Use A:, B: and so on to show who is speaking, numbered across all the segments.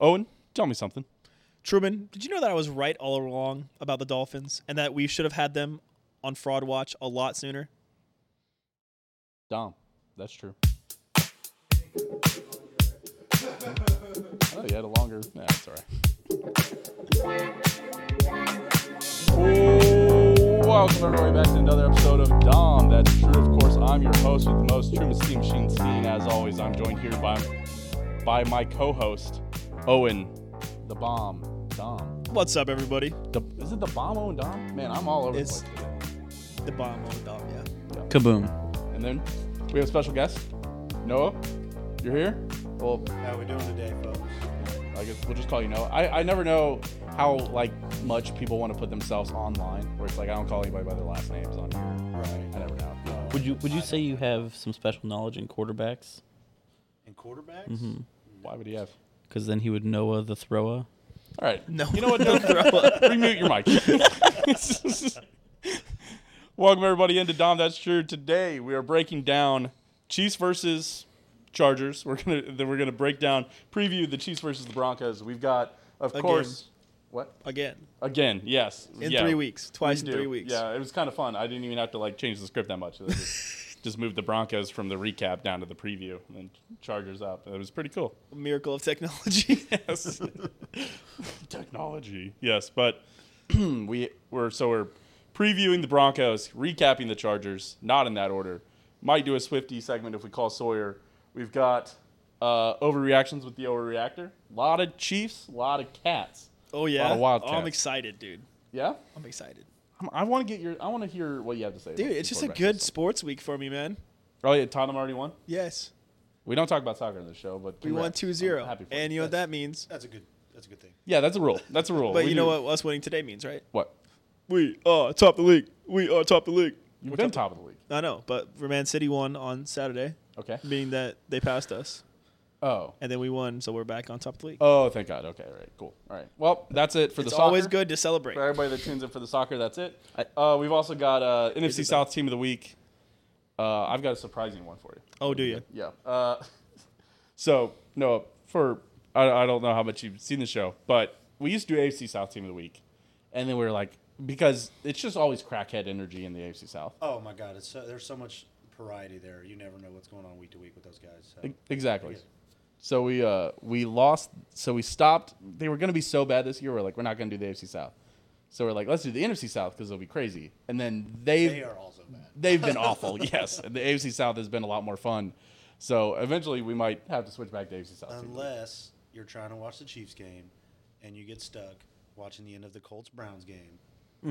A: Owen, tell me something.
B: Truman, did you know that I was right all along about the Dolphins and that we should have had them on Fraud Watch a lot sooner?
A: Dom, that's true. Oh, you had a longer. Nah, it's all right. Welcome everybody back to another episode of Dom. That's true. Of course, I'm your host with the most, Truman Steam Machine Steen. As always, I'm joined here by by my co-host, Owen, the bomb, Dom.
B: What's up, everybody?
A: The, is it the bomb Owen Dom? Man, I'm all over
B: It's-
A: the place. today.
B: The bomb on Dom, yeah.
C: Kaboom.
A: And then we have a special guest, Noah. You're here. Well,
D: How we doing today, folks?
A: I guess we'll just call you Noah. I, I never know how like much people want to put themselves online, where it's like I don't call anybody by their last names on here.
D: Right.
A: I never know.
B: Uh,
C: Would you would you say you have some special knowledge in quarterbacks?
D: And quarterbacks?
B: Mm-hmm.
A: Why would he have?
C: Because then he would Noah the thrower.
A: All right.
B: No.
A: You know what? Don't throw up. Remute your mic. Welcome everybody into Dom. That's true. Today we are breaking down Chiefs versus Chargers. We're gonna then we're gonna break down preview the Chiefs versus the Broncos. We've got of
B: Again.
A: course what
B: Again,
A: again? Yes.
B: in
A: Yeah.
B: three weeks, twice in
A: do.
B: three weeks.
A: Yeah, it was kind of fun. I didn't even have to like change the script that much. It Just, just moved the Broncos from the recap down to the preview and then Chargers up. It was pretty cool.
B: A miracle of technology.
A: Yes. Technology. Yes, but we we're so we're previewing the Broncos, recapping the Chargers, not in that order. Might do a Swifty segment if we call Sawyer. We've got uh, overreactions with the overreactor. A lot of Chiefs, a lot of cats.
B: oh, yeah.
A: Lot of Wildcats.
B: oh, I'm excited, dude.
A: Yeah,
B: I'm excited.
A: I'm, I want to get your. I want to hear what you have to say,
B: Dude,
A: about
B: it's
A: the
B: just a
A: quarterbacks.
B: good sports week for me, man.
A: Oh yeah, Tottenham already won.
B: Yes.
A: We don't talk about soccer on this show, but
B: We won
A: congrats.
B: 2
A: I'm
B: 0.
A: happy for
B: And you know what that means?
D: That's a good that's a good thing.
A: Yeah, that's a rule. That's a rule.
B: But
A: We
B: you know
A: do-
B: what us winning today means, right?
A: What?
B: We are top the league. We are top the league.
A: You've been top of the league.
B: I know, but Man City won on Saturday,
A: Okay.
B: meaning that they passed us,
A: Oh.
B: and then we won, so we're back on top of the league.
A: Oh, thank God. Okay, all right, cool. All right. Well, that's it for
B: it's
A: the soccer.
B: always good to celebrate.
A: for everybody that tunes in for the soccer. That's it.
C: I-
A: Uh, we've also got uh,
B: did
A: NFC
B: that.
A: South Team of the Week. Uh, I've got a surprising one for you.
B: Oh, do you?
A: Yeah. Uh, so no, for I, I don't know how much you've seen the show, but we used to do AFC South Team of the Week, and then we were like because it's just always crackhead energy in the AFC South.
D: Oh my god, it's so, there's so much variety there. You never know what's going on week to week with those guys. So.
A: E- Exactly.
D: Yeah.
A: So we uh we lost. So we stopped. They were going to be so bad this year. We're like, we're not going to do the AFC South. So we're like, let's do the NFC South because it'll be crazy. And then they
D: They are also bad.
A: they've been awful. Yes, And the AFC South has been a lot more fun. So eventually we might have to switch back to AFC South. too.
D: Unless you're trying to watch the Chiefs game and you get stuck watching the end of the Colts Browns game.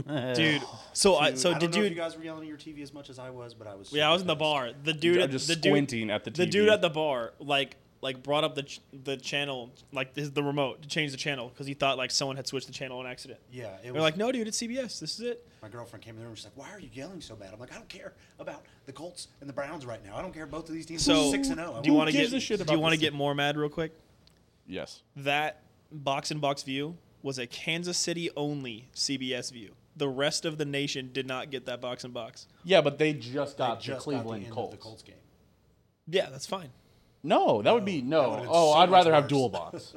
A: Eh,
B: Dude, so I
D: Dude,
B: so
D: I don't
B: did
D: know
B: you?
D: if you guys were yelling at your TV as much as I was, but I was
B: yeah, I was in the
D: pissed.
B: bar. The dude,
A: I'm
B: at-
A: just
B: the dude,
A: squinting at the
B: The
A: TV.
B: dude at the bar, like like brought up the ch- the channel, like his, the remote to change the channel because he thought like someone had switched the channel on accident.
D: Yeah, it
B: They're
D: was
B: like, no, dude, it's CBS. This is it.
D: My girlfriend came in the room. She's like, "Why are you yelling so bad?" I'm like, "I don't care about the Colts and the Browns right now. I don't care. Both of these teams
B: So
D: are six and oh. zero.
B: do you
A: Who
B: want to
A: gives
B: get?
A: a shit
B: do you
A: about
B: want to
A: this
B: get more mad real quick?
A: Yes.
B: that box and box view was a Kansas City only CBS view. The rest of the nation did not get that box and box.
A: Yeah, but they just got the
D: just got the
A: Cleveland
D: end
A: Colts.
D: Of the Colts game.
B: Yeah, that's fine.
A: No, that would be
D: that
A: no.
D: would've been
A: oh,
D: so
A: I'd
D: much
A: rather have
D: worse.
A: dual box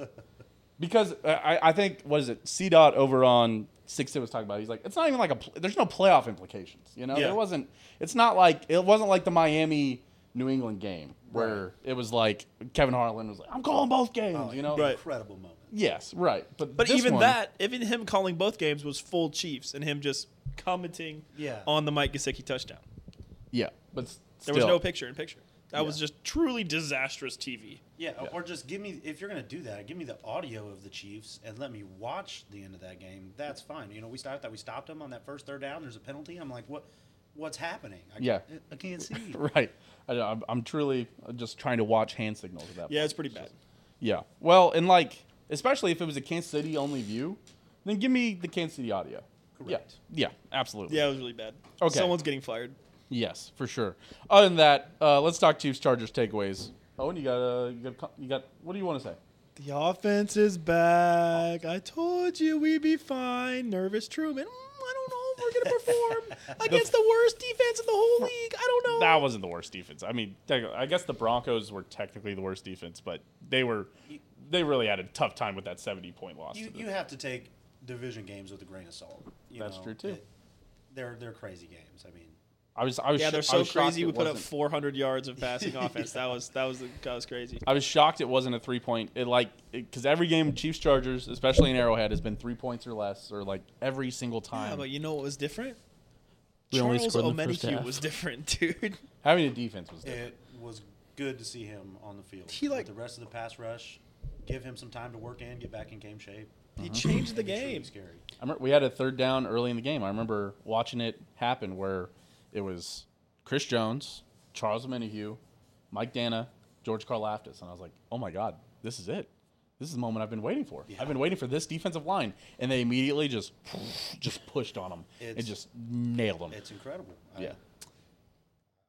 A: because I- I, I think what is it? C dot over on six It was talking about. He's like, it's not even like a. pl- There's no playoff implications. You know,
B: Yeah.
A: it wasn't. It's not like it wasn't like the Miami New England game where it was like Kevin Harlan was like, I'm calling both games.
D: Oh,
A: you know,
B: Right.
D: incredible moment.
A: Yes, right. But
B: But
A: this
B: even
A: one-
B: that, even him calling both games was full Chiefs and him just commenting
D: Yeah.
B: on the Mike Gesicki touchdown.
A: yeah. But s-
B: There was
A: still.
B: no picture in picture. That was
A: Yeah.
B: just truly disastrous TV.
D: Yeah, or just give me if you're gonna do that, give me the audio of the Chiefs and let me watch the end of that game. That's fine. You know, we stopped that. We stopped them on that first third down. There's a penalty. I'm like, what? What's happening? I,
A: Yeah.
D: I can't see.
A: Right. I, know, I'm, I'm truly just trying to watch hand signals at that. point.
B: Yeah, it's pretty bad.
A: Yeah. Well, and like, especially if it was a Kansas City only view, then give me the Kansas City audio.
D: Correct.
A: Yeah. Yeah. Absolutely.
B: Yeah, it was really bad.
A: Okay.
B: Someone's getting fired.
A: Yes, for sure. Other than that, uh, let's talk Chiefs Chargers takeaways. Owen, you got uh, you got co- you got what do you want to say?
B: The offense is back. I told you we'd be fine. Nervous Truman. Mm, I don't know if we're going to perform against the worst defense in the whole league. I don't know.
A: That wasn't the worst defense. I mean, tec- I guess the Broncos were technically the worst defense, but they were they really had a tough time with that 70 point loss.
D: You
A: to the-
D: you have to take division games with a grain of salt. you
A: That's
D: know.
A: true, too.
D: It- they're they're crazy games. I mean,
A: I was I was
B: Yeah,
A: sh-
B: they're
A: I
B: so
A: was shocked
B: crazy.
A: it
B: We put up
A: wasn't-
B: 400 yards of passing offense. That was that was that was crazy.
A: I was shocked it wasn't a three point. It like because every game Chiefs Chargers, especially in Arrowhead, has been three points or less, or like every single time.
B: Yeah, but you know what was different?
C: We only
B: Charles
C: scored in the first
B: Omenihu
C: half.
B: was different, dude.
A: Having a defense was different.
D: it was good to see him on the field.
B: He, like-
D: with the rest of the pass rush, give him some time to work in, get back in game shape.
A: Uh-huh.
B: He changed the
D: It's really
B: game.
D: scary.
A: I remember we had a third down early in the game. I remember watching it happen where it was Chris Jones, Charles Menahue, Mike Dana, George Karlaftis, and I was like, oh my god, this is it. This is the moment I've been waiting for. I've been waiting for this defensive line, and they immediately just just pushed on them and
D: It's-
A: just nailed them.
D: It's incredible.
A: Yeah.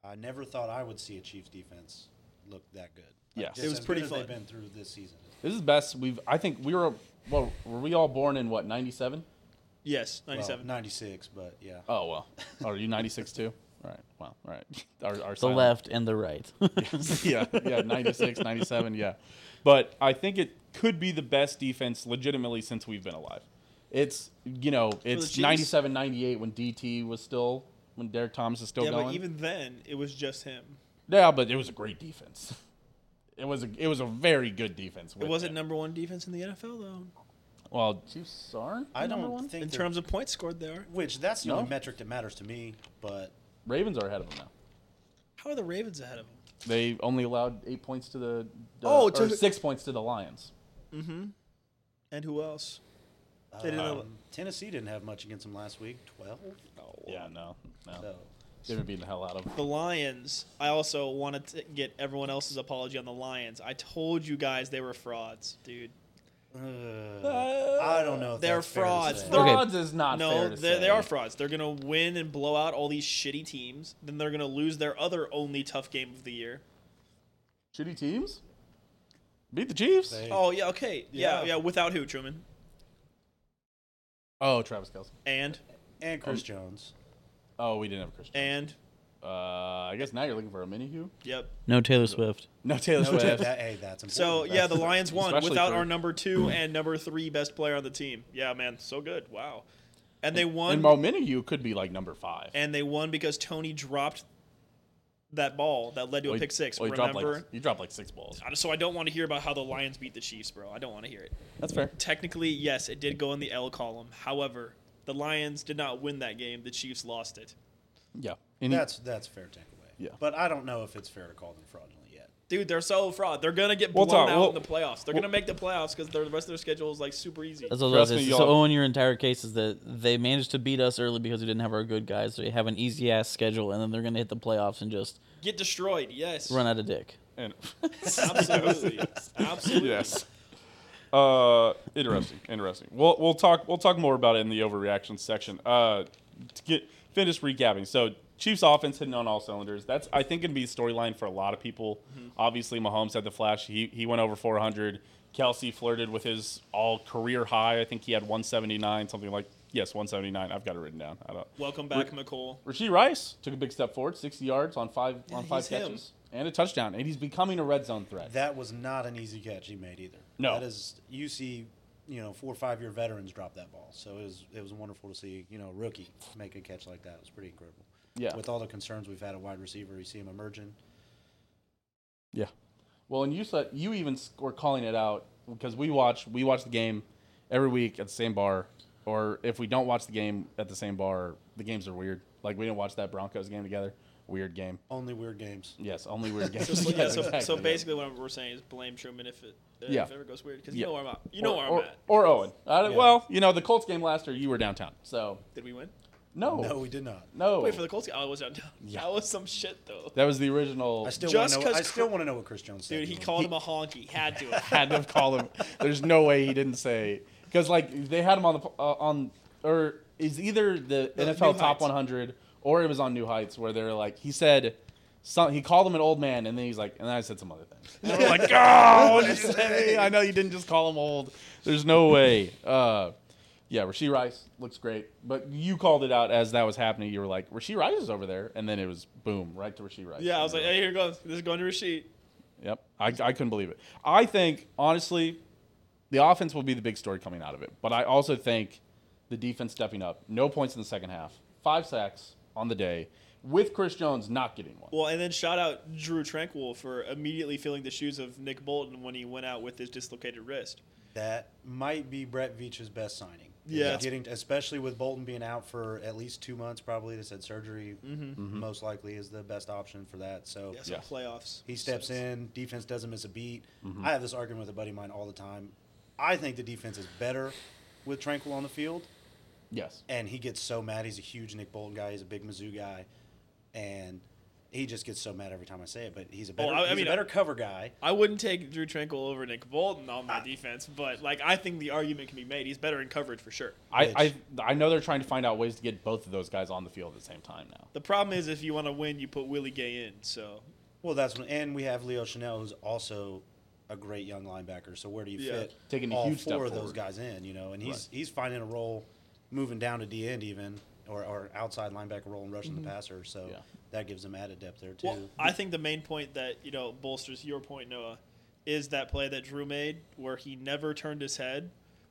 D: I, I never thought I would see a Chiefs defense look that good.
A: Yeah.
D: Just
A: It
B: was
D: as
B: pretty
D: good as
B: fun.
D: They've been through this season.
A: This is the best we've. I think we were. Well, were we all born in what ninety seven?
B: Yes,
D: Well,
B: 97.
D: 96, but yeah.
A: Oh well. Oh, are you ninety six too? All right. Well, all right. Our, our
C: The
A: silent-
C: left and the right.
A: yeah, yeah, 96, 97, yeah. But I think it could be the best defense legitimately since we've been alive. It's, you know, it's
B: Chiefs?
A: 97, 98 when DT was still, when Derek Thomas is still
B: yeah,
A: going.
B: but even then, it was just him.
A: yeah, but it was a great defense. It was a, it was a very good defense.
B: It
A: with
B: wasn't
A: him.
B: number one defense in the NFL though.
A: well, Chiefs aren't.
D: I
A: number
D: don't
A: one?
D: think
B: In
D: they're-
B: terms of points scored, they are.
D: which that's the
A: No?
D: only metric that matters to me, but
A: Ravens are ahead of them now.
B: How are the Ravens ahead of them?
A: They only allowed eight points to the. the-
B: Oh,
A: or
B: to the-
A: six points to the Lions.
B: And who else?
D: um,
B: They didn't know-
D: Tennessee didn't have much against them last week. 12?
B: Oh.
A: Yeah, no, no,
D: So,
A: they've been beating the hell out of. them.
B: The Lions. I also wanted to get everyone else's apology on the Lions. I told you guys they were frauds, dude.
D: uh, I don't know. If
B: They're
D: that's fair to
B: frauds.
D: say.
B: They're-
A: Frauds is not fair
B: no,
A: to
B: they, they
A: say.
B: are frauds. They're gonna win and blow out all these shitty teams. Then they're gonna lose their other only tough game of the year.
A: Shitty teams? Beat the Chiefs?
D: They-
B: Oh yeah, okay, yeah, yeah.
D: Yeah.
B: without who, Truman
A: Oh, Travis Kelsey.
B: and
D: and Chris Jones.
A: Oh, we didn't have a Christian.
B: and
A: Uh, I guess now you're looking for a mini who?
B: yep.
C: no Taylor Swift.
A: No, Taylor
D: No,
A: Swift.
D: that, hey, that's important.
B: So yeah, the Lions won
A: Especially
B: without
A: for-
B: our number two and number three best player on the team. Yeah, man, so good. Wow, and they won.
A: and Mo Minihue could be like number five.
B: and they won because Tony dropped that ball that led to a
A: Well, he-
B: pick six.
A: well, he dropped
B: remember?
A: like, he dropped like six balls.
B: I- So I don't want to hear about how the Lions beat the Chiefs, bro. I don't want to hear it.
A: That's fair.
B: Technically, yes, it did go in the L column. However, the Lions did not win that game. The Chiefs lost it.
A: Yeah. And he-
D: That's, that's fair takeaway.
A: Yeah.
D: But I don't know if it's fair to call them fraudulent yet.
B: Dude, they're so fraud. They're gonna get
A: We'll
B: blown
A: talk-
B: out
A: we'll-
B: in the playoffs. They're
A: we'll-
B: gonna make the playoffs because the rest of their schedule is like super easy.
C: That's what I was
A: Trust
C: gonna
A: me,
C: say.
A: y'all-
C: So Owen, your entire case is that they managed to beat us early because we didn't have our good guys. They have an easy ass schedule, and then they're gonna hit the playoffs and just
B: Get destroyed, yes.
C: run out of dick.
A: and,
B: Absolutely, absolutely.
A: yes. Uh, interesting. Interesting. We'll we'll talk we'll talk more about it in the overreaction section. Uh, to get finish recapping. So Chiefs offense hitting on all cylinders. That's I think gonna be a storyline for a lot of people.
B: Mm-hmm.
A: Obviously, Mahomes had the flash. He he went over 400. Kelsey flirted with his all career high. I think he had 179, something like yes, 179. I've got it written down. I don't.
B: Welcome back, McColl.
A: Rasheed Rice took a big step forward, 60 yards on five on
B: he's
A: five
B: him.
A: catches and a touchdown, and he's becoming a red zone threat.
D: That was not an easy catch he made either.
A: No.
D: that is you see, you know, four or five year veterans drop that ball. So it was it was wonderful to see you know a rookie make a catch like that. It was pretty incredible.
A: Yeah.
D: with all the concerns we've had at wide receiver, you see him emerging.
A: Yeah. Well, and you said you even s- were calling it out because we watch we watch the game every week at the same bar, or if we don't watch the game at the same bar, the games are weird. Like we didn't watch that Broncos game together. Weird game.
D: Only weird games.
A: Yes, only weird games.
B: Just, yeah,
A: Yes,
B: so,
A: exactly.
B: so basically, what we're saying is blame Truman if it if
A: Yeah.
B: it ever goes weird because
A: Yeah.
B: you know where I'm at. You know
A: or,
B: where I'm
A: or,
B: at.
A: or Owen. I don't-
D: Yeah.
A: Well, you know the Colts game last year. You were downtown, so
B: Did we win?
A: no,
D: No, we did not.
A: no.
B: Wait for the Colts. game. Oh, I was out.
A: Yeah.
B: That was some shit though.
A: that was the original.
D: I still
B: Just
D: want to know. I
B: 'cause
D: still
B: Cr-
D: want to know what Chris Jones said.
B: Dude, he
D: to him.
B: called him a honky. Had to. have.
A: had to have called him. There's no way he didn't say because like they had him on the uh, on or is either the
B: No,
A: NFL
B: New
A: Top
B: Heights.
A: 100 or it was on New Heights where they're like he said. Some, he called him an old man, and then he's like, and then I said some other things. And we're like, oh, what did you say? I know you didn't just call him old. There's no way. Uh, yeah, Rasheed Rice looks great, but you called it out as that was happening. You were like, Rasheed Rice is over there, and then it was boom, right to Rasheed Rice.
B: yeah, I was
A: And
B: like,
A: we're
B: hey, here it goes. This is going to Rasheed.
A: Yep. I, I couldn't believe it. I think, honestly, the offense will be the big story coming out of it. But I also think the defense stepping up. No points in the second half. Five sacks on the day with Chris Jones not getting one.
B: Well, and then shout out Drew Tranquil for immediately filling the shoes of Nick Bolton when he went out with his dislocated wrist.
D: That might be Brett Veach's best signing.
B: Yeah.
D: getting especially with Bolton being out for at least two months, probably. They said surgery
B: Mm-hmm.
D: most likely is the best option for that. So
B: Yeah, some
A: Yes.
B: playoffs.
D: he steps
B: So-
D: in. Defense doesn't miss a beat.
B: Mm-hmm.
D: I have this argument with a buddy of mine all the time. I think the defense is better with Tranquil on the field,
A: Yes.
D: and he gets so mad. He's a huge Nick Bolton guy. He's a big Mizzou guy, and he just gets so mad every time I say it. But he's a better,
B: Oh, I- I
D: he's
B: mean,
D: a better cover guy.
B: I wouldn't take Drew Tranquil over Nick Bolton on my defense, but like I think the argument can be made. He's better in coverage for sure.
A: I, I I know they're trying to find out ways to get both of those guys on the field at the same time now.
B: The problem is if you want to win, you put Willie Gay in. So
D: Well, that's when, and we have Leo Chanel, who's also a great young linebacker. So where do you
B: Yeah.
D: fit
A: Taking a
D: all
A: huge step
D: four of those
A: forward.
D: guys in? You know, and he's
A: Right.
D: he's finding a role, moving down to D end even, or, or outside linebacker role and rushing the passer. So
A: Yeah.
D: that gives him added depth there too.
B: Mm-hmm. well, I think the main point that you know bolsters your point, Noah, is that play that Drew made where he never turned his head,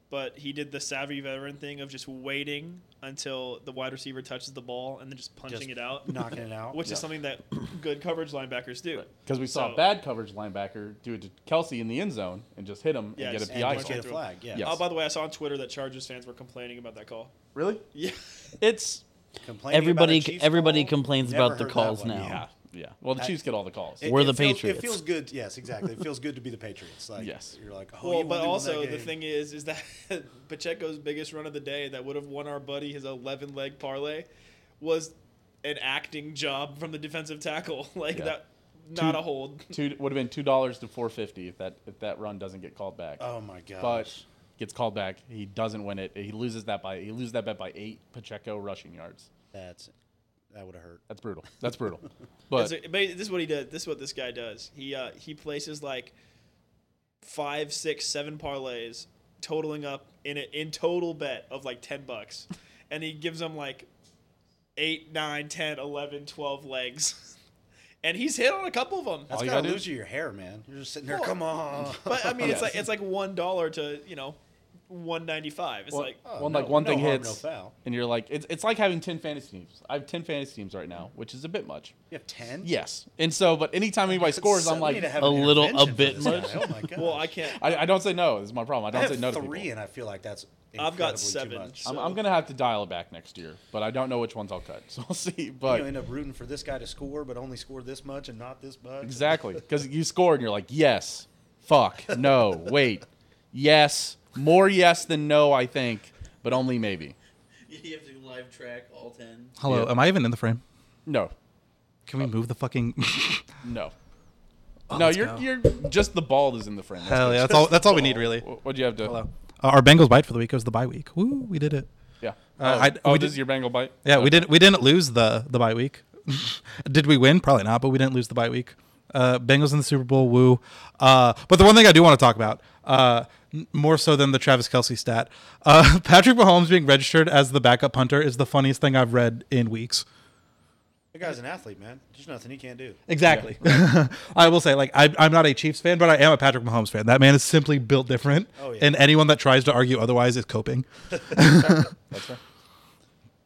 B: but he did the savvy veteran thing of just waiting until the wide receiver touches the ball and then just punching
D: Just
B: it out,
D: knocking it out.
B: which
A: Yeah.
B: is something that good coverage linebackers do.
A: Because we saw
B: So-
A: a bad coverage linebacker do it to Kelsey in the end zone and just hit him
B: Yeah,
A: and
B: just-
A: get a PI
D: and just
A: call.
D: get a
B: Yes.
D: flag. Yeah,
A: Yes.
B: Oh, by the way, I saw on Twitter that Chargers fans were complaining about that call.
A: Really?
B: Yeah.
A: It's
D: Complaining about
C: Everybody-
D: a Chiefs
C: everybody
D: call?
C: complains
D: Never
C: about the
D: heard that
C: calls
D: one.
C: now.
A: yeah, yeah. Well, the Chiefs get all the calls.
D: It-
C: We're
D: it
C: the
D: feels-
C: Patriots.
D: It feels good. Yes, exactly. It feels good to be the Patriots. Like,
A: Yes.
D: you're like, oh,
B: Well,
D: you
B: but
D: won
B: also
D: that
B: the
D: game.
B: thing is, is that Pacheco's biggest run of the day that would have won our buddy his 11 leg parlay was an acting job from the defensive tackle. Like
A: Yeah.
B: that, not
A: Two-
B: a hold.
A: two would have been two dollars to four fifty if that if that run doesn't get called back.
D: Oh my gosh.
A: but gets called back. He doesn't win it. He loses that by he loses that bet by eight Pacheco rushing yards.
D: that's that would have hurt.
A: That's brutal. That's brutal. But
B: It's a- but this is what he does. This is what this guy does. He uh, he places like five, six, seven parlays, totaling up in a, in total bet of like ten bucks, and he gives them like eight, nine, ten, eleven, twelve legs, and he's hit on a couple of them.
D: That's
A: All you
D: gotta
A: gotta do
D: lose
A: is-
D: you your hair, man. You're just sitting there.
B: Well,
D: Come on.
B: But I mean,
A: Yes.
B: it's like it's like one dollar to you know, one ninety five. It's
A: well,
B: like
A: well,
D: Oh,
A: like
D: no-
A: one
D: no
A: thing
D: harm,
A: hits,
D: no foul.
A: and you're like, it's it's like having ten fantasy teams. I have ten fantasy teams right now, which is a bit much.
D: You have ten.
A: Yes, and so but anytime anybody scores, I'm like,
C: a little- a bit much.
D: Oh my god.
B: well, I can't.
A: I, I don't say no. This is my problem. I
D: I
A: don't
D: have
A: say no to
D: three,
A: people.
D: and I feel like that's.
B: I've got
D: incredibly too
B: seven.
D: much.
B: So-
A: I'm, I'm gonna have to dial it back next year, but I don't know which ones I'll cut. So we'll see.
D: you
A: But
D: end up rooting for this guy to score, but only score this much and not this much.
A: Exactly. Because you score and you're like, yes, fuck, no, wait, yes, more yes than no, I think, but only maybe.
C: You have to live track all ten.
E: Hello,
A: Yeah. Uh,
E: am I even in the frame?
A: No,
E: Can we move the fucking?
A: no. no,
E: Oh, let's
A: you're,
E: go.
A: you're just the ball is in the frame.
E: Hell yeah, that's all. That's all we need, really.
A: What would you have to?
E: Hello. Uh, our Bengals bite for the week. It was the bye week. Woo, we did it.
A: Yeah.
E: Uh,
A: oh,
E: I-
A: oh,
E: we
A: this
E: did-
A: is your bangle bite?
E: Yeah,
A: Okay.
E: we didn't. We didn't lose the the bye week. did we win? Probably not, but we didn't lose the bye week. Uh, Bengals in the Super Bowl. Woo. Uh, but the one thing I do want to talk about, uh, n- more so than the Travis Kelsey stat, uh, Patrick Mahomes being registered as the backup punter is the funniest thing I've read in weeks.
D: That guy's an athlete, man. There's nothing he can't do.
E: Exactly. I will say, like, I, I'm not a Chiefs fan, but I am a Patrick Mahomes fan. That man is simply built different,
D: Oh, yeah.
E: and anyone that tries to argue otherwise is coping.
A: That's fair.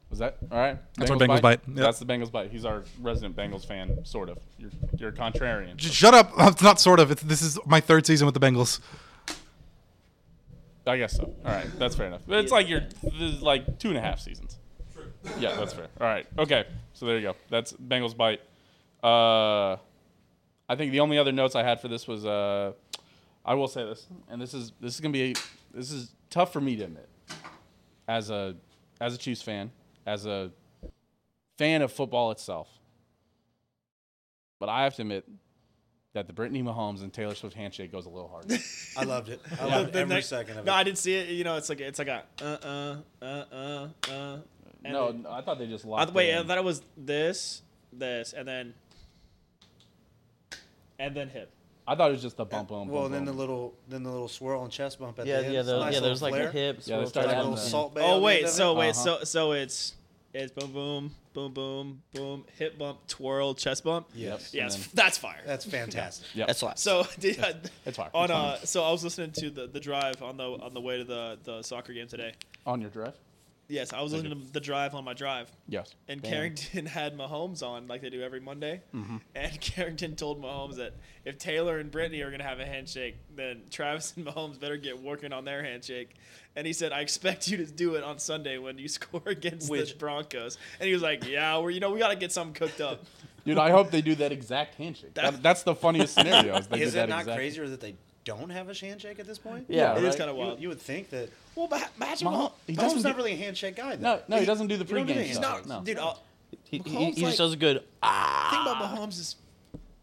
A: Was that all right?
E: That's our Bengals bite. Yep.
A: That's the Bengals bite. He's our resident Bengals fan, sort of. You're, you're a contrarian.
E: J- Shut up! It's not sort of. It's, this is my third season with the Bengals.
A: I guess so. All right, that's fair enough. It's like you're this is like two and a half seasons. Yeah, that's fair. All right, okay. So there you go. That's Bengals bite. Uh, I think the only other notes I had for this was uh, I will say this, and this is this is gonna be this is tough for me to admit as a as a Chiefs fan, as a fan of football itself. But I have to admit that the Brittany Mahomes and Taylor Swift handshake goes a little hard.
D: I loved it. I loved
B: The
D: every
B: next-
D: second of
B: No, I
D: it.
B: didn't see it. You know, it's like it's like a uh uh uh uh uh. and
A: no,
B: then-
A: no, I thought they just
B: By
A: locked.
B: the way, uh,
A: in.
B: I thought it was this, this, and then, and then hip.
A: I thought it was just the bump on.
D: Well,
A: bump
D: then the
A: on.
D: little, then the little swirl and chest bump at
C: Yeah,
D: the end.
C: yeah,
D: It's a
C: the,
D: nice
C: yeah.
D: little
C: There's like
D: flare.
C: the hips.
A: Yeah, they
C: roll
A: started
D: Like a
A: having
C: down
D: little
A: the-
C: and-
D: salt bay.
B: Oh
D: on the
B: wait,
D: end of
B: so
D: it.
B: wait, so so it's It's boom, boom, boom, boom, boom, hip bump, twirl, chest bump.
D: Yes.
A: Yep.
B: Yes,
A: And
B: that's fire.
D: That's fantastic.
A: Yep.
C: That's a lot.
B: So did, uh,
A: It's fine.
B: on
A: It's fine.
B: uh, so I was listening to the, the drive on the on the way to the, the soccer game today.
A: on your drive.
B: Yes, I was
A: Thank
B: listening to the drive on my drive,
A: Yes.
B: and
A: Bam.
B: Carrington had Mahomes on like they do every Monday,
A: Mm-hmm.
B: and Carrington told Mahomes that if Taylor and Brittany are gonna have a handshake, then Travis and Mahomes better get working on their handshake. And he said, "I expect you to do it on Sunday when you score against the
C: Which-
B: Broncos." And he was like, "Yeah, we're you know we gotta get something cooked up."
A: Dude, I hope they do that exact handshake. That, that's the funniest scenario. Is they
D: Is
A: did that
D: it not
A: exact-
D: crazier that they don't have a handshake at this point?
A: Yeah,
B: it is
A: right?
B: kind of
D: You-
B: wild.
D: You, would think that
B: well, ma- imagine
A: Mahomes-
B: Mahomes.
A: he doesn't
D: Mahomes not
A: do-
D: really a handshake guy. Though.
A: No, no, he doesn't do the
D: You don't do
A: pregame
D: the
B: He's
A: stuff.
B: not,
A: No.
B: dude.
D: uh,
B: I'll,
C: he, he-
B: Mahomes,
C: he just
B: like-
C: does a good. Ah,
B: thing about Mahomes is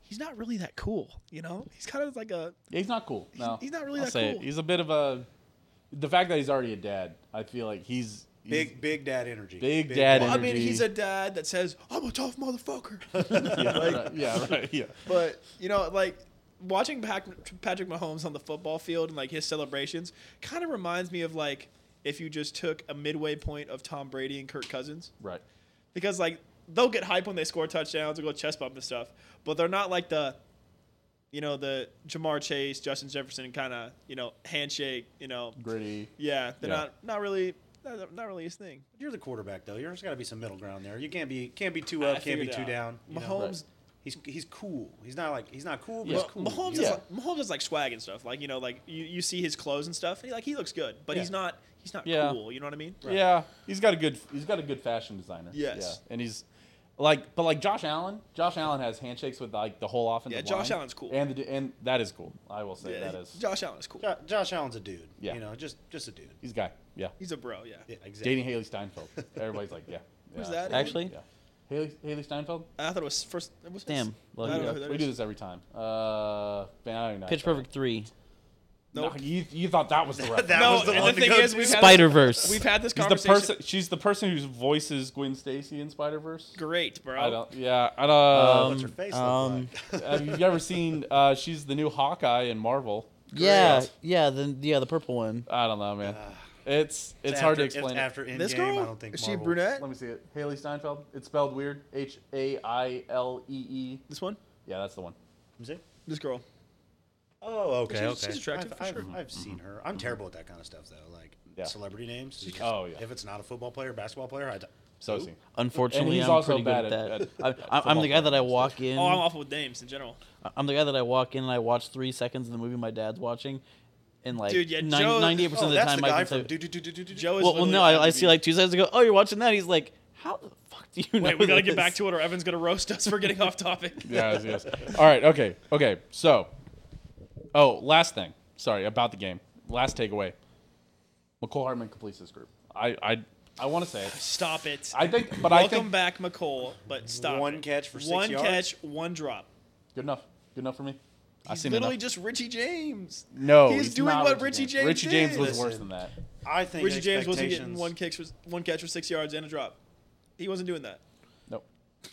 B: he's not really that cool. You know, he's kind of like a
A: Yeah, He's not cool. No,
B: he's not really
A: I'll
B: that
A: say it.
B: cool.
A: He's a bit of a. The fact that he's already a dad, I feel like he's, he's
D: Big big dad energy.
A: Big dad
B: well, I mean,
A: energy.
B: he's a dad that says I'm a tough motherfucker.
A: Yeah, right, yeah, right, yeah.
B: but you know, like watching Pac- Patrick Mahomes on the football field and like his celebrations kind of reminds me of like if you just took a midway point of Tom Brady and Kirk Cousins
A: Right.
B: because like they'll get hype when they score touchdowns or go chest bump and stuff, but they're not like the you know the Jamar Chase, Justin Jefferson kind of you know handshake, you know
A: Gritty.
B: Yeah, they're
A: Yeah.
B: not not really not, not really his thing.
D: You're the quarterback though. There's got to be some middle ground there. You can't be can't be too up,
B: I
D: can't be
B: figured it
D: too
B: out.
D: down. you know?
B: Mahomes,
D: He's he's cool. He's not like he's not cool, but
A: Yeah.
D: he's cool.
B: Mahomes
D: you know?
B: is like, Mahomes is like swag and stuff. Like you know, like you, you see his clothes and stuff. And he, like he looks good, but
D: Yeah.
B: he's not he's not
A: Yeah.
B: cool. You know what I mean?
A: Yeah, he's got a good he's got a good fashion designer.
B: Yes.
A: Yeah. And he's like but like Josh Allen, Josh Allen has handshakes with like the whole offensive
B: Yeah, Josh
A: line.
B: Allen's cool.
A: And the d- and that is cool. I will say
B: Yeah,
A: that is.
B: Josh Allen is cool.
D: Jo- Josh Allen's a dude.
A: Yeah.
D: You know, just just a dude.
A: He's a guy. Yeah.
B: He's a bro. Yeah.
D: Yeah, exactly.
A: Dating Haley Steinfeld. Everybody's like, yeah.
B: Who's
A: yeah,
B: that?
A: absolutely.
C: actually,
A: Yeah. Haley Haley Steinfeld?
B: I thought it was first. It was
C: Damn,
B: his-
C: lucky
B: I
A: We
B: don't
C: you.
B: know
A: do-
B: who that
A: we
B: is.
A: do this every time. Uh, man, I don't know.
C: Pitch Perfect three,
A: No,
B: Nope.
A: you, you thought that was the reference.
D: That
B: No,
D: was the
B: and
D: one
B: the
D: to
B: thing
D: go
B: is,
D: to.
B: we've had,
C: Spider Verse.
B: we've had this
A: He's the
B: conversation.
A: person. She's the person whose voices Gwen Stacy in Spider Verse.
B: Great, bro.
A: I don't. Yeah, I don't.
D: Uh, What's her face look
C: um,
D: like?
A: have you ever seen? Uh, she's the new Hawkeye in Marvel.
C: yeah, yeah, the yeah the purple one.
A: I don't know, man. It's it's, hard to
D: after-
A: explain. it.
D: After Endgame,
B: This girl
D: I don't think
B: is she
D: Marvel-
B: brunette?
A: Let me see it. Haley Steinfeld. It's spelled weird. H A I L E E.
B: This one.
A: Yeah, that's the one.
D: Is it?
B: This girl.
D: Oh, okay,
B: She's-
D: okay.
B: she's attractive,
D: I've,
B: for
D: I've,
B: sure.
D: I've seen her. I'm terrible at that kind of stuff though, like
A: Mm-hmm. Yeah.
D: celebrity names. it's just-
A: oh, yeah.
D: If it's not a football player, basketball player, I.
A: So
D: Who?
A: see. And
C: Unfortunately,
A: he's
C: I'm
A: also
C: pretty
A: bad
C: good at,
A: at-
C: that.
A: at- at
C: I, I'm, I'm
A: football
C: the guy that I
A: players.
C: walk in.
B: Oh, I'm awful with names in general.
C: I'm the guy that I walk in and I watch three seconds of the movie my dad's watching, and like
B: Dude, yeah,
C: nine-
B: Joe-
C: 98%
D: oh,
C: of the
D: that's
C: time
D: the
C: I
D: guy
C: can
D: from.
C: say,
D: Do, do, do, do, do, do.
B: Joe is.
C: well, well,
B: literally
C: no,
B: on
C: I, I see
B: IMDb.
C: like two seconds ago. Oh, you're watching that? He's like, how the fuck do you know?
B: Wait, we gotta
C: this?"
B: get back to it, or Evan's gonna roast us for getting off topic.
A: yes, yes. All right, okay, okay. So, oh, last thing. Sorry about the game. Last takeaway. McCole Hartman completes this group. I, I, I want to say it.
B: Stop it.
A: I think, but I
B: Welcome
A: think
B: back, McColl, but stop.
D: One
B: it.
D: catch for six
B: one
D: yards?
B: catch, one drop.
A: good enough. Good enough for me. I
B: He's
A: seen
B: literally
A: enough.
B: just Richie James.
A: no.
B: he's doing
A: not
B: what Richie James
A: Richie James
B: did.
A: was
D: Listen.
A: worse than that.
D: I think
B: Richie James wasn't getting
D: expectations-
B: one catch, for, one catch for six yards and a drop. He wasn't doing that.
A: Nope.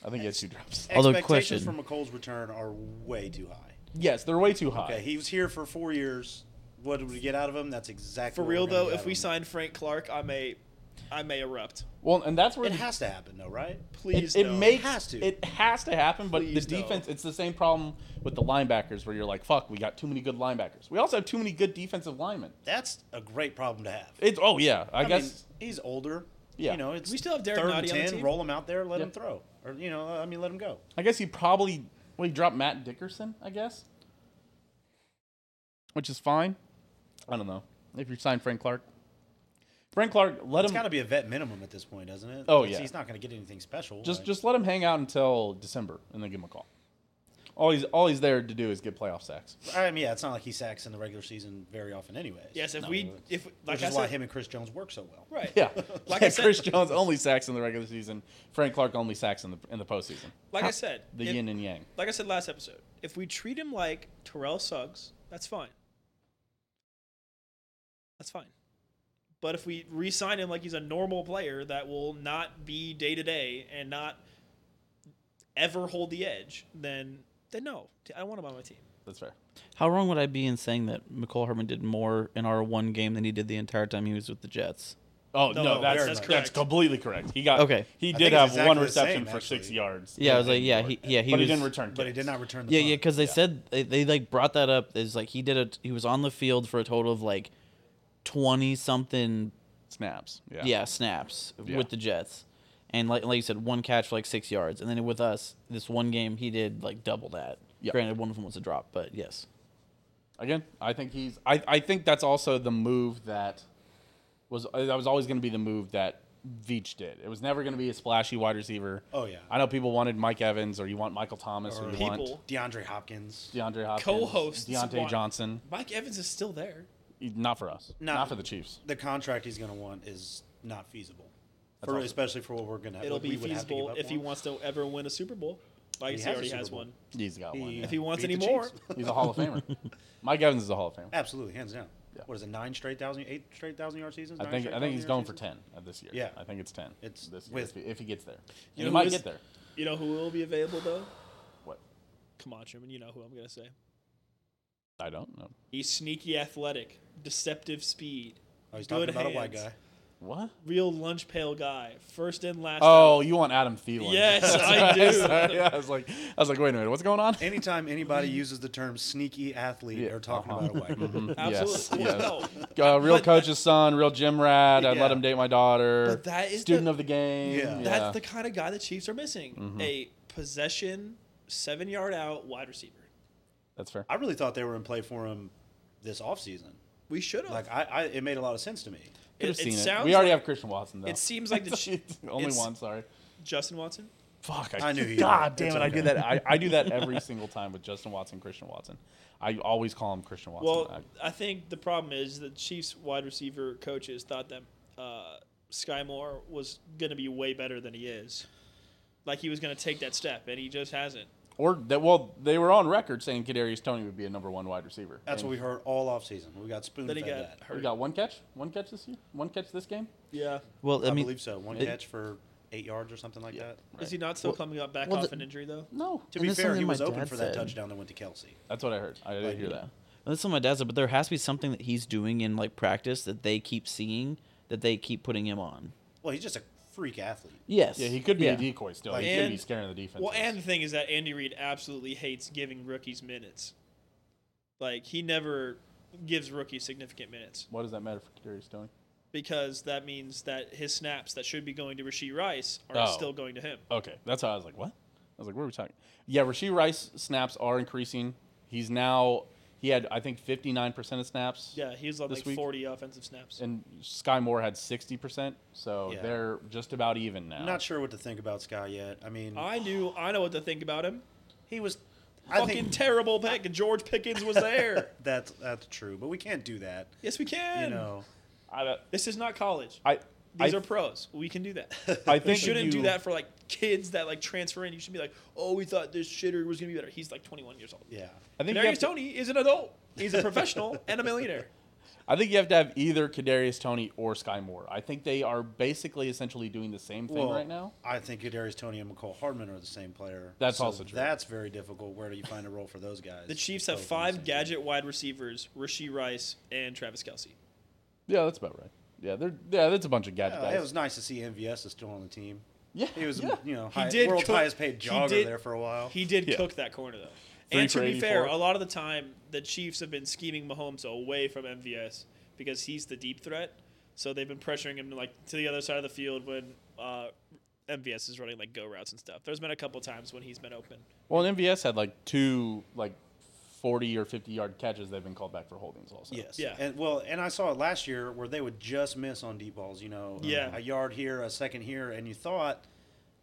A: I think he had two drops.
C: Although
D: expectations
C: question-
D: for McColl's return are way too high.
A: Yes, they're way too high.
D: Okay, he was here for four years. What did we get out of him? That's exactly
B: For
D: what
B: real
D: we're gonna
B: though,
D: get
B: if
D: out
B: we
D: of him.
B: sign Frank Clark, I may, I may erupt.
A: Well, and that's where
D: it
A: the-
D: has to happen though, right?
B: Please,
A: it, it
B: no.
A: makes
D: Has to.
A: it has to happen. But
B: Please,
A: the
B: no.
A: defense, it's the same problem with the linebackers where you're like, fuck, we got too many good linebackers. We also have too many good defensive linemen.
D: That's a great problem to have.
A: It's oh yeah, I,
D: mean,
A: guess
D: he's older.
A: Yeah.
D: you know, it's
B: We still have Derek
D: third and
B: Nottie on the
D: ten.
B: team.
D: Roll him out there, let
A: Yeah.
D: him throw, or you know, I mean, let him go.
A: I guess he probably well he dropped Matt Dickerson, I guess, which is fine. I don't know if you sign Frank Clark. Frank Clark, let
D: It's
A: him
D: got to be a vet minimum at this point, doesn't it?
A: Hmm. Oh,
D: It's-
A: yeah.
D: he's not going to get anything special.
A: just
D: like-
A: just let him hang out until December and then give him a call. All he's all he's there to do is get playoff sacks.
D: I mean, yeah, it's not like he sacks in the regular season very often, anyways.
B: Yes, if
D: No,
B: we,
D: which
B: if like
D: is
B: I
D: why
B: said,
D: him and Chris Jones work so well.
B: right,
A: Yeah,
B: Like
A: like
B: I
A: yeah,
B: said-
A: Chris Jones only sacks in the regular season. Frank Clark only sacks in the in the postseason.
B: Like I said,
A: the
B: if-
A: yin and yang.
B: like I said last episode, if we treat him like Terrell Suggs, that's fine. That's fine. But if we re-sign him like he's a normal player that will not be day to day and not ever hold the edge, then then no, I don't want him on my team.
A: That's fair.
C: How wrong would I be in saying that McCole Herman did more in our one game than he did the entire time he was with the Jets?
A: Oh no,
D: No,
A: that's
D: very
A: that's,
D: much.
B: Correct.
A: completely correct. He got
C: Okay.
A: He
D: I
A: did
D: think it's
A: have
D: exactly
A: one
D: the
A: reception
D: same,
A: for six
D: actually.
A: yards.
C: Yeah, I was like, yeah, he, yeah, he
A: but
C: was.
A: he didn't return.
D: But he
A: kicks.
D: did not return the
C: Yeah,
A: Uh-huh.
D: punt.
C: yeah, because they said they, they like brought that up. Is like he did a he was on the field for a total of like twenty something
A: snaps. Yeah.
C: yeah. snaps
A: Yeah.
C: with the Jets, and like like you said, one catch for like six yards, and then with us this one game he did like double that.
A: Yeah.
C: Granted, one of them was a drop, but yes,
A: Again, I think he's. I, I think that's also the move that was that was always going to be the move that Veach did. It was never going to be a splashy wide receiver.
D: Oh, yeah.
A: I know people wanted Mike Evans, or you want Michael Thomas, or,
D: Or
A: you want
B: People,
D: DeAndre Hopkins.
A: DeAndre Hopkins,
B: co-hosts,
A: Deontay
B: want-
A: Johnson.
B: Mike Evans is still there.
A: Not for us.
D: No.
A: Not for the Chiefs.
D: The contract he's going to want is not feasible, for,
A: awesome.
D: especially for what we're going to.
B: It'll be
D: we would have to give
B: feasible
D: up
B: if he
D: on.
B: wants to ever win a Super Bowl. Like I
D: He
B: said, he
D: has a
B: already
D: Super
B: has
D: Bowl.
B: one.
A: He's got one.
D: He-
A: yeah.
B: If he wants
D: Beat
B: any
D: the
B: more,
D: Chiefs.
A: He's a Hall of Famer. Mike Evans is a Hall of Famer.
D: Absolutely, hands down.
A: Yeah.
D: What is it? Nine straight thousand, eight straight thousand yard seasons.
A: I
D: Nine
A: think
D: straight
A: I think he's
D: 1,000
A: going
D: yard
A: for
D: seasons?
A: ten uh, this year.
D: Yeah.
A: I think it's ten.
D: It's
A: this year,
D: with-
A: if, he, if he gets there.
B: You
A: And he
B: know
A: might
B: who is-
A: get there.
B: you know who will be available though?
A: What?
B: Come on, Truman. You know who I'm gonna say.
A: I don't know.
B: He's sneaky, athletic, deceptive speed,
D: Oh, he's talking
B: Good
D: about a white
B: hands.
D: guy.
A: What?
B: real lunch pail guy, first and last.
A: Oh,
B: out.
A: you want Adam Thielen?
B: Yes,
A: That's
B: I
A: right.
B: do.
A: Sorry. Yeah, I was like, I was like, wait a minute, what's going on?
D: Anytime anybody uses the term sneaky athlete,
A: Yeah,
D: they're talking
A: uh-huh.
D: about a white guy.
A: Yes,
B: absolutely.
A: yes.
B: No,
A: Uh, real
B: But-
A: coach's son, real gym rat. I'd let
D: Yeah.
A: him date my daughter.
B: But that is
A: student
B: the-
A: of the game.
D: Yeah.
B: that's the kind of guy the Chiefs are missing.
A: Mm-hmm.
B: A possession, seven yard out wide receiver.
A: That's fair.
D: I really thought they were in play for him this offseason.
B: We should have.
D: Like I, I, it made a lot of sense to me.
A: Could have
B: it
A: seen it.
B: sounds
A: We already
B: like-
A: have Christian Watson though.
B: it seems like the Chiefs.
A: only
B: it's-
A: one. Sorry.
B: Justin Watson.
A: Fuck,
D: I knew you
A: God
D: would.
A: damn it,
D: It's
A: I do
D: okay.
A: that. I, I do that every single time with Justin Watson, Christian Watson. I always call him Christian Watson.
B: Well,
A: I-
B: I think the problem is the Chiefs wide receiver coaches thought that uh, Sky Moore was going to be way better than he is. Like he was going to take that step, and he just hasn't.
A: or that. Well, they were on record saying Kadarius Tony would be a number one wide receiver.
D: That's
A: And
D: what we heard all offseason. We got spoon
B: Then
D: fed
B: he got
D: that.
A: We
B: hurt.
A: got one catch. One catch this year. One catch this game.
B: yeah.
C: well, I,
D: I,
C: mean,
D: believe so. One
C: it-
D: catch for eight yards or something like that.
B: Is he not still coming up back
C: well,
B: off
C: the-
B: an injury though?
A: No,
D: To
C: And
D: be
C: that's
D: fair,
C: something
D: he
C: my
D: was open
C: dad
D: for that
C: said.
D: touchdown that went to Kelsey.
A: that's what I heard. I did
D: Like,
A: hear that.
C: that's what my dad said. But there has to be something that he's doing in like practice that they keep seeing that they keep putting him on.
D: Well, he's just a freak athlete.
C: Yes.
A: Yeah, he could be
C: Yeah.
A: a decoy still. he
B: And-
A: could be scaring the defense.
B: Well, and the thing is that Andy Reid absolutely hates giving rookies minutes. Like he never gives rookies significant minutes
A: what does that matter for Kadarius Tony?
B: because that means that his snaps that should be going to Rasheed Rice
A: Oh.
B: are still going to him.
A: Okay, that's how I was like, what? I was like, what are we talking? Yeah, Rasheed Rice snaps are increasing. He's now he had I think fifty nine percent of snaps.
B: Yeah, he was on
A: This
B: like
A: week?
B: 40 offensive snaps.
A: and Sky Moore had 60%, so
D: Yeah.
A: they're just about even now.
D: I'm not sure what to think about Sky yet. I mean,
B: I knew I know what to think about him.
D: he was. I
B: Fucking
D: think
B: terrible pick. George Pickens was there.
D: that's that's true, but we can't do that.
B: yes, we can.
D: You know,
A: I,
B: This is not college.
A: I,
B: These
A: I-
B: are pros. We can do that.
A: I
B: We
A: think
B: shouldn't do
A: you-
B: that for like kids that like transfer in. You should be like, oh, we thought this shitter was gonna be better. He's like 21 years old.
D: yeah.
A: I think, you have
B: Kadarius
A: to,
B: Tony is an adult. He's a professional and a millionaire.
A: I think you have to have either Kadarius Tony or Sky Moore. I think they are basically essentially doing the same thing
D: Well,
A: right now.
D: I think Kadarius Tony and McCole Hardman are the same player.
A: That's also true.
D: That's very difficult. Where do you find a role for those guys?
B: The Chiefs have
A: Oh,
D: Both on the
B: five
D: same
B: gadget wide receivers: Rasheed Rice and Travis Kelsey.
A: Yeah, that's about right. Yeah, they're yeah, that's a bunch of
D: team.
A: gadget
D: Yeah,
A: guys.
D: it was nice to see MVS is still on the team.
A: yeah,
D: He was,
A: yeah.
D: you know,
B: He
D: high,
B: did
D: world's
B: cook-
D: highest paid
B: he
D: jogger
B: did-
D: there for a while.
B: He did
A: Oh, Yeah.
B: cook that corner though.
A: Three
B: And
A: for
B: to be fair,
A: 84.
B: a lot of the time the Chiefs have been scheming Mahomes away from MVS because he's the deep threat. So they've been pressuring him like to the other side of the field when uh, MVS is running like go routes and stuff. There's been a couple times when he's been open.
A: Well, and MVS had like two like 40 or 50 yard catches they've been called back for holdings also.
D: Yes.
B: Yeah.
D: And well, and I saw it last year where they would just miss on deep balls. You know,
B: Yeah.
D: a yard here, a second here, and you thought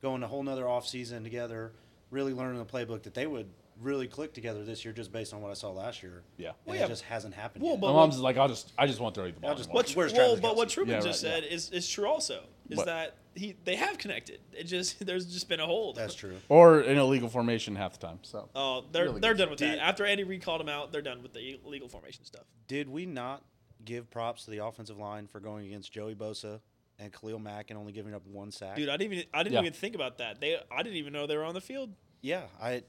D: going a whole nother off season together, really learning the playbook that they would really click together this year just based on what I saw last year.
A: Yeah.
D: And
B: Well,
D: it
B: yeah.
D: just hasn't happened.
B: Well,
D: yet.
A: My
B: But
A: mom's
B: what-
A: is like, I'll just I just want to throw you the ball.
D: I'll just
A: anymore.
D: watch-
B: What,
D: Where's
B: well,
D: Travis
B: but what
D: Kelce?
B: Truman
A: Yeah,
B: just
A: right,
B: said is, is true also is
A: What?
B: that he they have connected. It just there's just been a hold.
D: That's true.
A: Or an illegal formation half the time. So
B: Oh, they're
A: Really
B: they're
A: good.
B: done with that.
D: Did-
B: After Andy Reid called him out, they're done with the illegal formation stuff.
D: Did we not give props to the offensive line for going against Joey Bosa and Khalil Mack and only giving up one sack?
B: Dude, I didn't even I didn't
A: Yeah.
B: even think about that. They I didn't even know they were on the field.
D: yeah, I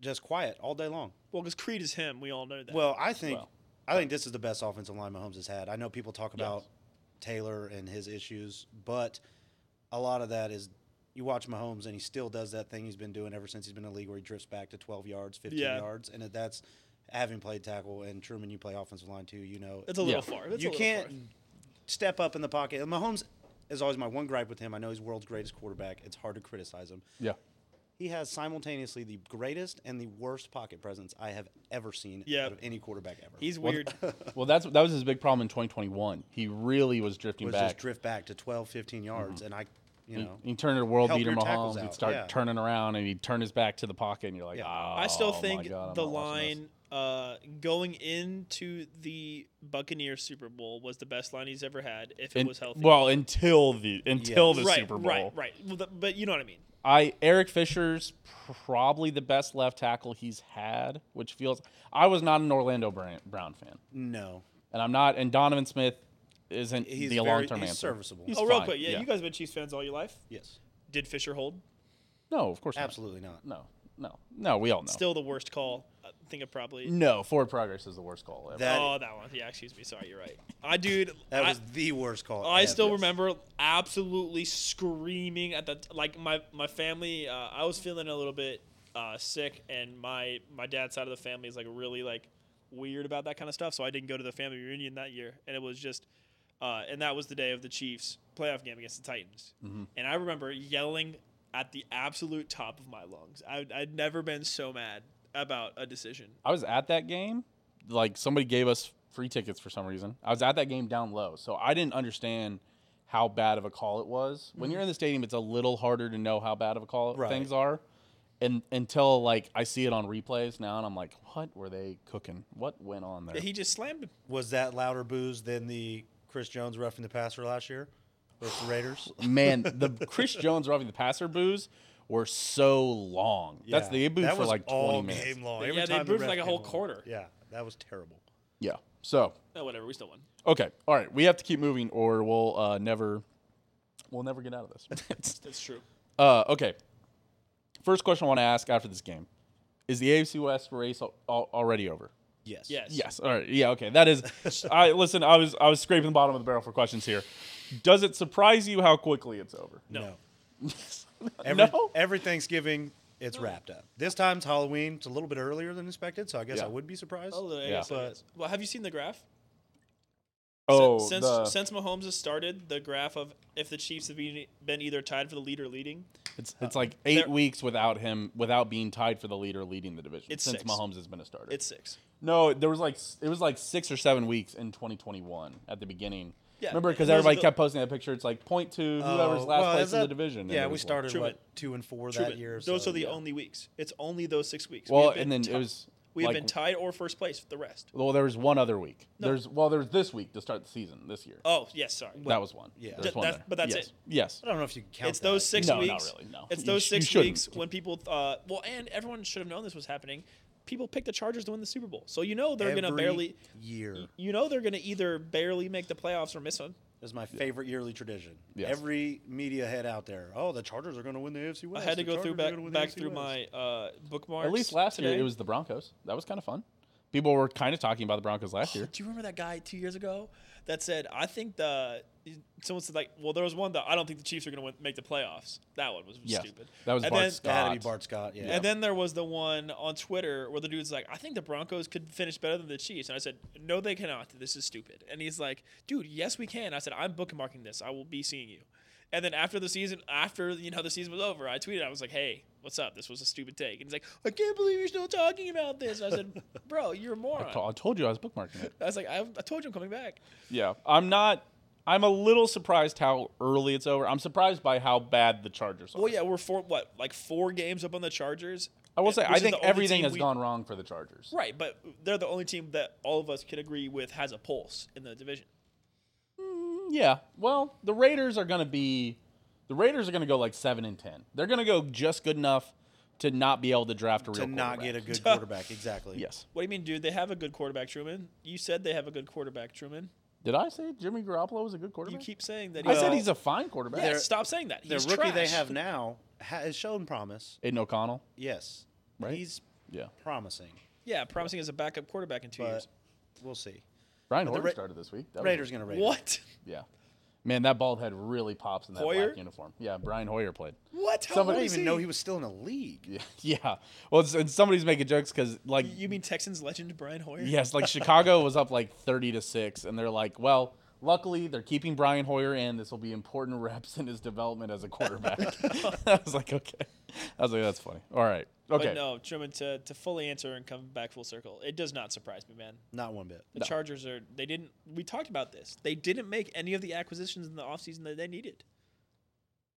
D: just quiet all day long.
B: Well, because Creed is him. We all know that.
D: Well, I think
A: Well,
D: I think this is the best offensive line Mahomes has had. I know people talk about Taylor and his issues, but a lot of that is you watch Mahomes and he still does that thing he's been doing ever since he's been in the league where he drifts back to 12 yards, 15
B: Yeah.
D: yards, and that's having played tackle and Truman you play offensive line too, you know.
B: It's a little
C: Yeah.
B: far. It's a
D: you
B: little
D: can't
B: far.
D: step up in the pocket. And Mahomes is always my one gripe with him. I know he's world's greatest quarterback. It's hard to criticize him.
A: Yeah.
D: He has simultaneously the greatest and the worst pocket presence I have ever seen
B: Yeah.
D: out of any quarterback ever.
B: He's
A: Well,
B: weird.
A: Well, that's that was his big problem in 2021. He really was drifting
D: was
A: back. Mm-hmm.
D: just drift back to 12, 15 yards, and I, you know,
A: He'd turn into world
D: help
A: beater
D: your tackles
A: Mahomes. He'd
D: out,
A: start
D: yeah.
A: turning around and he'd turn his back to the pocket, and you're like,
D: Yeah.
A: oh,
B: I still
A: my
B: think
A: God, I'm
B: the
A: not watching this."
B: line uh, going into the Buccaneers Super Bowl was the best line he's ever had if it
A: And-
B: was healthy.
A: Well, until the until
D: Yes.
A: the
B: right,
A: Super Bowl,
B: right, right. Well, th- but you know what I mean.
A: I Eric Fisher's probably the best left tackle he's had, which feels I was not an Orlando Brown, Brown fan,
D: no,
A: and I'm not. And Donovan Smith isn't
D: he's
A: the
D: very,
A: long term
D: he's
A: answer.
D: serviceable.
A: He's-
B: oh, real
A: fine,
B: quick, yeah,
A: yeah.
B: you guys have been Chiefs fans all your life.
D: yes,
B: Did Fisher hold?
A: No, of course
D: absolutely not.
A: not. No, no, no. We all know.
B: Still the worst call. I think of probably.
A: no. Forward progress is the worst call ever.
D: That
B: oh, that one. Yeah, excuse me. Sorry, you're right. I dude,
D: that
B: I,
D: was the worst call.
B: I
D: ever.
B: still remember absolutely screaming at the like my my family. Uh, I was feeling a little bit uh, sick, and my my dad's side of the family is like really like weird about that kind of stuff. So I didn't go to the family reunion that year, and it was just. Uh, and that was the day of the Chiefs playoff game against the Titans,
A: Mm-hmm.
B: and I remember yelling at the absolute top of my lungs. I, I'd never been so mad about a decision.
A: I was at that game. Like somebody gave us free tickets for some reason. I was at that game down low, so I didn't understand how bad of a call it was. When you're in the stadium, it's a little harder to know how bad of a call
D: Right.
A: things are. And until like I see it on replays now, and I'm like, what were they cooking? What went on there?
B: He just slammed him.
D: Was that louder booze than the Chris Jones roughing the passer last year versus the Raiders?
A: Man, the Chris Jones roughing the passer boos were so long. That's
D: Yeah.
A: they booed
D: that
A: for
D: was
A: like 20
D: all
A: minutes.
D: game long.
B: Yeah,
D: Every
B: they
D: time the
B: booed for
D: ref
B: like a
D: came
B: whole
D: on.
B: quarter.
D: Yeah, that was terrible.
A: Yeah. So
B: Oh, whatever. We still won.
A: okay, all right, we have to keep moving, or we'll uh, never, we'll never get out of this.
B: That's true.
A: Uh, okay. First question I want to ask after this game is the AFC West race al- al- already over?
D: Yes.
B: Yes.
A: Yes. All right. Yeah. Okay. That is. I listen. I was I was scraping the bottom of the barrel for questions here. Does it surprise you how quickly it's over?
D: No. Every,
A: no.
D: every Thanksgiving, it's wrapped up. This time's Halloween. It's a little bit earlier than expected, so I guess
A: Yeah.
D: I would be surprised.
B: Oh, I
A: Yeah.
B: guess, I
D: But-
B: guess. Well, have you seen the graph?
A: Oh,
B: since
A: the-
B: since Mahomes has started, the graph of if the Chiefs have been, been either tied for the lead or leading,
A: it's it's like eight
B: They're-
A: weeks without him, without being tied for the leader, leading the division
B: It's
A: since
B: six.
A: Mahomes has been a starter.
B: it's six.
A: no, there was like s- it was like six or seven weeks in 2021 at the beginning.
B: Yeah,
A: Remember, because
B: those are
A: everybody
B: the-
A: kept posting that picture. It's like point two, whoever's
D: Oh,
A: last
D: well,
A: place
D: is
A: in the
D: that-
A: division. and
D: Yeah,
A: it
D: we
A: was one.
D: started
B: Truman.
D: what two and four
B: Truman,
D: that year.
B: those
D: so,
B: are the
D: yeah.
B: only weeks. It's only those six weeks. We
A: Well,
B: have been
A: and then
B: ti-
A: it was
B: we have
A: like-
B: been tied or first place for the rest.
A: Well, there was one other week.
B: No.
A: There's well, there's this week to start the season this year.
B: Oh yes, sorry.
A: that was one.
D: yeah.
A: There's
B: Th-
A: one
B: that's-
A: there.
B: but that's
A: yes.
B: it.
A: Yes.
D: I don't know if you can count.
B: It's those
D: that.
B: six
A: No, not
B: weeks.
A: really, no.
B: It's
A: You
B: those
A: sh- you
B: six
A: shouldn't.
B: weeks when people. Uh, well, and everyone should have known this was happening. People picked the Chargers to win the Super Bowl, so you know they're gonna
D: Every
B: barely.
D: year.
B: You know they're gonna either barely make the playoffs or miss them.
D: This is my favorite yearly tradition.
A: Yes.
D: Every media head out there. Oh, the Chargers are going to win the AFC
B: I
D: West.
B: had to
D: The
B: go through
D: Chargers are
B: back
D: gonna win the
B: back
D: AFC
B: through
D: West."
B: my uh, bookmarks.
A: At least last year
B: today.
A: it was the Broncos. That was kind of fun. People were kind of talking about the Broncos last year.
B: Do you remember that guy two years ago that said, "I think the someone said like, well, there was one that I don't think the Chiefs are going to win- make the playoffs." That one was
A: Yes.
B: stupid.
A: That was
B: and
A: Bart
B: then,
A: Scott.
D: It had to be Bart Scott. Yeah.
B: And then there was the one on Twitter where the dude's like, "I think the Broncos could finish better than the Chiefs," and I said, "No, they cannot. This is stupid." And he's like, "Dude, yes, we can." I said, "I'm bookmarking this. I will be seeing you." And then after the season, after you know the season was over, I tweeted, I was like, "Hey, what's up? This was a stupid take." And he's like, "I can't believe you're still talking about this." And I said, "Bro, you're a moron."
A: I to- I told you I was bookmarking it.
B: I was like, I, I told you I'm coming back.
A: Yeah, I'm not. I'm a little surprised how early it's over. I'm surprised by how bad the Chargers are.
B: Well, yeah, we're four what like four games up on the Chargers.
A: I will say
B: which
A: I
B: is
A: think
B: the only
A: everything
B: team
A: has
B: we-
A: gone wrong for the Chargers.
B: right, but they're the only team that all of us can agree with has a pulse in the division.
A: Yeah. Well, the Raiders are going to be the Raiders are going to go like 7 and 10. They're going to go just good enough to not be able to draft a real
D: to not get a
A: quarterback.
D: good quarterback. Exactly.
A: Yes.
B: What do you mean, dude? They have a good quarterback, Truman. You said they have a good quarterback, Truman.
A: Did I say Jimmy Garoppolo was a good
B: You
A: quarterback?
B: keep uh, saying that.
A: I said
D: Well,
A: he's a fine quarterback.
B: Yeah, stop saying that.
D: The
B: He's
D: rookie they
B: trash.
D: have now ha- has shown promise.
A: Aiden O'Connell.
D: Yes.
A: Right.
D: He's
A: Yeah.
D: promising,
B: Yeah, promising as a backup quarterback in two
D: but
B: years.
D: we'll see.
A: Brian
D: the
A: Hoyer
D: Ra-
A: started this week. That was-
D: Raiders going to Raiders.
B: What?
A: Yeah. Man, that bald head really pops in that
B: Hoyer?
A: black uniform. Yeah, Brian Hoyer played.
B: What? How
A: Somebody- I
B: old
D: I
A: didn't
B: is
D: didn't even know
B: he?
D: he was still in the league.
A: Yeah. Well, it's, and somebody's making jokes because like
B: You mean Texans legend Brian Hoyer?
A: Yes, like Chicago was up like 30 to 6, and they're like, well, luckily they're keeping Brian Hoyer in. This will be important reps in his development as a quarterback. I was like, okay. I was like, that's funny. All right. Okay.
B: But no, Truman, to, to fully answer and come back full circle, it does not surprise me, man.
D: Not one bit.
B: The Chargers are, they didn't, we talked about this. They didn't make any of the acquisitions in the offseason that they needed.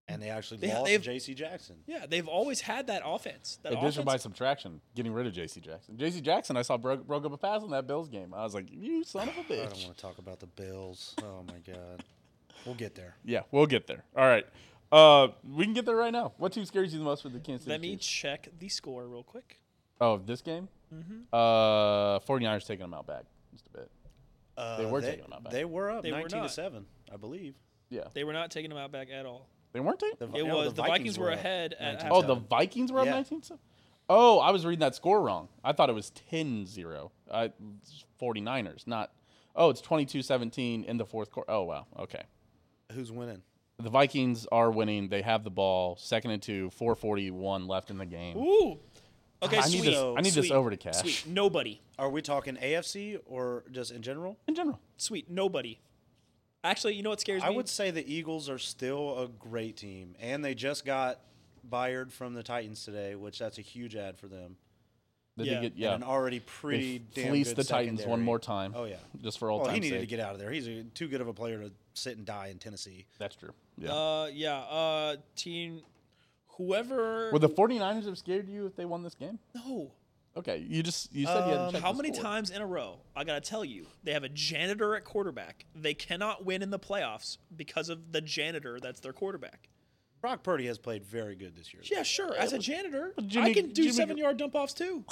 D: And they actually
B: They-
D: lost
B: they've-
D: J.C. Jackson.
B: Yeah, they've always had that offense. That
A: Addition
B: offense
A: by subtraction, getting rid of J.C. Jackson. J.C. Jackson, I saw broke, broke up a pass in that Bills game. I was like, you son of a
D: I
A: bitch.
D: don't want to talk about the Bills. Oh my God. We'll get there.
A: Yeah, we'll get there. All right. Uh, we can get there right now. What team scares you the most with the Kansas City
B: Let me
A: Chiefs?
B: check the score real quick.
A: Oh, of this game? Mm-hmm. Uh, 49ers taking them out back just a bit.
D: Uh,
A: They were taking them out back.
D: They were up
B: They were
D: 19
B: not.
D: to seven, I believe.
A: Yeah.
B: They were not taking them out back at all.
A: They weren't taking?
D: The Vi-
B: It
D: no,
B: was the, Vikings, were
D: up
B: ahead at
D: 19
A: Oh,
B: halftime.
A: the Vikings were up
D: Yeah.
A: 19 7? Oh, I was reading that score wrong. I thought it was 10 0. 49ers, not. Oh, it's 22 17 in the fourth quarter. Oh, wow. Okay.
D: Who's winning?
A: The Vikings are winning. They have the ball. Second and two, 441 left in the game.
B: Ooh. Okay,
A: I need
B: sweet.
A: this- I need this
B: sweet,
A: over to Cash.
B: Sweet. Nobody.
D: Are we talking AFC or just in general?
A: In general.
B: Sweet. Nobody. Actually, you know what scares
D: I
B: me?
D: would say the Eagles are still a great team, and they just got fired from the Titans today, which that's a huge ad for them.
A: They
B: Yeah,
A: did get,
B: and
A: yeah.
D: And an already pretty
A: They
D: damn
A: fleeced
D: good
A: the Titans one
D: secondary.
A: more time.
D: Oh yeah.
A: Just for all
D: Well,
A: time.
D: he needed to
A: sake.
D: get out of there. He's a, too good of a player to sit and die in Tennessee.
A: That's true. Yeah.
B: Uh, yeah. Uh, team. Whoever.
A: Would the 49ers have scared you if they won this game?
B: no.
A: Okay. You just, you said you
D: Um,
A: had to check
B: How
A: the
B: many
A: score.
B: times in a row? I gotta tell you, they have a janitor at quarterback. They cannot win in the playoffs because of the janitor that's their quarterback.
D: Brock Purdy has played very good this year.
B: Yeah, sure. As a janitor, I
A: Jimmy-
B: can do
A: Jimmy-
B: seven-yard dump-offs too.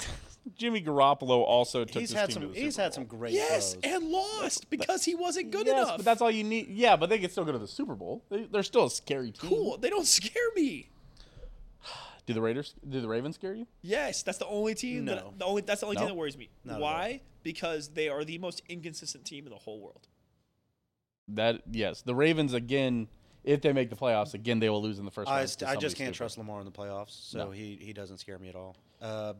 A: Jimmy Garoppolo also took
D: He's
A: this team
D: had
A: to
D: some.
A: the
D: He's
A: Super
D: had
A: Bowl.
D: some great.
B: Yes,
D: throws.
B: and lost because he wasn't good
A: yes,
B: enough.
A: But that's all you need. Yeah, but they can still go to the Super Bowl. They, they're still a scary team.
B: cool. They don't scare me.
A: Do the Raiders? Do the Ravens scare you?
B: Yes, that's the only team.
D: No.
B: That, the only that's the only
A: No?
B: team that worries me.
D: Not at all.
B: Why? Because they are the most inconsistent team in the whole world.
A: That yes, the Ravens again. If they make the playoffs again, they will lose in the first round.
D: I,
A: to
D: st- I
A: somebody
D: just can't
A: stupid.
D: trust Lamar in the playoffs, so
A: No.
D: he, he doesn't scare me at all. Uh,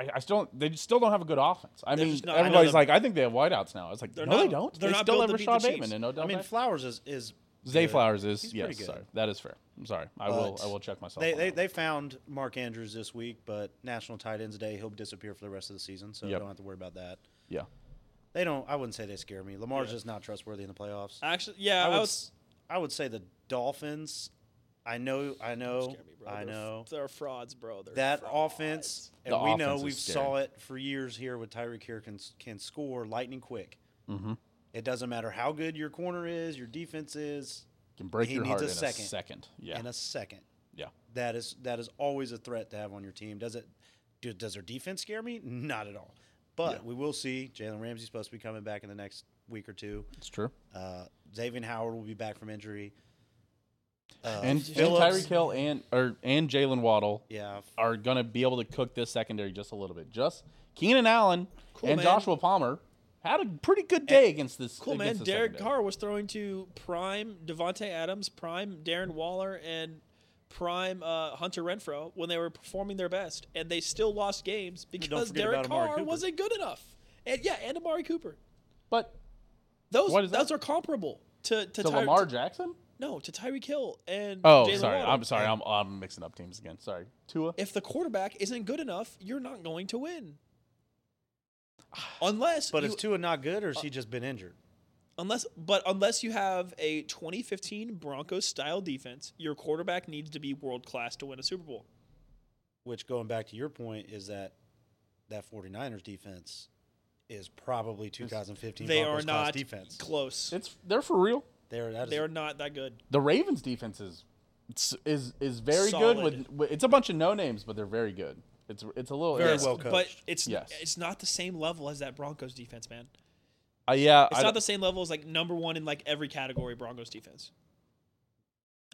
A: I, I still. They just still don't have a good offense. I mean,
B: just not- I know
A: everybody's
B: them.
A: like, I think they have whiteouts now. It's like, no,
B: They're
A: they
B: not-
A: don't.
B: they're
A: They
B: not
A: still
B: built
A: have
B: to beat the
A: Rashad
B: Chiefs.
A: Bateman and no
D: I
A: doubt.
D: mean, Flowers is is
A: Zay
D: good.
A: Flowers is
D: He's pretty
A: yes.
D: good.
A: Sorry, that is fair. I'm sorry. I will. I
D: But
A: will check myself.
D: They,
A: on
D: they
A: that.
D: they found Mark Andrews this week, but National Tight Ends Day he'll disappear for the rest of the season, so
A: Yep.
D: don't have to worry about that.
A: yeah.
D: They don't. I wouldn't say they scare me. Lamar's just not trustworthy in the playoffs.
B: Actually, yeah,
D: I
B: I,
D: would,
B: was.
D: s- I would say the Dolphins. I know. I know.
B: Scare me, bro.
D: I
B: They're f-
D: know.
B: they're frauds, bro. They're
D: that
B: frauds.
D: offense,
A: The
D: and we
A: offense
D: know
A: is
D: we have
A: scary.
D: saw it for years here with Tyreek here can can score lightning quick.
A: Mm-hmm.
D: It doesn't matter how good your corner is, your defense is,
A: Can break
D: He
A: your
D: needs
A: heart
D: a
A: in
D: second.
A: a second. Yeah.
D: in a second.
A: yeah.
D: That is that is always a threat to have on your team. Does it? Do, does their defense scare me? Not at all. But we will see. Jalen Ramsey's supposed to be coming back in the next week or two.
A: It's true.
D: Uh, Xavier Howard will be back from injury. Uh,
A: And, and
D: Phillips-
A: Tyreek Hill and or and Jalen Waddle
D: yeah,
A: are going to be able to cook this secondary just a little bit. Just Keenan Allen and
B: man.
A: Joshua Palmer had a pretty good day against this.
B: Cool man.
A: against this
B: Derek
A: secondary.
B: Carr was throwing to prime Devonte Adams, prime Darren Waller, and prime uh, Hunter Renfro when they were performing their best, and they still lost games because
D: forget
B: Derek
D: about Amari
B: Carr
D: Cooper.
B: wasn't good enough. And yeah, and Amari Cooper.
A: But
B: Those
A: What is that?
B: those are comparable to to,
A: to
B: Ty-
A: Lamar
B: to-
A: Jackson?
B: no, to Tyreek Hill and
A: Oh,
B: Jalen
A: sorry.
B: Waddle.
A: I'm sorry. I'm, I'm mixing up teams again. Sorry. Tua.
B: if the quarterback isn't good enough, you're not going to win. Unless
D: but
B: you,
D: is Tua not good, or
A: Uh,
D: has he just been injured?
B: unless but unless you have a 2015 Broncos style defense, your quarterback needs to be world class to win a Super Bowl.
D: Which, going back to your point, is that that 49ers defense is probably 2015
B: They
D: Broncos
B: are
D: class
B: not
D: defense.
B: close.
A: It's they're for real.
D: They're that is
B: They are not that good.
A: The Ravens defense is it's- is is very good
B: Solid.
A: with it's a bunch of no names, but they're very good. It's it's a little
D: Very
A: it's-
D: well
B: But
D: coached.
B: it's
A: Yes.
B: it's not the same level as that Broncos defense, man.
A: Uh, yeah,
B: It's
A: I,
B: not the same level as like number one in like every category Broncos defense.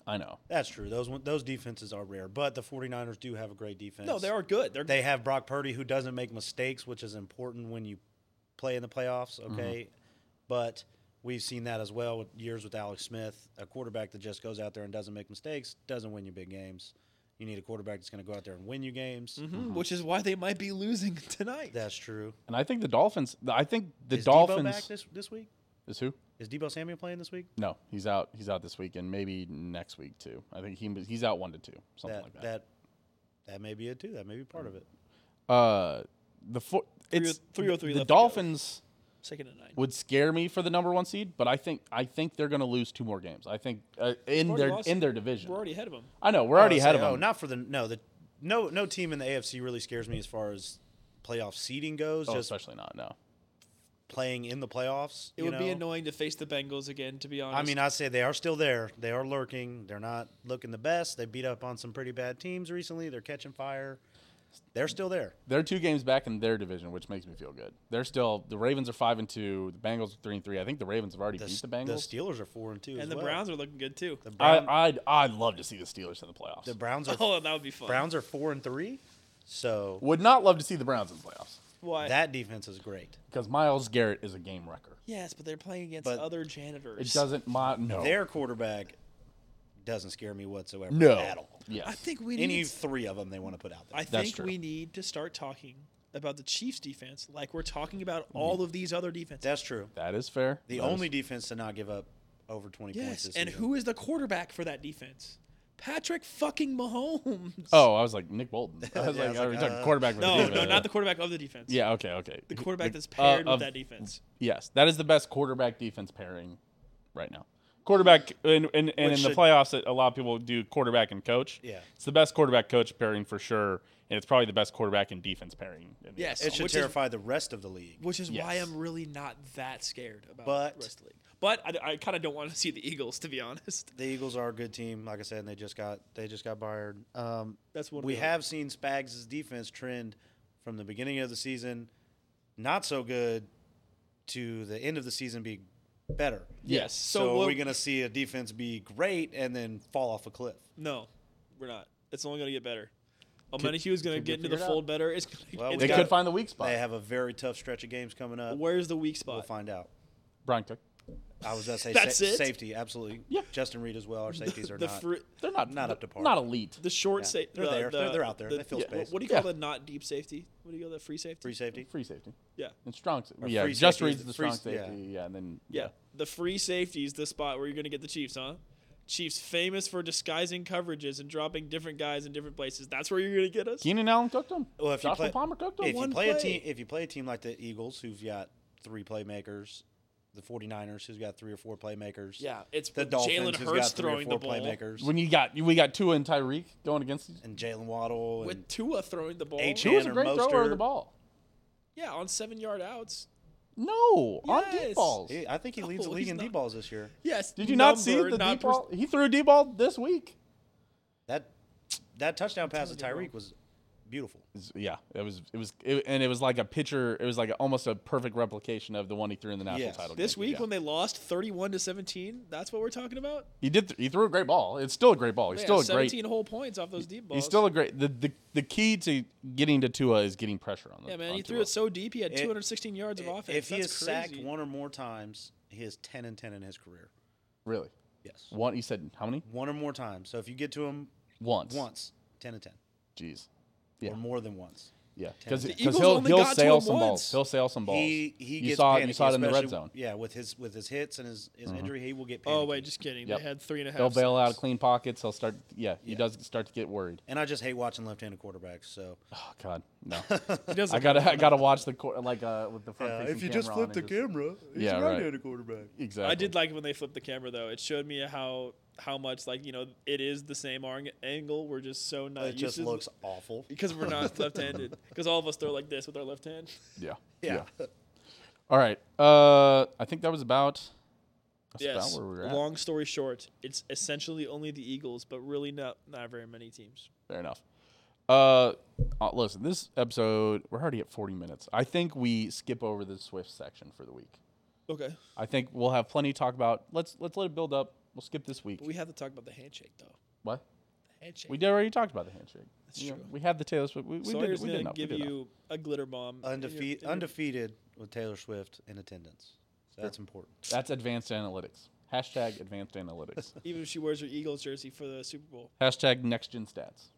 A: I know.
D: That's true. Those one- those defenses are rare, but the 49ers do have a great defense.
B: No, they are good. They're
D: They have Brock Purdy, who
B: Mm-hmm.
D: doesn't make mistakes, which is important when you play in the playoffs. Okay, but We've seen that as well with years with Alex Smith, a quarterback that just goes out there and doesn't make mistakes, doesn't win you big games. You need a quarterback that's going to go out there and win you games.
B: Mm-hmm. which is why they might be losing tonight.
D: That's true.
A: And I think the Dolphins. I think the
D: is Debo back
A: Dolphins
D: this, this week?
A: is who?
D: Is Debo Samuel playing this week?
A: No, he's out. He's out this week and maybe next week too. I think he he's out one to two, something
D: That,
A: like that.
D: that. that may be it too. That may be part of it.
A: Uh, the four, it's
B: Three oh three
A: The
B: left to go.
A: Dolphins
B: Second and nine.
A: would scare me for the number one seed, but I think I think they're going to lose two more games. I think uh, in
B: already
A: their
B: lost.
A: in their division.
B: We're already ahead of them.
A: I know we're already
D: Oh,
A: ahead
D: say,
A: of
D: Oh,
A: them.
D: not for the no. The no no team in the AFC really scares me as far as playoff seeding goes.
A: Oh,
D: just
A: especially not. No,
D: playing in the playoffs.
B: It
D: you
B: would be
D: know?
B: annoying to face the Bengals again, to be honest.
D: I mean, I say they are still there. They are lurking. They're not looking the best. They beat up on some pretty bad teams recently. They're catching fire. They're still there.
A: they're two games back in their division, which makes me feel good. They're still the Ravens are five and two. The Bengals are three and three. I think the Ravens have already
D: The,
A: beat the
D: the
A: Bengals.
D: Steelers are four and two. as
B: and the
D: well.
B: Browns are looking good too.
D: The, Brown,
A: I, I'd I'd love to see the Steelers in the playoffs.
D: the Browns are
B: Oh, that would be fun.
D: Browns are four and three. So
A: Would not love to see the Browns in the playoffs
B: Why?
D: that defense is great.
A: because Miles Garrett is a game wrecker.
B: yes, but they're playing against
D: But
B: other
A: It
B: janitors.
A: doesn't. My, no.
D: Their quarterback doesn't scare me whatsoever
A: no.
D: at all.
A: Yes.
B: I think we
D: Any
B: need.
D: three of them they want to put out there.
B: I
A: That's
B: think
A: true.
B: we need to start talking about the Chiefs' defense, like we're talking about all of these other defenses.
D: That's true.
A: Mm-hmm. that is fair.
D: The
A: That is-
D: only defense to not give up over twenty points.
B: yes,
D: This
B: and
D: season.
B: who is the quarterback for that defense? Patrick fucking Mahomes.
A: Oh, I was like Nick Bolton. I was
D: Yeah, I
A: like,
D: was
A: I
D: like,
A: was talking
D: uh,
A: quarterback. with
B: No,
A: defense.
B: no, not the quarterback of the defense.
A: Yeah. Okay. Okay.
B: the quarterback that's
A: uh,
B: paired
A: of-
B: with that defense.
A: Yes, that is the best quarterback defense pairing right now. Quarterback and and, and in the
D: should-
A: playoffs, a lot of people do quarterback and coach.
D: Yeah.
A: It's the best quarterback coach pairing for sure, and it's probably the best quarterback and defense pairing. in the
B: Yes,
D: It should
B: which is
D: terrify the rest of the league.
B: which is why
A: Yes.
B: I'm really not that scared about
D: But-
B: the rest of the league. But I, kind of don't want to see the Eagles, to be honest.
D: the Eagles are a good team, like I said, and they just got they just got fired. Um,
B: That's one
D: we
B: good.
D: have seen Spags' defense trend from the beginning of the season, not so good, to the end of the season be better.
A: Yes.
D: So,
B: So,
D: are
B: what-
D: we going to see a defense be great and then fall off a cliff?
B: no, we're not. It's only going to get better. Omenihu is going to get into the
A: figure it
B: fold better. It's gonna,
D: Well,
B: it's
A: They
D: we
B: gotta-
A: could find the weak spot.
D: They have a very tough stretch of games coming up.
B: Where's the weak
D: We'll
B: spot?
D: find out.
A: Brian Cook.
D: I was going to say
B: That's
D: sa-
B: it?
D: safety, absolutely.
A: Yeah.
D: Justin Reed as well. Our safeties are
B: the
D: not.
B: fr-
A: They're not
D: Not up to par.
A: Not elite.
B: the short
D: Yeah,
B: safety.
D: they're there. They're- they're out there.
B: The,
D: They fill
B: yeah,
D: space.
B: What do you call
A: Yeah.
B: the not deep safety? What do you call the free safety?
D: free safety.
A: Free safety
B: Yeah.
A: and strong. Safety.
D: Or
A: Yeah,
D: free
A: just
D: safety is
A: reads the
D: the
A: strong
D: free- yeah.
A: safety. Yeah. and then
B: Yeah. The free safety is the spot where you're going to get the Chiefs, huh? Chiefs famous for disguising coverages and dropping different guys in different places. That's where you're going to get us.
A: Keenan Allen cooked them.
D: Well, if you
A: Joshua
D: play-
A: Palmer cooked them.
D: if you
B: one
D: play, a
B: play.
D: team if you play a team like the Eagles who've got three playmakers, the 49ers who's got three or four playmakers.
B: Yeah, it's
D: The
B: with
D: Dolphins
B: Jalen
D: who's got
B: Hurts
D: three or
B: throwing the
D: four
B: ball
D: playmakers.
A: when you got we got Tua and Tyreek going against each.
D: and Jalen Waddle and
B: with Tua throwing the ball.
D: H-
A: Tua's a
D: Tanner
A: great thrower of the
D: Mostert.
A: ball.
B: Yeah, on seven yard outs.
A: No, on
B: Yes.
A: deep balls.
D: He- I think he leads
B: No,
D: the league
B: Oh, he's
D: in
B: not.
D: D balls this year.
B: Yes.
A: Did you not see
B: number,
A: the
B: not
A: deep
B: pers-
A: ball? He threw a deep ball this week.
D: That that touchdown pass to
B: telling you,
D: Tyreek was beautiful.
A: Yeah, it was it was it, and it was like a picture. It was like almost a perfect replication of the one he threw in the national
D: Yes.
A: title
B: This
A: game.
B: week
A: Yeah.
B: when they lost 31 to 17, that's what we're talking about?
A: he did th- he threw a great ball. It's still a great ball. He's
B: Yeah,
A: still a
B: 17
A: great.
B: whole points off those deep balls.
A: He's still a great. The, the the key to getting to Tua is getting pressure on them.
B: Yeah, man, he threw it so deep. He had
D: It-
B: 216 yards of
D: I-
B: offense.
D: If he
B: That's
D: is
B: crazy.
D: sacked one or more times, he is ten and ten in his career.
A: really.
D: Yes.
A: One. He said how many?
D: One or more times. So if you get to him
A: Once.
D: once, ten and ten.
A: Jeez. Yeah.
D: Or more than once.
A: Yeah. Because
B: The Eagles
A: he'll
B: only
A: he'll
B: got to
A: sail
B: him
A: some
B: once.
A: balls. He'll sail some balls.
D: He he
A: you
D: gets
A: saw it.
D: panicky,
A: You saw it in the red
D: especially-
A: zone. Mm-hmm.
D: Yeah, with his with his hits and his, his injury, he will get panicky.
B: Oh, wait, just kidding.
A: Yep.
B: They had three and a half.
A: He'll bail out of
B: sacks.
A: clean pockets. He'll start. Yeah, he
D: Yeah.
A: does start to get worried.
D: And I just hate watching left-handed quarterbacks. So
A: Oh God, no!
B: He does
A: I
B: look
A: gotta, I gotta watch the cor- like uh with the front. facing camera on and just-
D: camera,
A: he's Yeah, a right. right-handed
D: quarterback.
A: exactly.
B: I did like when they flipped the camera though. It showed me how how much like you know it is the same arm angle. We're just so not
D: It
B: used
D: just
B: to
D: looks awful.
B: because we're not left-handed. Because all of us throw like this with our left hand.
A: Yeah.
D: Yeah.
A: All right. Uh, I think that was about. That's
B: yes.
A: about where we were at.
B: Long story short, it's essentially only the Eagles, but really not not very many teams.
A: Fair enough. Uh, uh, listen, this episode we're already at 40 minutes. I think we skip over the Swift section for the week.
B: Okay,
A: I think we'll have plenty to talk about. Let's let's let it build up. We'll skip this week.
B: but we have to talk about the handshake though.
A: what?
B: The handshake.
A: We did already talked about the handshake.
B: That's true.
A: We had the Taylor Swift. We, we did.
B: Sawyer's
A: We did
B: gonna
A: enough. We
B: give
A: did enough.
B: you a glitter bomb. in your-
D: Undefeated,
B: in your-
D: undefeated with Taylor Swift in attendance. That's important.
A: That's advanced analytics. Hashtag advanced analytics.
B: Even if she wears her Eagles jersey for the Super Bowl.
A: Hashtag next gen stats.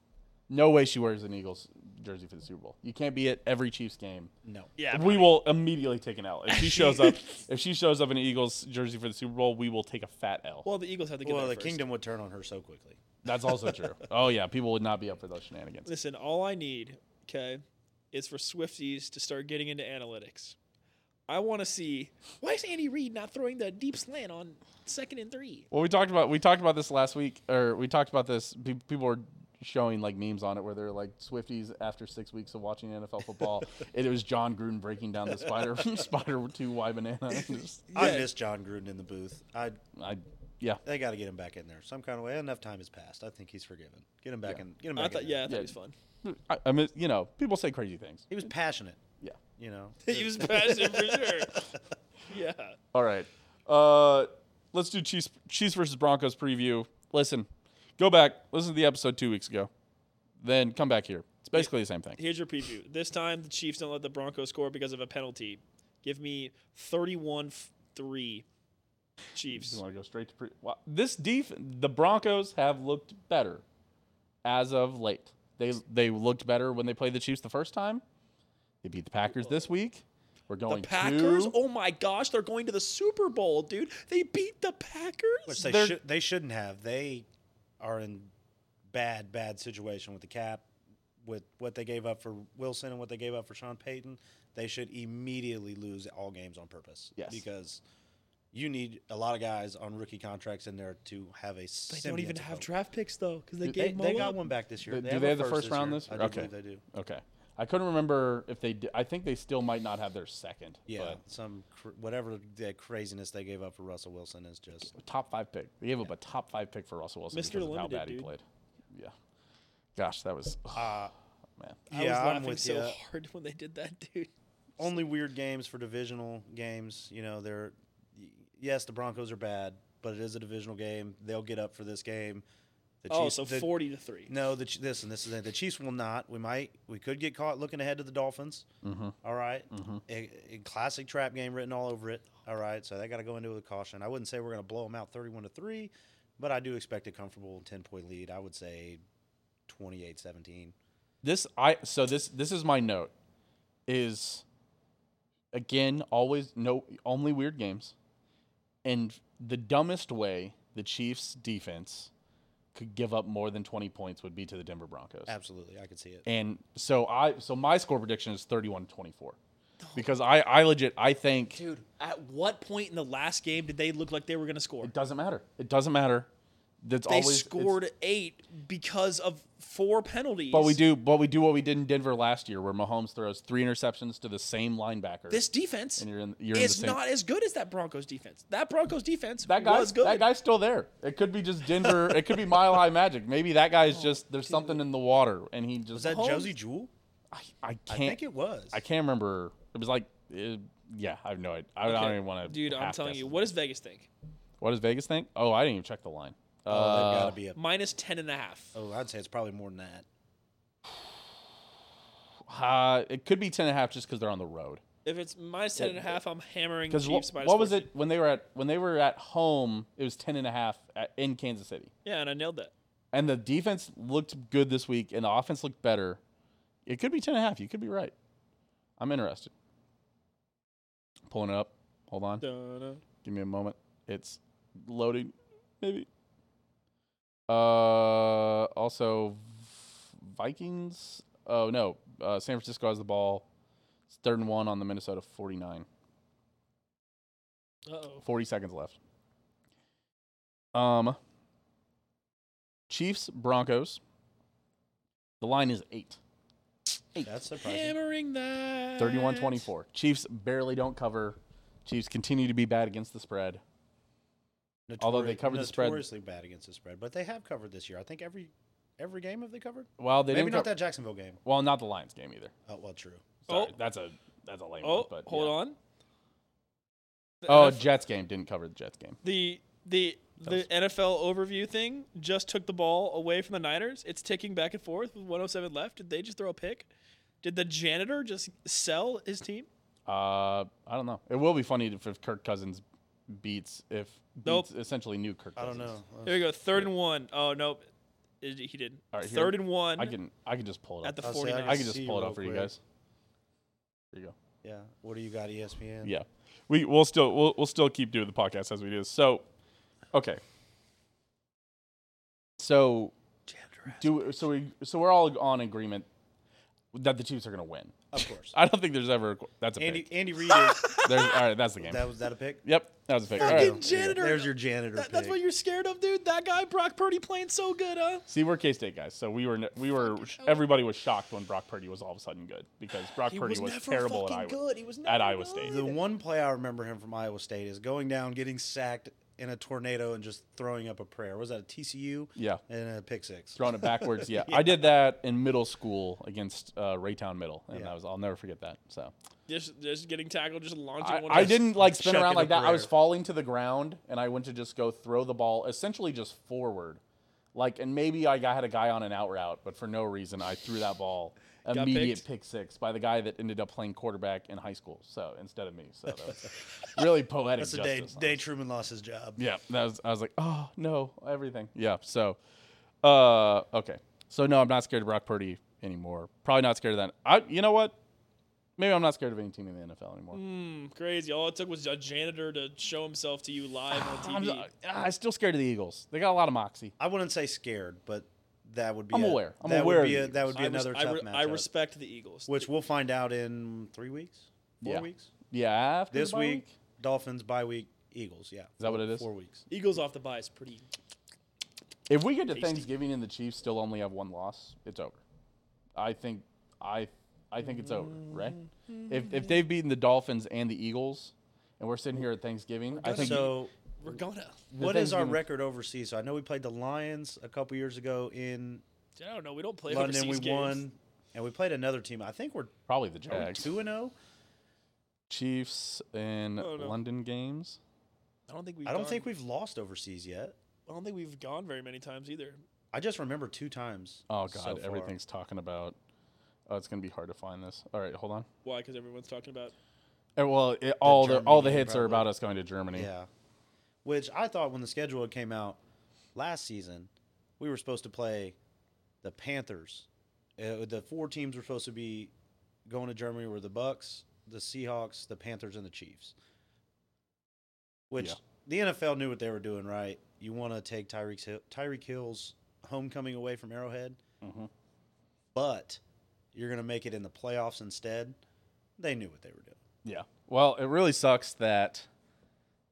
A: No way she wears an Eagles jersey for the Super Bowl. You can't be at every Chiefs game.
D: No.
B: Yeah,
A: we will immediately take an L if she shows up. if she shows up in an Eagles jersey for the Super Bowl, we will take a fat L.
B: Well, the Eagles have to get
D: Well, the
B: there first.
D: kingdom would turn on her so quickly.
A: That's also true. Oh yeah, people would not be up for those shenanigans.
B: Listen, all I need, okay, is for Swifties to start getting into analytics. I want to see why is Andy Reid not throwing the deep slant on second and three?
A: Well, we talked about we talked about this last week, or we talked about this. Pe- People were showing like memes on it where they're like Swifties after six weeks of watching NFL football, and it was John Gruden breaking down the spider spider two Y banana. Just-
D: I miss John Gruden in the booth. I
A: I yeah.
D: they got to get him back in there some kind of way. Enough time has passed. I think he's forgiven. Get him back in. Get him back.
B: I
D: in
B: thought,
D: there.
B: yeah, I thought
A: Yeah.
B: it was fun.
A: I, I mean, you know, people say crazy things.
D: He was passionate.
A: Yeah.
D: You know.
B: he was passionate for sure. Yeah.
A: All right. Uh, let's do Chiefs, Chiefs versus Broncos preview. Listen, go back, listen to the episode two weeks ago, then come back here. It's basically the same thing.
B: Here's your preview. This time, the Chiefs don't let the Broncos score because of a penalty. Give me 31 3
A: You
B: Chiefs.
A: want to go straight to pre- wow. this def- The Broncos have looked better as of late. They they looked better when they played the Chiefs the first time. They beat the Packers this week. We're
B: The
A: going
B: Packers?
A: to
B: Oh my gosh, they're going to the Super Bowl, dude. They beat the Packers?
D: Which they
A: They're-
D: should they shouldn't have. They are in bad bad situation with the cap, with what they gave up for Wilson and what they gave up for Sean Payton. They should immediately lose all games on purpose.
A: Yes.
D: Because you need a lot of guys on rookie contracts in there to have a.
B: They don't even have draft picks though, because they
D: They,
B: gave them
D: they
B: all
D: got
B: up.
D: one back this year.
A: Do
D: have
A: they
D: a
A: have the first round
D: year.
A: this year?
D: I do
A: Okay.
D: believe they do.
A: okay. I couldn't remember if they. Did, I think they still might not have their second.
D: Yeah,
A: but
D: some cr- whatever the craziness they gave up for Russell Wilson is just
A: top five pick. They gave up a top five pick for Russell Wilson
B: Mr.
A: because of how
B: Limited,
A: bad he
B: dude.
A: played. Yeah. Gosh, that was
D: uh,
A: man.
B: I was laughing so hard when they did that, dude.
D: Only weird games for divisional games. You know, they're y- yes, the Broncos are bad, but it is a divisional game. They'll get up for this game. The
B: Oh, so
D: the-
B: forty to three.
D: No, the, Ch- this and this is it. the Chiefs will not. We might we could get caught looking ahead to the Dolphins.
A: Mm-hmm.
D: All right, a, a classic trap game written all over it. All right, so they got to go into it with caution. I wouldn't say we're going to blow them out thirty-one to three, but I do expect a comfortable ten-point lead. I would say 28-17.
A: This I so this this is my note is again always no only weird games. And the dumbest way the Chiefs defense could give up more than 20 points would be to the Denver Broncos.
D: Absolutely, I could see it.
A: And so I so my score prediction is 31-24. Because I I legit I think
B: Oh. Dude, at what point in the last game did they look like they were gonna score?
A: It doesn't matter. It doesn't matter. That's
B: They
A: always it's-
B: scored eight because of four penalties.
A: But we do. But we do what we did in Denver last year, where Mahomes throws three interceptions to the same linebacker.
B: This defense
A: and you're in. You're in the
B: is
A: same.
B: not as good as that Broncos defense. That Broncos defense
A: that guy.
B: was good.
A: That guy's still there. It could be just Denver. it could be Mile High Magic. Maybe that guy's
B: Oh,
A: just there's something in the water, and he just.
D: Was that
A: Mahomes-
D: Josie Jewell?
A: I, I
D: I
A: can't. I,
D: think it was.
A: can't remember. It was like. It, yeah, I have no idea. I, I don't even want to.
B: Dude, I'm telling you, what does Vegas think?
A: What does Vegas think? Oh, I didn't even check the line.
D: oh,
A: Uh,
D: they've got to be up.
B: Minus ten and a half.
D: Oh, I'd say it's probably more than that.
B: Oh.
A: uh, it could be ten and a half just because they're on the road.
B: If it's minus ten and a half, I'm hammering
A: Because what,
B: Chiefs minus
A: what was
B: 14.
A: it when they were at when they were at home? It was ten and a half at, in Kansas City,
B: Yeah, and I nailed that.
A: and the defense looked good this week, and the offense looked better. It could be ten and a half. You could be right. I'm interested. Pulling it up. Hold on.
B: Dun-dun.
A: Give me a moment. It's loading. Maybe. Uh. Also, Vikings. Oh no. Uh, San Francisco has the ball. It's third and one on the Minnesota 49.
B: Uh-oh.
A: 40 seconds left. Um, Chiefs, Broncos. The line is eight.
D: That's surprising.
B: Hammering that.
A: 31 24. Chiefs barely don't cover. Chiefs continue to be bad against the spread. Although they
D: Notori-
A: covered the spread.
D: notoriously bad against the spread, but they have covered this year. I think every every game have they covered.
A: Well, they
D: Maybe
A: didn't
D: not
A: cov-
D: that Jacksonville game.
A: Well, not the Lions game either.
D: Oh, well, true.
A: Sorry,
B: Oh.
A: that's a that's a lame one.
B: Oh,
A: But
B: hold
A: yeah.
B: on. The
A: Oh,
B: NFL
A: Jets game didn't cover the Jets game.
B: the the the NFL overview thing just took the ball away from the Niners. It's ticking back oh and forth with 107 left. Did they just throw a pick? Did the janitor just sell his team?
A: Uh, I don't know. It will be funny if, if Kirk Cousins beats if beats
B: Nope.
A: essentially new Kirk.
D: I
A: Cousins.
D: don't know.
B: Here we go. Third and one. Oh nope, It- he did.
A: All right, here-
B: Third and one
A: I can I can just pull it
B: at
A: up.
B: the
D: I'll say
B: 49ers.
D: I
A: I can just
D: see
A: pull it
D: real
A: up for you
D: quick.
A: guys. There you go.
D: Yeah. What do you got, ESPN?
A: Yeah, we we'll still we'll, we'll still keep doing the podcast as we do. So, okay. So do so we so we're all on agreement that the Chiefs are going to win.
D: Of course.
A: I don't think there's ever a qu- that's a
D: Andy
A: pick.
D: Andy Reid. Is,
A: There's, all right, that's the game.
D: that was that a pick?
A: yep, that was a pick. All
D: There you
A: right.
D: go.
B: janitor.
D: There's your janitor.
B: That- that's
D: pick.
B: what you're scared of, dude. That guy Brock Purdy playing so good, huh?
A: See, we're K State guys, so we were we were everybody was shocked when Brock Purdy was all of a sudden good because Brock
B: He
A: Purdy
B: was,
A: was,
B: never
A: terrible at
B: fucking
A: Iowa.
B: good. He was never
A: at Iowa
B: good.
A: State.
D: The one play I remember him from Iowa State is going down, getting sacked in a tornado, and just throwing up a prayer. Was that a TCU?
A: Yeah.
D: And a pick six.
A: Throwing it backwards, yeah. I did that in middle school against uh, Raytown Middle, and I was I'll never forget that. So
B: Just, just getting tackled, just launching
A: I,
B: one. of
A: I
B: those-
A: didn't like spin
D: chucking
A: around
D: a
A: like that. I was
D: prayer.
A: falling to the ground, and I went to just go throw the ball, essentially just forward, like and maybe I got- had a guy on an out route, but for no reason I threw that ball. Immediate
B: picked?
A: pick six by the guy that ended up playing quarterback in high school. So instead of me, so that was really poetic.
D: That's the
A: justice,
D: day,
A: honestly.
D: day Truman lost his job.
A: Yeah, that was, I was like, oh no, everything. Yeah, so, uh, okay, so no, I'm not scared of Brock Purdy anymore. Probably not scared of that. I, you know what? Maybe I'm not scared of any team in the NFL anymore.
D: Mm,
B: crazy. All it took was a janitor to show himself to you live on
A: I'm,
B: TV.
A: I'm still scared of the Eagles. They got a lot of moxie.
D: I wouldn't say scared, but that would be.
A: I'm
D: a-
A: aware. I'm
D: that
A: aware
D: Would be
A: of
D: a,
A: the
D: that would be
B: I res-
D: another
B: I,
D: tough
B: re-
D: matchup.
B: I respect the Eagles.
D: which we'll find out in three weeks, four
A: Yeah.
D: weeks.
A: Yeah, after
D: This
A: the bye
D: week, Dolphins bye week, Eagles. Yeah. Is
A: that what it is?
D: Four weeks.
B: Eagles off the bye is pretty.
A: if we get to Thanksgiving and the Chiefs still only have one loss, it's over. I think I I think it's over, right?
D: Mm-hmm.
A: If if they've beaten the Dolphins and the Eagles, and we're sitting here at Thanksgiving, I think
D: So,
B: We're gonna.
D: what is our
A: Thanksgiving-
D: record overseas? So I know we played the Lions a couple years ago in
B: I don't know. We don't play
D: London. We
B: overseas games.
D: won, and we played another team. I think we're
A: probably the Jags.
D: two and oh? zero.
A: Chiefs and
B: Oh, no.
A: London games.
B: I don't think we.
D: I don't think we've lost overseas yet.
B: I don't think we've gone very many times either.
D: I just remember two times.
A: Oh
D: so
A: God,
D: far.
A: everything's talking about. Oh, it's gonna be hard to find this. All right, hold on.
B: Why? Because everyone's talking about.
A: Eh, Well, it, all the
D: Germany
A: all the
D: game,
A: hits are
D: probably.
A: about us going to Germany.
D: Yeah, which I thought when the schedule came out last season, we were supposed to play the Panthers. Uh, the four teams were supposed to be going to Germany were the Bucks, the Seahawks, the Panthers, and the Chiefs. Which
A: Yeah.
D: the NFL knew what they were doing, right? You want to take Tyreek Hill, Tyreek Hill's homecoming away from Arrowhead,
A: Mhm.
D: but you're going to make it in the playoffs instead. They knew what they were doing.
A: Yeah. Well, it really sucks that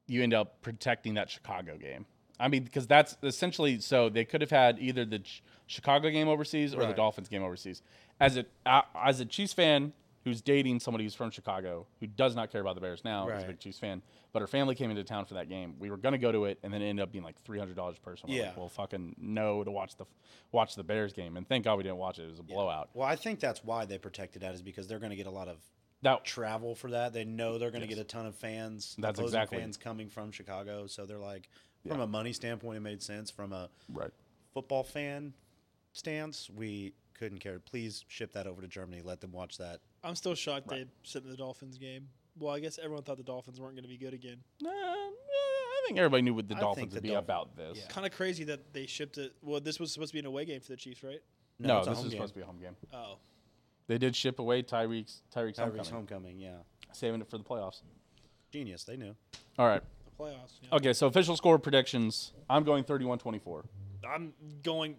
A: you end up protecting that Chicago game. I mean, because that's essentially so they could have had either the Ch- Chicago game overseas or the
D: Right.
A: Dolphins game overseas. As a uh, as a Chiefs fan who's dating somebody who's from Chicago who does not care about the Bears now, is a
D: Right.
A: big Chiefs fan, but her family came into town for that game. We were gonna go to it, and then it ended up being like three hundred dollars per person. We're
D: Yeah.
A: Like, well, fucking no to watch the watch the Bears game, and thank God we didn't watch it. It was a blowout.
D: Well, I think that's why they protected that is because they're going to get a lot of
A: That
D: travel for that. They know they're going to get a ton of fans.
A: That's
D: opposing
A: exactly-
D: fans coming from Chicago. So they're like, from a money standpoint, it made sense. From a
A: right.
D: football fan stance, we couldn't care. Please ship that over to Germany. Let them watch that.
B: I'm still shocked they sent the Dolphins game. Well, I guess everyone thought the Dolphins weren't going to be good again.
A: Uh, I think everybody knew what the
D: I think
A: Dolphins
D: the
A: would be
D: Dolphins-
A: about this.
D: yeah.
B: Kind of crazy that they shipped it. Well, this was supposed to be an away game for the Chiefs, right?
A: No,
D: it's a
A: this is
D: home game.
A: supposed to be a home game.
B: Oh,
A: They did ship away Tyreek's Tyreek's
D: Tyreek's
A: homecoming,
D: homecoming. Yeah,
A: saving it for the playoffs.
D: genius. They knew.
A: All right.
B: the playoffs. Yeah.
A: Okay, so official score predictions. I'm going 31-24.
B: I'm going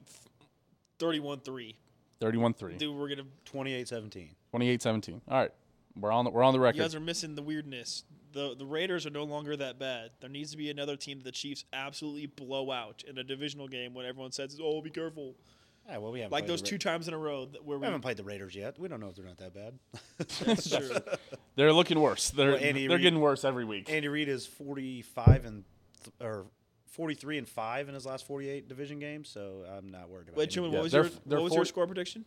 B: 31-3.
A: 31-3.
B: Dude, we're gonna.
D: 28-17.
A: 28-17. All right. We're on the we're on the record.
B: You guys are missing the weirdness. the The Raiders are no longer that bad. There needs to be another team that the Chiefs absolutely blow out in a divisional game when everyone says, "Oh, be careful!"
D: Yeah, well, we haven't
B: Like
D: played the
B: those
D: Ra-
B: two times in a row that where
D: We
B: we.
D: haven't played the Raiders yet. We don't know if they're not that bad.
B: That's true.
A: They're looking worse. They're
D: Well, Andy
A: they're
D: Reid-
A: getting worse every week.
D: Andy Reid is 45 and th- or 43 and 5 in his last 48 division games, so I'm not worried about
B: Wait,
D: Andy
B: Truman,
A: Yeah,
B: what was
A: they're
B: your
A: f- they're
B: what was your
A: four-
B: score prediction?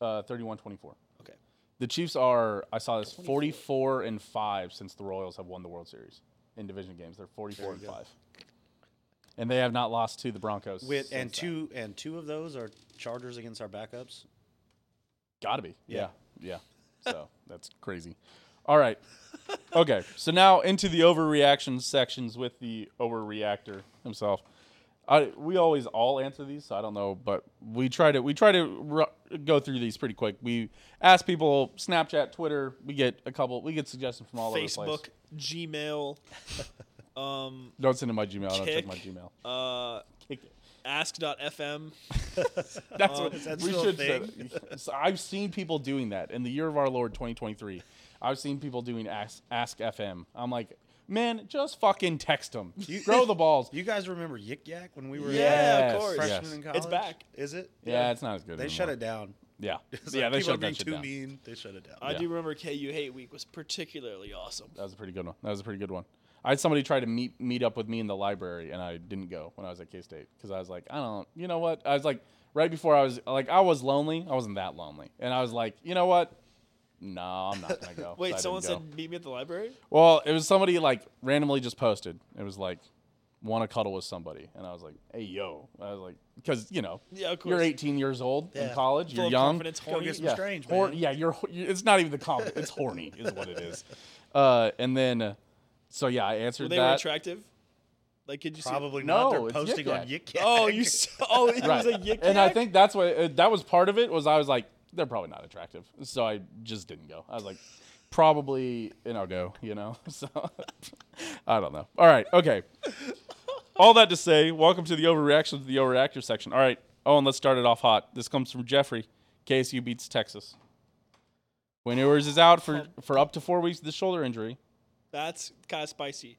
A: Uh, 31-24.
B: Okay.
A: The Chiefs are I saw this 44 and 5 since the Royals have won the World Series in division games. They're 44 and 5. And they have not lost to the Broncos.
D: With and
A: since that.
D: two and two of those are Chargers against our backups.
A: Gotta be. Yeah. Yeah. So that's crazy. All right. Okay. So now into the overreaction sections with the overreactor himself. I, we always all answer these, so I don't know, but we try to we try to r- go through these pretty quick. We ask people Snapchat, Twitter. We get a couple. We get suggestions from all over the
B: Facebook,
A: place.
B: Gmail, um,
A: Don't send it my Gmail. Don't Oh, check my
B: Kick.
A: Gmail.
B: uh, ask.fm.
A: That's what
D: that's
A: we
D: Uh, still a
A: should. say that. So I've seen people doing that in the year of our Lord 2023. I've seen people doing ask, ask FM. I'm like, man, just fucking text them.
D: You-
A: Grow the balls.
D: You guys remember Yik Yak when we were
B: Yeah,
A: Yes,
B: of course.
D: freshmen
A: yes.
D: in college?
B: It's back.
D: Is it?
A: Yeah, it's not as good.
D: They
A: anymore.
D: shut it down.
A: Yeah,
D: It's
A: yeah,
D: like,
A: they
D: people are
A: shut
D: being
A: that shit
D: too
A: down.
D: mean. They shut it down.
B: I
A: Yeah.
B: do remember KU Hate Week was particularly awesome.
A: That was a pretty good one. That was a pretty good one. I had somebody try to meet meet up with me in the library, and I didn't go when I was at K State because I was like, I don't, you know what? I was like, right before I was like, I was lonely. I wasn't that lonely, and I was like, you know what? No, I'm not gonna go. So I
B: Wait,
A: didn't
B: someone
A: go.
B: said meet me at the library?
A: Well, it was somebody like randomly just posted. It was like, want to cuddle with somebody, and I was like, hey yo, I was like, because you know,
B: Yeah, of
A: you're
B: course.
A: 18 years old in
D: Yeah.
A: college,
B: Full
A: you're
B: of
A: young,
B: confidence,
D: Go
B: horny.
D: get some
A: yeah,
D: strange,
A: hor-
D: man.
A: yeah, you're. ho- you- It's not even the comment. It's horny, is what it is. Uh, and then, uh, so yeah, I answered
B: Were they were
A: that.
B: attractive? Like, could you see?
D: Probably
A: No,
D: not. They're
A: it's Yik
D: posting
A: Yak.
D: on Yik Yak.
B: Oh, you saw. Oh, it
A: right.
B: was a yik
A: and I
B: yak?
A: think that's what uh, that was part of it was I was like they're probably not attractive, so I just didn't go. I was like probably an no go, you know. So I don't know. All right, okay. All that to say, welcome to the overreaction to the overreactor section. All right, Owen, let's start it off hot. This comes from Jeffrey. KSU beats Texas. Quinn Ewers is out for, for up to four weeks with a shoulder injury.
B: That's kind of spicy.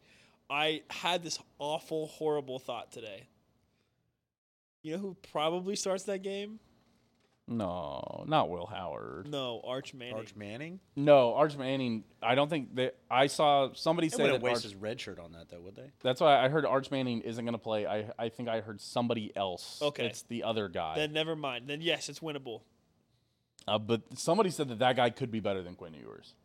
B: I had this awful, horrible thought today. You know who probably starts that game?
A: No, not Will Howard.
B: No, Arch Manning.
D: Arch Manning.
A: No, Arch Manning. I don't think that I saw somebody
D: They
A: say
D: wouldn't
A: that
D: waste
A: Arch-
D: his red shirt on that, though, would they?
A: That's why I heard Arch Manning isn't going to play. I I think I heard somebody else.
B: Okay.
A: It's the other guy.
B: Then never mind. Then yes, it's winnable.
A: uh, but somebody said that that guy could be better than Quinn Ewers.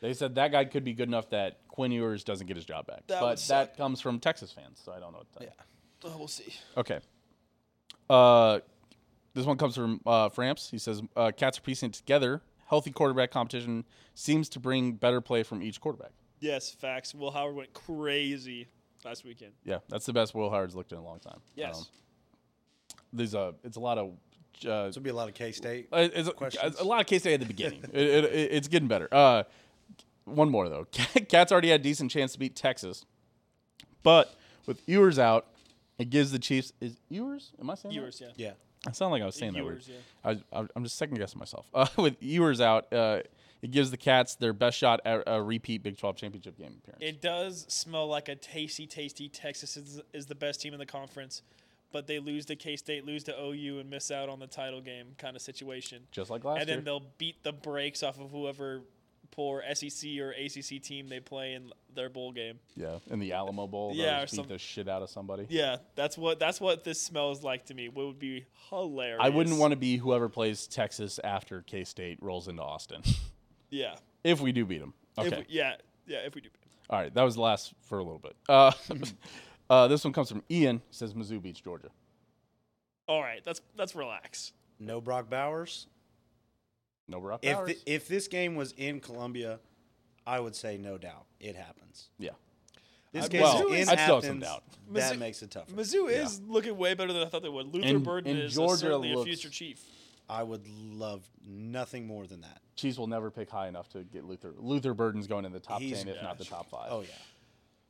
A: They said that guy could be good enough that Quinn Ewers doesn't get his job back.
B: That
A: but
B: would suck.
A: that comes from Texas fans, so I don't know what that.
B: Oh, we'll see.
A: Okay. Uh, this one comes from uh, Framps. He says uh, cats are piecing it together. Healthy quarterback competition seems to bring better play from each quarterback.
B: Yes, facts. Will Howard went crazy last weekend.
A: Yeah, that's the best Will Howard's looked in a long time.
B: Yes.
A: Um, there's a it's a lot of uh,
D: This would be a lot of K State.
A: Uh, It's
D: Questions?
A: a, a lot of case study at the beginning. it, it, it- it's getting better. Uh, one more though. Cats already had a decent chance to beat Texas, but with Ewers out, it gives the Chiefs. Is Ewers? Am I saying that?
B: Viewers, yeah.
D: Yeah.
A: I sound like I was saying that word.
B: Ewers, yeah.
A: I was- I'm- I'm just second guessing myself. Uh, with Ewers out, uh, it gives the Cats their best shot at a repeat Big 12 championship game appearance.
B: It does smell like a tasty, tasty. Texas is, is the best team in the conference, but they lose to K State, lose to OU, and miss out on the title game kind of situation.
A: just like last
B: and
A: year.
B: then they'll beat the brakes off of whoever poor SEC or ACC team they play in their bowl game.
A: yeah, in the Alamo Bowl,
B: Yeah,
A: yeah,
B: or
A: beat
B: some-
A: the shit out of somebody.
B: Yeah, that's what that's what this smells like to me. What would be hilarious.
A: I wouldn't want to be whoever plays Texas after K State rolls into Austin.
B: Yeah.
A: if we do beat them. Okay.
B: If we, yeah. Yeah. If we do.
A: All right, that was the last for a little bit. Uh, uh, this one comes from Ian. He says Mizzou beats Georgia.
B: All right. That's that's relax.
D: No Brock Bowers.
A: No rough
D: If
A: hours.
D: thi- if this game was in Columbia, I would say no doubt it happens.
A: yeah,
D: This
B: I'd-
D: game
B: well,
D: is in
A: I'd still have
D: Athens.
A: some doubt.
D: That
B: Mizzou-
D: makes it tougher.
B: Mizzou is looking way better than I thought they would. Luther
A: And-
B: Burden
A: and
B: is a-
A: Georgia
B: certainly a
A: looks-
B: future chief.
D: I would love nothing more than that.
A: Cheese will never pick high enough to get Luther. Luther Burden's going in the top
D: He's
A: ten, if not the top five.
D: Oh yeah,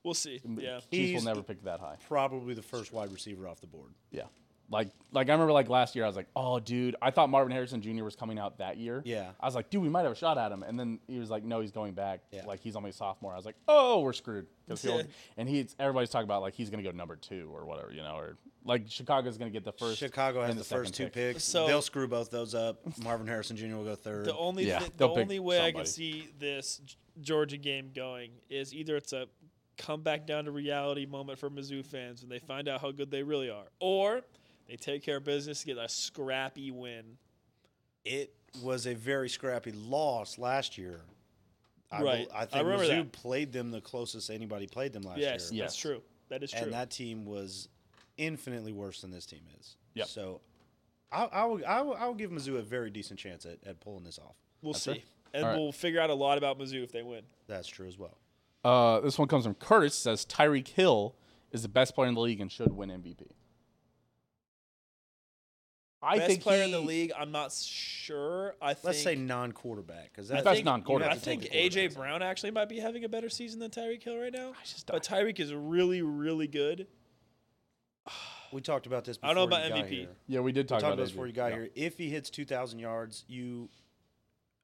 B: We'll see. Yeah.
A: Cheese
D: He's-
A: will never pick that high.
D: probably the first wide receiver off the board.
A: Yeah, like like I remember like last year, I was like, oh dude, I thought Marvin Harrison Jr. was coming out that year.
D: Yeah.
A: I was like, dude, we might have a shot at him, and then he was like, no, he's going back.
D: Yeah.
A: Like he's only a sophomore. I was like, oh, we're screwed 'Cause he'll-
B: Yeah.
A: and he's everybody's talking about like he's gonna go number two or whatever, you know, or like Chicago's gonna get the first.
D: Chicago has
A: and
D: the, first two
A: second pick.
D: picks.
B: So-
D: They'll screw both those up. Marvin Harrison Jr. will go third.
B: The only
A: Yeah,
B: thi- the
A: they'll pick
B: only way I can
A: somebody.
B: see this G- Georgia game going is either it's a come back down to reality moment for Mizzou fans when they find out how good they really are, or they take care of business to get a scrappy win.
D: it was a very scrappy loss last year. I, bel-
B: Right.
D: I
B: I
D: think
B: remember
D: Mizzou
B: that.
D: played them the closest anybody played them last
B: yes,
D: year.
A: Yeah.
B: that's true. That is true.
D: And that team was infinitely worse than this team is.
A: Yep.
D: So I, I, will, I, will, I will give Mizzou a very decent chance at, at pulling this off.
B: we'll
A: That's
B: see.
A: right.
B: and
A: All right.
B: we'll figure out a lot about Mizzou if they win.
D: That's true as well.
A: Uh, this one comes from Curtis. Says Tyreek Hill is the best player in the league and should win MVP. I
B: Best
A: think
B: player in the
A: he-
B: league. I'm not sure. I think.
D: Let's say non-quarterback because that's,
A: That's
D: you
A: non-quarterback.
B: I
D: have to take
B: think
D: the
B: AJ
D: quarterbacks.
B: Brown actually might be having a better season than Tyreek Hill right now.
A: just-
B: but Tyreek is really, really good.
D: We talked about this. Before
B: I don't know
D: you
B: about
D: got
B: MVP.
D: Here.
A: Yeah, we did
D: We
A: talk about
D: talked about this
A: AJ.
D: before you got
A: Yeah.
D: here. If he hits 2,000 yards, you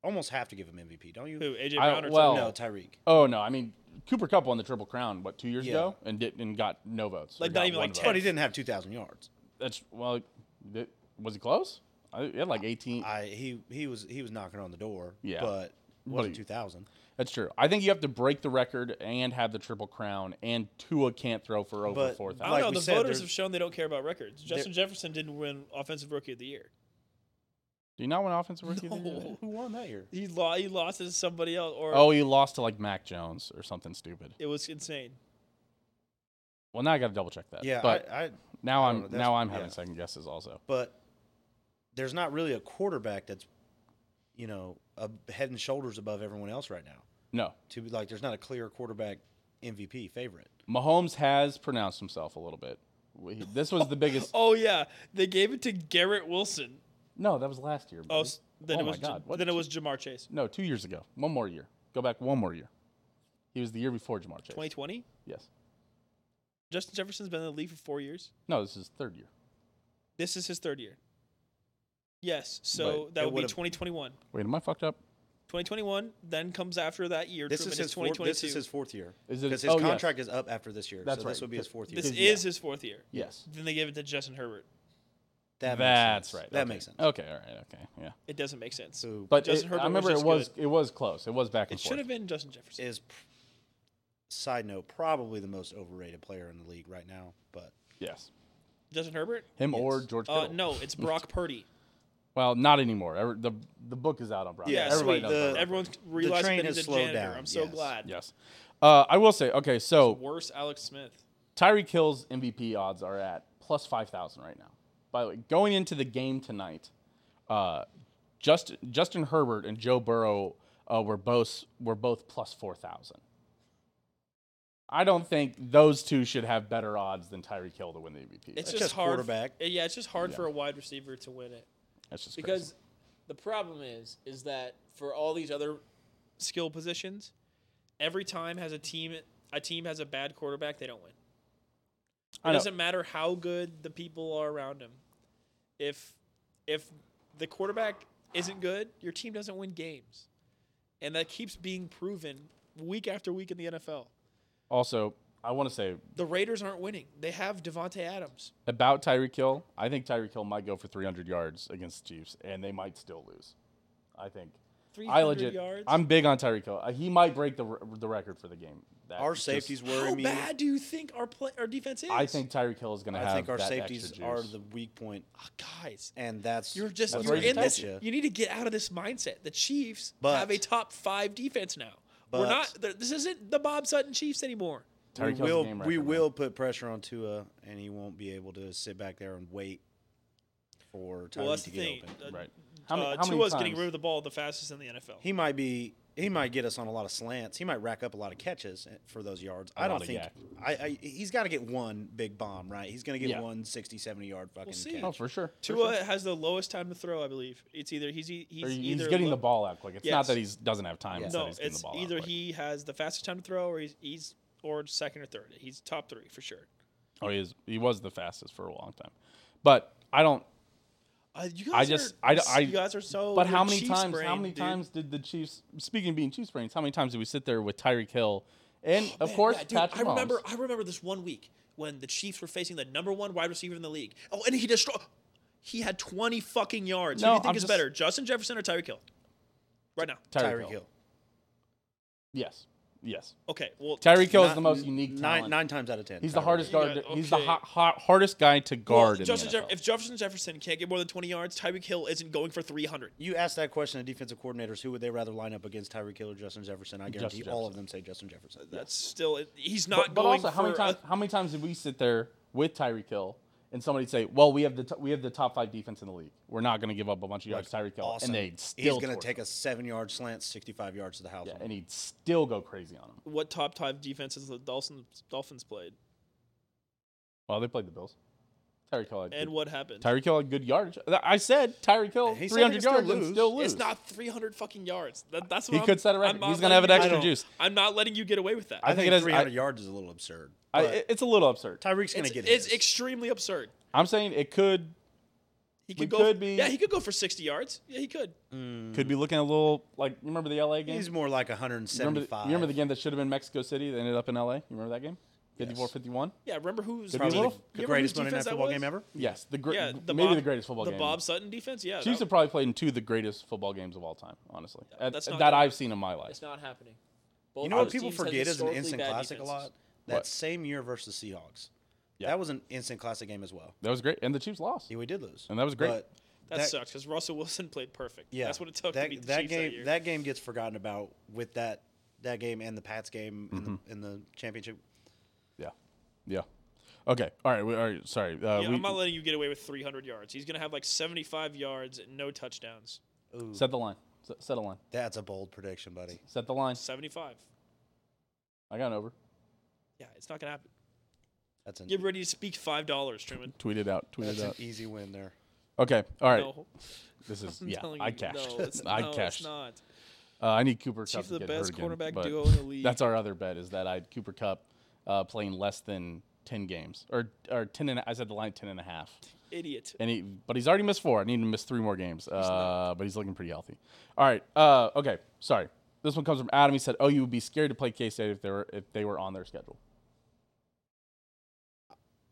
D: almost have to give him MVP, don't you?
B: Who? AJ
A: I-
B: Brown or
A: well-
B: Tyreek?
D: No, Tyreek.
A: Oh no, I mean Cooper Cup won the Triple Crown what two years
D: Yeah.
A: ago and did and got no votes. or
B: Like, not
A: got
B: even,
A: one
B: like,
A: vote.
D: But he didn't have 2,000 yards.
A: That's well, th- was he close? I, he had like eighteen.
D: I he he was he was knocking on the door.
A: Yeah.
D: but
A: he-
D: wasn't 2,000.
A: That's true. I think you have to break the record and have the Triple Crown, and Tua can't throw for over
D: But-
A: four
B: I don't
A: thousand.
D: Like
B: know.
D: we
B: The
D: said,
B: voters
D: there's-
B: have shown they don't care about records. Justin Jefferson didn't win Offensive Rookie of the Year.
A: Do you not win offensive rookie? of the year?
B: No.
D: Who won that year?
B: He, lo- he lost to somebody else, or
A: Oh, he lost to like Mac Jones or something stupid.
B: it was insane.
A: Well, now I got to double check that.
D: Yeah,
A: but
D: I, I
A: now
D: I
A: I'm
D: don't know,
A: now
D: that's-
A: I'm having
D: yeah.
A: second guesses also.
D: but there's not really a quarterback that's you know a head and shoulders above everyone else right now.
A: No,
D: To be like, there's not a clear quarterback MVP favorite.
A: Mahomes has pronounced himself a little bit. We- This was the biggest.
B: Oh yeah, they gave it to Garrett Wilson.
A: No, that was last year.
B: Oh,
A: buddy.
B: s- then
A: Oh
B: it
A: my
B: was Ja-
A: God, what
B: then it was Jamar Chase.
A: No, two years ago. One more year. Go back one more year. He was the year before Jamar Chase.
B: 2020.
A: Yes.
B: Justin Jefferson's been in the league for four years.
A: No, this is third year.
B: This is his third year. Yes, so
A: But
B: that
D: it
B: would be
D: would've-
B: 2021.
A: Wait, am I fucked up?
B: 2021 then comes after that year.
D: This
B: Truman,
D: is
B: it's
D: his fourth,
B: 2022.
D: this is his fourth year
A: Is it-
D: because his
A: oh, yes.
D: contract is up after this year.
A: That's
D: so
A: right.
D: This would be his fourth year.
B: This
A: His-
B: is
A: yeah.
B: his fourth year.
A: Yes.
B: Then they gave it to Justin Herbert.
D: that
A: That's
D: makes sense.
A: right.
D: That
A: okay.
D: makes sense.
A: Okay, all right, okay, yeah.
B: It doesn't make sense.
D: So,
A: But
B: Justin
A: it-
B: Herbert
A: I
B: was
A: remember it
B: just
A: was
B: good.
A: it was close. It was back and
B: it
A: forth.
B: should have been Justin Jefferson.
D: is pr- side note probably the most overrated player in the league right now. But
A: Yes,
B: Justin Herbert?
A: him or George
B: Uh,
A: Kittle.
B: no, it's Brock Purdy.
A: Well, not anymore. Ever- the the book is out on Brock.
B: Yeah,
A: everybody
B: sweet.
A: knows
D: the-
A: about Brock.
B: Everyone's realizing
D: train
B: that he's
D: has
B: a
D: slowed
B: janitor.
D: down,
B: I'm so
D: yes.
B: glad.
A: Yes, uh, I will say. Okay, so
B: Worse, Alex Smith.
A: Tyreek Hill's MVP odds are at plus five thousand right now. By the way, going into the game tonight, uh, Justin Justin Herbert and Joe Burrow uh, were both were both plus four thousand. I don't think those two should have better odds than Tyreek Hill to win the MVP.
B: It's
D: That's
B: just,
D: just
B: hard.
D: quarterback.
B: Yeah, it's just hard for a wide receiver to win it.
A: That's just
F: because
A: crazy.
F: the problem is is that for all these other
B: Skill positions, every time has a team a team has a bad quarterback, they don't win.
A: I
B: It
A: know.
B: doesn't matter how good the people are around him. If if the quarterback isn't good, your team doesn't win games. And that keeps being proven week after week in the NFL.
A: Also, I want to say
B: The Raiders aren't winning. They have Devonte Adams.
A: about Tyreek Hill, I think Tyreek Hill might go for 300 yards against the Chiefs, and they might still lose. I think.
B: 300
A: I legit.
B: yards.
A: I'm big on Tyreek Hill. Uh, He might break the, r- the record for the game. That
D: our
A: just-
D: safeties
B: How
D: worry me.
B: bad do you think our play, our defense is?
A: I think Tyreek Hill is going to have.
D: I think our
A: that
D: safeties
A: extra
D: are
A: juice.
D: the weak point,
B: Ah, guys,
D: and that's
B: you're just
D: what's
B: you're
A: right.
B: in
D: gonna
B: this.
D: catch ya.
B: You need to get out of this mindset. The Chiefs
D: But-
B: have a top five defense now. We're
D: But-
B: not. th- This isn't the Bob Sutton Chiefs anymore.
A: Tyreek
D: we
A: Hill's a
D: will
A: game
D: we
A: wrecker, man.
D: will put pressure on Tua, and he won't be able to sit back there and wait for Tyreek
B: Well, that's
D: to
B: the
D: get
B: thing.
D: open.
B: Uh,
A: Right.
B: Uh,
A: How many, how many
B: Tua's
A: times?
B: getting rid of the ball the fastest in the NFL.
D: He might be he might get us on a lot of slants. He might rack up a lot of catches eh, for those yards. I
A: lot
D: don't
A: of
D: think
A: yak.
D: I, I he's got to get one big bomb right. He's going to get
A: Yeah.
D: one 60, 70 yard fucking
B: see.
A: Oh,
D: catch.
A: for sure. For
B: Tua
A: sure.
B: has the lowest time to throw, I believe. It's either he's e- he's
A: Or he-
B: either
A: he's getting
B: low-
A: the ball out quick. It's not
B: Yes.
A: that he doesn't have time. It's that
B: No,
A: he's getting the
B: it's
A: ball out
B: either
A: quick.
B: he has the fastest time to throw, or he's he's or second or third. He's top three for sure.
A: Oh, he is. He was the fastest for a long time, but I don't.
B: Uh, you guys
A: I just- I d-
B: are,
A: I-
B: you guys are so.
A: But
B: you're
A: how many
B: Chiefs
A: times? how
B: brained,
A: many
B: dude.
A: times did the Chiefs? Speaking of being Chiefs brains, how many times did we sit there with Tyreek Hill and, of
B: Oh, Man,
A: course,
B: yeah, dude,
A: Patrick
B: I remember.
A: Mahomes?
B: I remember this one week when the Chiefs were facing the number one wide receiver in the league. Oh, and he destroyed. He had twenty fucking yards.
A: No,
B: Who do you think
A: I'm
B: is
A: just-
B: better, Justin Jefferson or Tyreek Hill? Right now.
A: Oh,
D: Tyreek Hill.
A: Yes, yes.
B: Okay. Well,
A: Tyreek Hill is
D: Not-
A: the most unique
D: nine
A: talent.
D: nine times out of 10.
A: he's the
D: Tyreek.
A: hardest
B: You
A: guard.
B: got-
A: He's the
B: okay.
A: hot, hot, hardest guy to
B: well,
A: guard in
B: Justin
A: the
B: Jeff-
A: NFL.
B: if Jefferson Jefferson can't get more than twenty yards, Tyreek Hill isn't going for three hundred.
D: You asked that question to defensive coordinators who would they rather line up against Tyreek Hill or Justin Jefferson? I guarantee
A: Justin
D: all
A: Jefferson.
D: of them say Justin Jefferson.
B: That's still. He's not
A: but, but
B: going
A: also, how many
B: for a-
A: times? How many times did we sit there with Tyreek Hill and somebody'd say, "Well, we have the t- we have the top five defense in the league. We're not going to give up a bunch of yards to Tyreek Hill,"
D: Awesome.
A: and they'd still
D: He's going to
A: torch
D: take a seven yard slant, 65 yards to the house.
A: him. yeah,
D: on him.
A: and he'd still go crazy on him.
B: What top five defenses the Dolphins Dolphins played,
A: Well, they played the Bills. Tyreek Hill had
B: and
A: good,
B: what happened?
A: Tyreek Hill had good yardage. Th- I said Tyreek Hill
D: He said
A: 300
D: they could still
A: yards and
D: lose.
A: still lose.
B: It's not 300 fucking yards. That, that's what
A: He
B: I'm-
A: could set a record.
B: I'm not
A: He's gonna have an
B: letting
A: extra
B: you-
A: juice.
B: I'm not letting you get away with that.
A: I
D: I think,
A: think it is-
D: 300
A: I-
D: yards is a little absurd.
A: I,
D: but
A: it- it's a little absurd.
D: Tyreek's going
B: it's,
D: to get
B: it's
D: his.
B: extremely absurd.
A: I'm saying it could We
B: He could go.
A: could be-
B: Yeah, he could go for 60 yards. Yeah, he could. Mm-hmm.
A: could be looking a little like you remember the LA game.
D: He's more like
A: You remember,
D: 175.
A: the, you remember the game that should have been Mexico City that ended up in LA? You remember that game? 54 51?
B: Yeah, remember who's
A: Probably
B: you
A: the
B: remember
D: the
B: whose
D: greatest Monday Night
B: defense that
D: Football
B: was?
D: game ever?
A: Yes. The gr-
B: Yeah, the
A: maybe
B: Bob,
A: the greatest football
B: the
A: game.
B: Bob Sutton defense. Yeah,
A: Chiefs
B: that-
A: have probably played in two of the greatest football games of all time, honestly. At-
B: that's
A: that
B: not gonna-
A: I've seen in my life.
F: It's not happening. Both
D: You know what
F: those
D: people
F: teams had
D: forget is an
F: historically
D: instant
F: bad
D: classic a
F: defenses.
D: lot? That
A: What?
D: same year versus Seahawks.
A: Yeah.
D: That was an instant classic game as well.
A: That was great. And the Chiefs lost.
D: Yeah, we did lose.
A: And that was great.
D: But
B: that, sucks because Russell Wilson played perfect.
D: Yeah,
B: that's what it took
D: That,
B: to beat the
D: that
B: Chiefs
D: game,
B: that year.
D: game gets forgotten about with that that game and the Pats game
A: Mm-hmm.
D: in, the, in the championship.
A: Yeah. Yeah. Okay. All right. We, all right. Sorry. Uh,
B: yeah,
A: we
B: I'm not letting you get away with 300 yards. He's gonna have like 75 yards and no touchdowns.
A: set the line. Set, set a line.
D: That's a bold prediction, buddy.
A: Set the line.
B: 75.
A: I got an over.
B: Yeah, it's not gonna happen.
D: That's an,
B: Get ready to speak five dollars, Truman.
A: Tweet it out. Tweet
D: that's
A: it
D: an
A: out.
D: easy win there.
A: Okay. All right.
B: No,
A: This is
B: I'm
A: yeah.
B: telling
A: I
B: you,
A: cashed.
B: No, it's,
A: I
B: no, it's
A: cashed.
B: not.
A: Uh, I need Cooper
B: Chiefs
A: Cup
B: are
A: to
B: the
A: get hurt
B: best
A: again,
B: quarterback
A: but
B: duo in the league.
A: That's our other bet is that I would Cooper Cup uh, playing less than ten games or or ten and I said the line ten and a half.
B: Idiot.
A: And he, but he's already missed four. I need him to miss three more games. Uh, but he's looking pretty healthy. All right. Uh, okay. Sorry. This one comes from Adam. He said, "Oh, you would be scared to play K State if they were if they were on their schedule."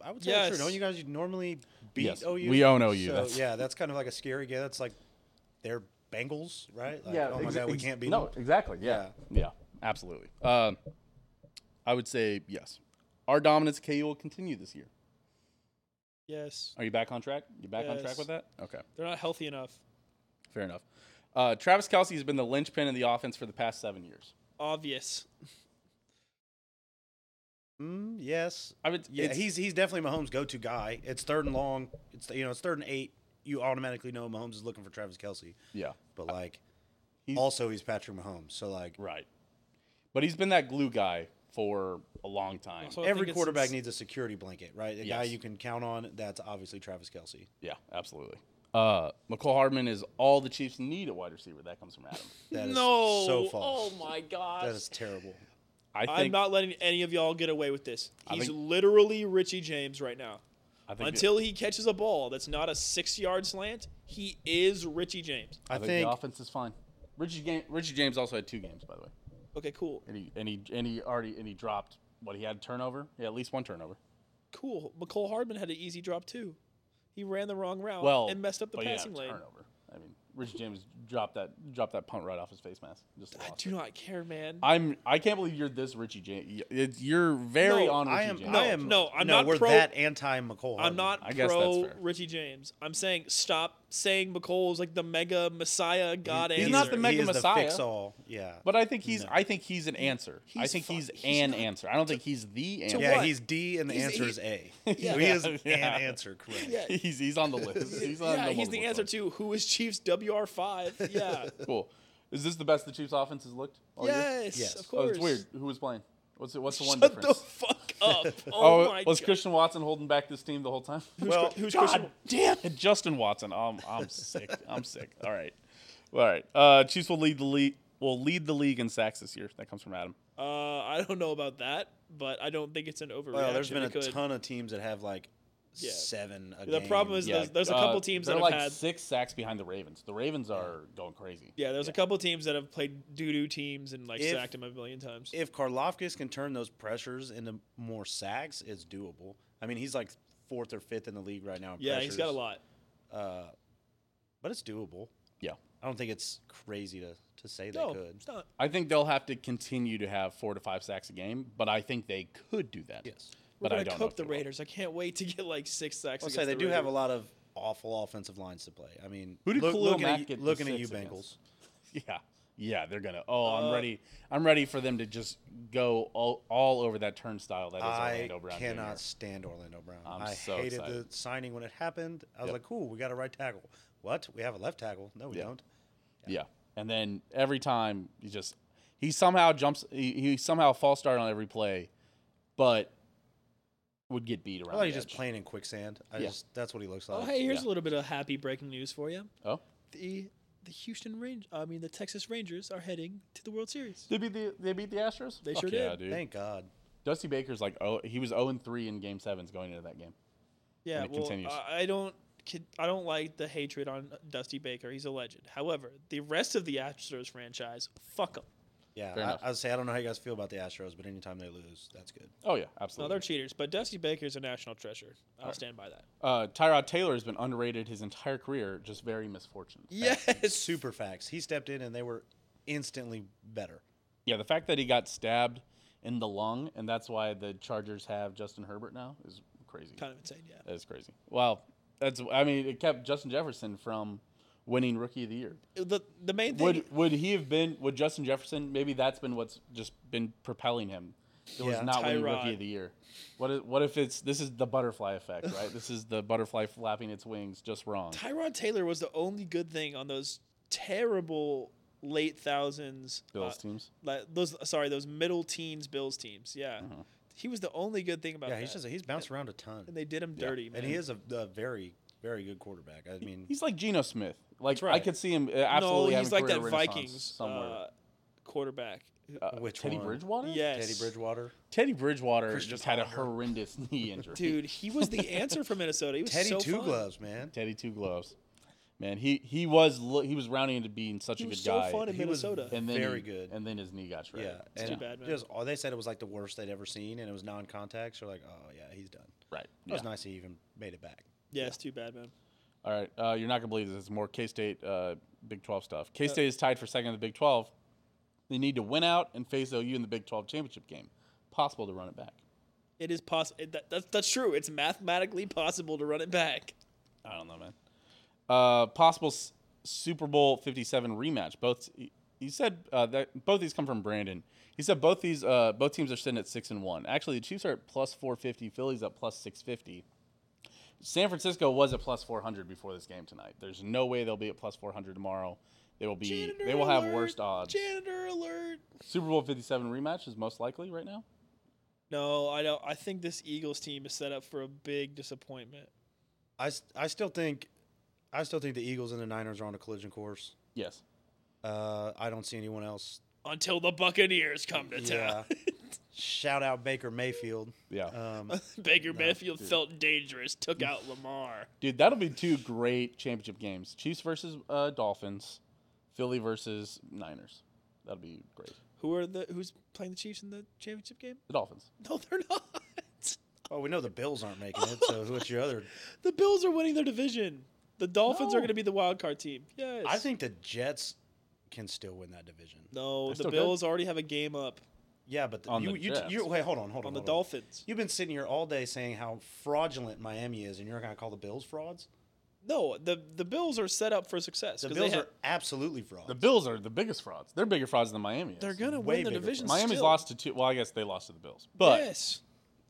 D: I would say that's
B: Yes.
D: true. Don't you guys you normally beat
A: Yes,
D: OU?
A: we own OU.
D: So,
A: That's-
D: yeah, that's kind of like a scary game. That's like their Bengals, right? Like, Oh my god, we can't beat
A: No,
D: them.
A: exactly. Yeah. Yeah. absolutely. Uh, I would say yes. Our dominance at KU will continue this year.
B: Yes,
A: Are you back on track? You back on track
B: Yes.
A: with that? Okay.
B: they're not healthy enough.
A: Fair enough. Uh, Travis Kelsey has been the linchpin in the offense for the past seven years.
B: Obvious.
D: Mm, yes.
A: I would.
D: Yeah,
A: it's-
D: he's he's definitely Mahomes' go-to guy. It's third and long. It's you know it's third and eight. You automatically know Mahomes is looking for Travis Kelsey,
A: yeah,
D: but like
A: He's-
D: also he's Patrick Mahomes. So like
A: right. But he's been that glue guy for a long time.
B: Also, I think
D: every
B: it's-
D: quarterback
B: it's-
D: needs a security blanket, right? A guy
A: Yes.
D: you can count on. That's obviously Travis Kelsey.
A: yeah, absolutely. Uh, McCole Hardman is all the Chiefs need at wide receiver. That comes from Adam.
D: That is
F: No.
D: so false.
F: Oh my gosh.
D: That is terrible.
A: I think.
B: I'm not letting any of y'all get away with this.
A: I
B: He's
A: think-
B: literally Richie James right now.
A: I think
B: Until he catches a ball that's not a six-yard slant, he is Richie James.
A: the,
D: I,
A: I think,
D: think
A: the offense is fine. Richie, Ga- Richie James also had two games, by the way,
B: Okay, cool,
A: and he and he and he already and he dropped what he had a turnover. Yeah, at least one turnover.
B: cool. McCole Hardman had an easy drop too. He ran the wrong route
A: Well, oh,
B: and messed up the
A: but he had a
B: passing lane.
A: Turnover. I mean, Richie James dropped that dropped that punt right off his face mask. Just
B: I
A: lost
B: do
A: it.
B: not care, man.
A: I'm. I can't believe you're this Richie James. It's, you're very
B: No,
A: on Richie
D: I am.
A: James.
D: I am.
B: no, I'm not
D: We're
B: pro-
D: that anti McCole.
B: I'm not
A: I guess that's
B: pro
A: fair.
B: Richie James. I'm saying stop saying McCole's like the mega messiah god
A: he's
B: answer.
A: not the mega
D: he is
A: messiah.
D: The fix all. Yeah.
A: But I think he's. I think he's an answer. I think
B: fu-
A: he's
B: he's
A: an
B: not-
A: answer. I don't think he's the answer.
D: yeah,
B: what?
D: he's D, and the
B: He's-
D: answer
B: he-
D: is A.
A: E Yeah.
D: So he is
A: Yeah.
D: an answer, correct?
B: Yeah.
A: he's he's on the list. He's on
B: yeah,
A: the
B: he's the
A: multiple
B: answer
A: choice.
B: to who is Chiefs WR five. Yeah.
A: Cool. Is this the best the Chiefs' offense has looked? all year?
B: yes,
D: Yes.
B: Of
A: Oh,
B: course.
A: it's weird. Who was playing? What's the, what's the one
B: Shut the
A: difference?
B: fuck up. Oh,
A: oh,
B: my
A: was
B: god.
A: Christian Watson holding back this team the whole time?
B: Well, who's God
A: damn it, Justin Watson. I'm I'm sick. I'm sick. All right, all right. Uh, Chiefs will lead the league. Will lead the league in sacks this year. That comes from Adam.
B: Uh, I don't know about that, but I don't think it's an overreaction.
D: Well, there's been a
B: It could-
D: ton of teams that have like
B: Yeah.
D: seven. A
B: The
D: game.
B: problem is- There's- there's a couple teams that
A: uh, they're
B: have
A: like
B: had-
A: six sacks behind the Ravens. The Ravens are going crazy.
B: Yeah, there's a couple teams that have played doo doo teams and like
D: If-
B: sacked him a million times.
D: if Karlofkis can turn those pressures into more sacks, it's doable. I mean, he's like fourth or fifth in the league right now. In
B: yeah,
D: pressures,
B: he's got a lot.
D: but it's doable.
A: Yeah,
D: I don't think it's crazy to to say
B: No,
D: they could.
B: it's not.
A: I think they'll have to continue to have four to five sacks a game, but I think they could do that.
D: Yes.
B: We're
A: but I
B: gonna
A: don't know
B: cook
A: if
B: the
A: they will.
B: Raiders. I can't wait to get like six sacks.
D: I'll
B: against
D: say they
B: the
D: do have a
B: Raiders.
D: lot of awful offensive lines to play. I mean,
A: Who did Khalil
D: looking
A: Mack
D: at you,
A: get the
D: looking at you
A: six
D: Bengals?
A: against? Yeah, yeah, they're gonna. Oh, I'm ready. I'm ready for them to just go all, all over that turnstile. That is
D: I
A: Orlando Brown.
D: cannot
A: Jr..
D: stand Orlando Brown.
A: I'm
D: I
A: so
D: hated
A: excited.
D: the signing when it happened. I was
A: Yep.
D: like, cool, we got a right tackle. What? We have a left tackle. No, we
A: Yeah.
D: don't.
A: Yeah. And then every time he just he somehow jumps he, he somehow false start on every play, but would get beat around.
D: I thought
A: the
D: he's just
A: edge.
D: playing in quicksand. I
A: Yeah.
D: just that's what he looks like.
B: Oh, hey, here's
A: yeah.
B: a little bit of happy breaking news for you.
A: Oh.
B: The the Houston Range, I mean the Texas Rangers are heading to the World Series.
A: They beat the they beat the Astros?
B: They
A: Fuck
B: sure
A: yeah,
B: did.
A: dude.
D: Thank God.
A: Dusty Baker's like oh he was 0 3 in game sevens going into that game.
B: Yeah,
A: And it
B: well,
A: continues.
B: I- I don't kid- I don't like the hatred on Dusty Baker. He's a legend. However, the rest of the Astros franchise, fuck them.
D: Yeah,
A: Fair enough.
D: I, I would say I don't know how you guys feel about the Astros, but anytime they lose, that's good.
A: Oh yeah,
B: No, they're
A: absolutely.
B: cheaters, but Dusty Baker is a national treasure. I'll stand by that.
A: Uh, Tyrod Taylor has been underrated his entire career, just very misfortunate.
B: Yes,
D: Super facts. He stepped in and they were instantly better.
A: Yeah, the fact that he got stabbed in the lung and that's why the Chargers have Justin Herbert now is crazy.
B: kind of insane. Yeah,
A: That's crazy. Well, that's I mean, it kept Justin Jefferson from winning rookie of the year.
B: Uh, the the main thing.
A: Would would he have been would Justin Jefferson maybe that's been what's just been propelling him towards
D: Yeah.
A: not winning rookie
B: Tyrod.
A: of the year. What if, what if it's this is the butterfly effect, right? this is the butterfly flapping its wings just wrong.
B: Tyrod Taylor was the only good thing on those terrible late thousands
A: Bills
B: uh,
A: teams.
B: like those sorry those middle teens Bills teams. Yeah, he was the only good thing about
D: Uh-huh. Yeah,
B: that.
D: he's just he's bounced around a ton,
B: and they did him dirty, man.
D: and he is a, a very very good quarterback. I mean,
A: He's like Geno Smith. Like I
D: right.
A: could see him uh, absolutely
B: no,
A: having
B: he's like
A: career
B: that
A: renaissance
B: Vikings
A: somewhere.
B: Uh, quarterback.
A: Uh,
D: which
A: Teddy
D: one?
A: Bridgewater?
B: yes,
D: Teddy Bridgewater.
A: Teddy Bridgewater just had a horrendous knee injury.
B: Dude, he was the answer for Minnesota. He was
D: Teddy
B: so
D: Two
B: fun.
D: Gloves, man.
A: Teddy Two Gloves. Man, he he was lo- he was rounding into being such
B: He
A: a good
B: was so
A: guy.
B: fun in
D: He was
B: Minnesota.
A: and then
D: Very
A: he-
D: good.
A: And then his knee got shredded.
D: Yeah,
B: It's
D: and
B: too bad, man.
D: Just all they said it was like the worst they'd ever seen, and it was non-contact. So like, oh yeah, he's done.
A: Right.
D: It was nice he even made it back.
B: yeah, it's too bad, man.
A: All right. Uh, you're not gonna believe this. It's more K State, uh, Big Twelve stuff. K State is tied for second in the Big Twelve. They need to win out and face OU in the Big Twelve championship game. Possible to run it back.
B: It is possible. That, that's that's true. It's mathematically possible to run it back.
A: I don't know, man. Uh, possible S- Super Bowl Fifty Seven rematch. Both he- he said uh, that both these come from Brandon. He said both these uh, both teams are sitting at six and one. Actually, the Chiefs are at plus four fifty. Phillies at plus six fifty. San Francisco was at plus four hundred before this game tonight. There's no way they'll be at plus four hundred tomorrow. They will be.
B: Janitor
A: they will have
B: alert.
A: worst odds.
B: Janitor alert.
A: Super Bowl Fifty Seven rematch is most likely right now.
B: No, I don't. I think this Eagles team is set up for a big disappointment.
D: I, s- I still think, I still think the Eagles and the Niners are on a collision course.
A: Yes.
D: Uh, I don't see anyone else.
B: Until the Buccaneers come to town,
D: Shout out Baker Mayfield.
A: Yeah.
D: Um,
B: Baker Mayfield felt dangerous, took out Lamar.
A: Dude, that'll be two great championship games: Chiefs versus uh, Dolphins, Philly versus Niners. That'll be great.
B: Who are the who's playing the Chiefs in the championship game?
A: The Dolphins.
B: No, they're not.
D: well, we know the Bills aren't making it, so what's your other?
B: The Bills are winning their division. The Dolphins are
A: No.
B: going to be the wild card team. Yes,
D: I think the Jets can still win that division.
B: No,
A: still
B: the
A: good.
B: Bills already have a game up
D: Yeah, but the,
A: On
D: you,
A: the
D: you,
A: Jets.
D: you, wait, hold on, hold on.
B: on the
D: hold
B: Dolphins.
D: You've been sitting here all day saying how fraudulent Miami is, and you're going to call the Bills frauds?
B: No, the the Bills are set up for success.
D: The
B: 'cause they
D: Bills
B: ha-
D: are absolutely frauds.
A: The Bills are the biggest frauds. They're bigger frauds than Miami. Is.
B: they're going to
D: way
B: win the
D: bigger
B: division.
D: than-
A: Miami's
B: still.
A: lost to two. Well, I guess they lost to the Bills, but
B: yes,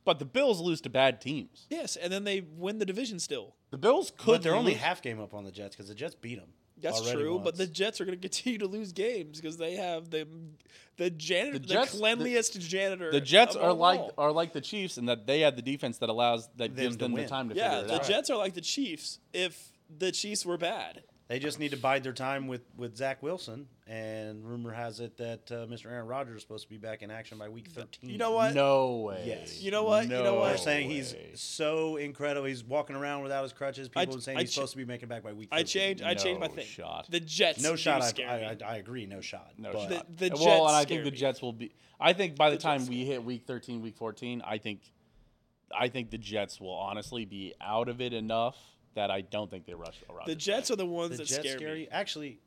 A: but the Bills lose to bad teams.
B: yes, and then they win the division still.
A: The Bills could.
D: but they're only
A: lose-
D: half game up on the Jets because the Jets beat them.
B: That's true, but the Jets are going to continue to lose games because they have the the janitor, the,
A: Jets- the-
B: cleanliest janitor.
A: the Jets
B: of
A: are
B: all.
A: like are like the Chiefs in that they have the defense that allows that
D: Them
A: gives
D: to
A: them the
D: win.
A: time to
B: yeah,
A: figure it
B: the
A: out.
B: Jets are like the Chiefs if the Chiefs were bad.
D: They just need to bide their time with, with Zach Wilson, and rumor has it that uh, Mr. Aaron Rodgers is supposed to be back in action by week 13.
B: You know what?
A: No way.
D: Yes.
B: You know what? You know
A: No
B: what?
D: They're saying he's
A: way.
D: so incredible. He's walking around without his crutches. People
B: ch-
D: are saying
B: I
D: he's
B: ch-
D: supposed to be making back by week 13.
B: I changed. I changed my
A: No
B: thing.
A: shot.
B: The Jets.
D: No
B: do
D: shot. I,
B: scare me.
D: I, I, I agree. No shot.
A: No
D: but
A: shot.
B: The- the
A: well,
B: Jets
A: and I
B: scare
A: think the
B: me.
A: Jets will be. I think by the,
B: Jets
A: time
B: scare
A: we hit week thirteen, week fourteen, I think, I think the Jets will honestly be out of it enough that I don't think they rush around.
B: the Jets are the ones
D: the
B: that
D: Jets
B: scare
D: scare
B: me.
D: you. Actually,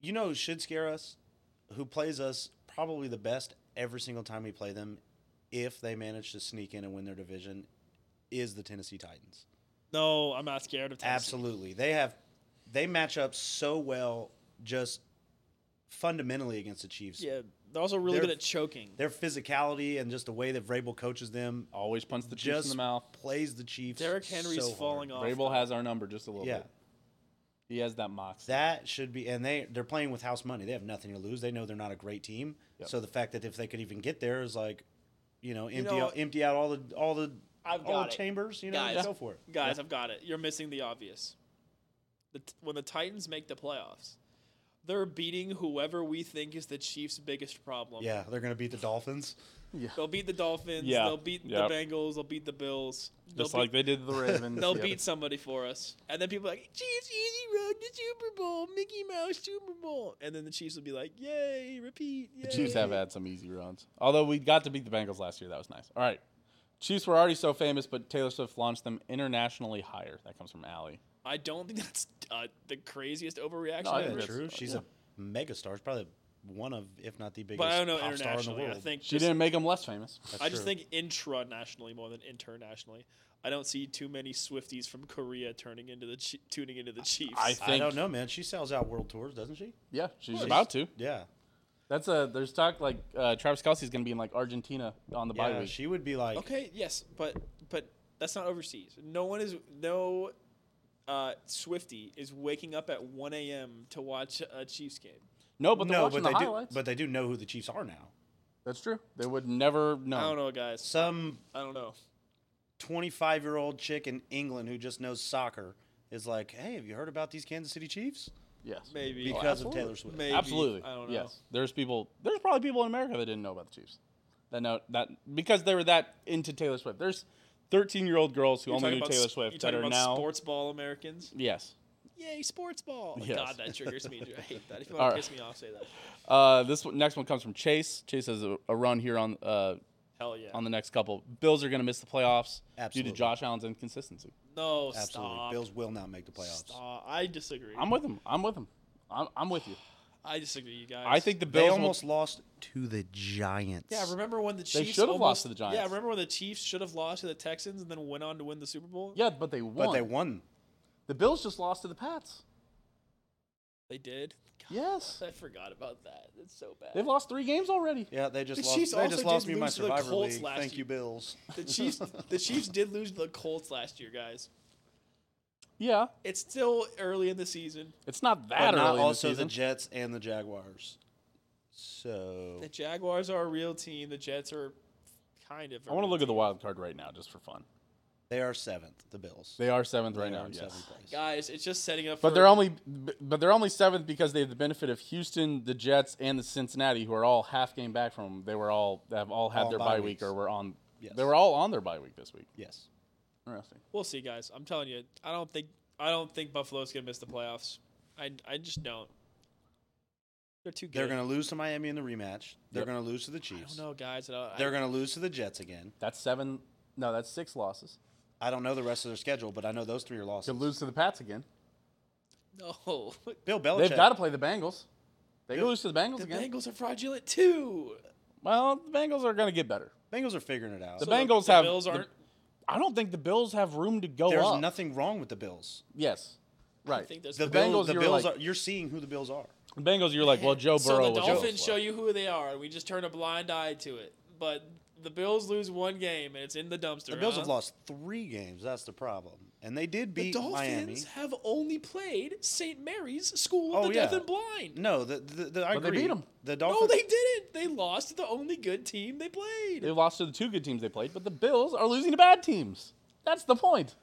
D: you know who should scare us? Who plays us probably the best every single time we play them, if they manage to sneak in and win their division, is the Tennessee Titans.
B: No, I'm not scared of Tennessee.
D: Absolutely. They have they match up so well just fundamentally against the Chiefs.
B: Yeah, they're also really
D: They're-
B: good at choking.
D: Their physicality and just the way that Vrabel coaches them
A: Always punch the Chiefs
D: just
A: in the mouth.
D: plays the Chiefs.
B: Derrick Henry's
D: so hard.
B: falling off.
A: Rabel has our number just a little
D: Yeah,
A: bit. He has that mox.
D: that should be, and they they're playing with house money. They have nothing to lose. They know they're not a great team. So the fact that if they could even get there is like, you know, empty
B: know-
D: out, empty out all the all the
B: I've
D: all
B: got
D: the
B: it.
D: chambers. You know,
B: Guys.
D: go for it.
B: Guys, I've got it. You're missing the obvious. The t- when the Titans make the playoffs, they're beating whoever we think is the Chiefs' biggest problem.
D: Yeah, they're gonna beat the Dolphins.
B: They'll beat the Dolphins.
A: Yeah.
B: They'll beat
A: Yep.
B: the Bengals. They'll beat the Bills.
A: Just
B: they'll
A: like
B: beat,
A: they did to the Ravens.
B: they'll
A: Yeah.
B: beat somebody for us. And then people are like, Chiefs easy road to Super Bowl, Mickey Mouse Super Bowl. And then the Chiefs will be like, yay, repeat. Yay.
A: The Chiefs have had some easy runs. Although we got to beat the Bengals last year. That was nice. All right. Chiefs were already so famous, but Taylor Swift launched them internationally higher. That comes from Allie.
B: I don't think that's uh, the craziest overreaction
A: No, I
B: ever.
A: think that's-
D: True. She's a mega star. She's probably one of, if not the biggest,
B: But I don't know
D: pop star in the
B: internationally.
D: world.
B: I think
A: She
B: just-
A: didn't make them less famous.
D: That's
B: I just
D: true.
B: think intranationally more than internationally. I don't see too many Swifties from Korea turning into the chi- tuning into the Chiefs.
A: I
D: I
A: think.
D: don't know, man. She sells out world tours, doesn't she?
A: Yeah, she's about to.
D: Yeah.
A: That's a. There's talk like uh, Travis Kelsey's going to be in like Argentina on the bye
D: Yeah,
A: week.
D: she would be like,
B: okay, yes, but but that's not overseas. No one is no uh, Swifty is waking up at 1 a.m. to watch a Chiefs game.
A: No, but they're
D: no,
A: watching
D: but they
A: the
D: do,
A: highlights.
D: but they do know who the Chiefs are now.
A: That's true. They would never know.
B: I don't know, guys.
D: Some
B: I don't know.
D: 25 year old chick in England who just knows soccer is like, hey, have you heard about these Kansas City Chiefs?
A: Yes.
B: Maybe
D: Because of Taylor Swift.
B: Maybe.
A: Absolutely.
B: I don't know.
A: Yes. There's people. There's probably people in America that didn't know about the Chiefs. That know that because they were that into Taylor Swift. There's 13 year old girls who
B: You're
A: only
B: talking
A: knew
B: about
A: Taylor
B: s-
A: Swift
B: You're
A: that
B: talking
A: are
B: about
A: now.
B: sports ball Americans.
A: Yes.
B: Yay, sports ball!
A: Yes.
B: God, that triggers me. dude. I hate that. If you
A: All
B: want
A: right.
B: to piss me off, say that.
A: Uh, this one, next one comes from Chase. Chase has a, a run here on uh,
B: Hell yeah.
A: on the next couple. Bills are going to miss the playoffs due
D: Absolutely.
A: to Josh Allen's inconsistency.
B: no,
D: Absolutely.
B: stop.
D: Bills will not make the playoffs.
B: Stop. I disagree.
A: I'm with him. I'm with him. I'm, I'm with you.
B: I disagree, you guys.
A: I think the Bills
D: They
A: will-
D: almost lost to the Giants.
B: Yeah, remember when the Chiefs
A: should have
B: almost-
A: lost to the Giants.
B: Yeah, remember when the Chiefs should have lost to the Texans and then went on to win the Super Bowl?
A: yeah, but they won.
D: But they won.
A: The Bills just lost to the Pats.
B: They did. God,
A: Yes.
B: I forgot about that. It's so bad.
A: They've lost three games already.
D: Yeah, they just
B: The
D: lost.
B: Chiefs
D: they just
B: also
D: lost
B: did
D: me my
B: lose to the
D: Survivor
B: Colts
D: League.
B: last
D: Thank
B: year.
D: you, Bills.
B: The Chiefs the Chiefs did lose to the Colts last year, guys.
A: Yeah.
B: It's still early in the season.
A: It's not that
D: But
A: early
D: not
A: in the
D: also the
A: season.
D: Jets and the Jaguars. So
B: The Jaguars are a real team. The Jets are kind of
A: I want to look at the wild card right now, just for fun.
D: they are seventh. The Bills.
A: They are seventh right
D: They are
A: now,
D: in
A: yes.
D: seventh place.
B: guys, it's just setting up
A: But
B: for
A: they're only, but they're only seventh because they have the benefit of Houston, the Jets, and the Cincinnati, who are all half game back from. 'em. They were all they have all had
D: All
A: their
D: bye
A: bye week
D: weeks.
A: or were on.
D: Yes.
A: They were all on their bye week this week.
D: Yes.
A: Interesting.
B: We'll see, guys. I'm telling you, I don't think I don't think Buffalo's gonna miss the playoffs. I I just don't. They're too good.
D: They're going to lose to Miami in the rematch. They're
A: Yep.
D: going to lose to the
B: I don't
D: Chiefs.
B: know, guys. I don't- I-
D: They're going to lose to the Jets again.
A: That's seven. No, that's six losses.
D: I don't know the rest of their schedule, but I know those three are losses.
A: Could lose to the Pats again.
B: No,
D: Bill Belichick.
A: They've got to play the Bengals. They could lose to the Bengals
B: the
A: again.
B: Bengals are fraudulent too.
A: well, the Bengals are going to get better.
D: Bengals are figuring it out.
A: The
B: So
A: Bengals
B: the
A: have.
B: Bills
A: the-
B: aren't-
A: I don't think the Bills have room to go
D: There's
A: up.
D: nothing wrong with the Bills.
A: Yes. Right.
B: I think there's
D: The,
A: Bill-
D: Bengals.
A: Bengals,
D: the
A: you're
D: Bills
A: like-
D: are. You're seeing who the Bills are.
A: The Bengals, you're like, well, Joe
B: so
A: Burrow.
B: the
A: was
B: Dolphins
A: slow.
B: show you who they are, and we just turn a blind eye to it. But the Bills lose one game, and it's in the dumpster.
D: The Bills
B: huh?
D: have lost three games. That's the problem. And they did
B: The
D: beat
B: Dolphins
D: Miami.
B: have only played St. Mary's School of
D: Oh,
B: the Deaf
D: yeah.
B: and Blind.
D: No, the, the, the, I
A: But they
D: agree.
A: beat 'em.
D: The
B: No,
D: Dolphins.
B: they didn't. They lost to the only good team they played.
A: They lost to the two good teams they played, but the Bills are losing to bad teams. That's the point.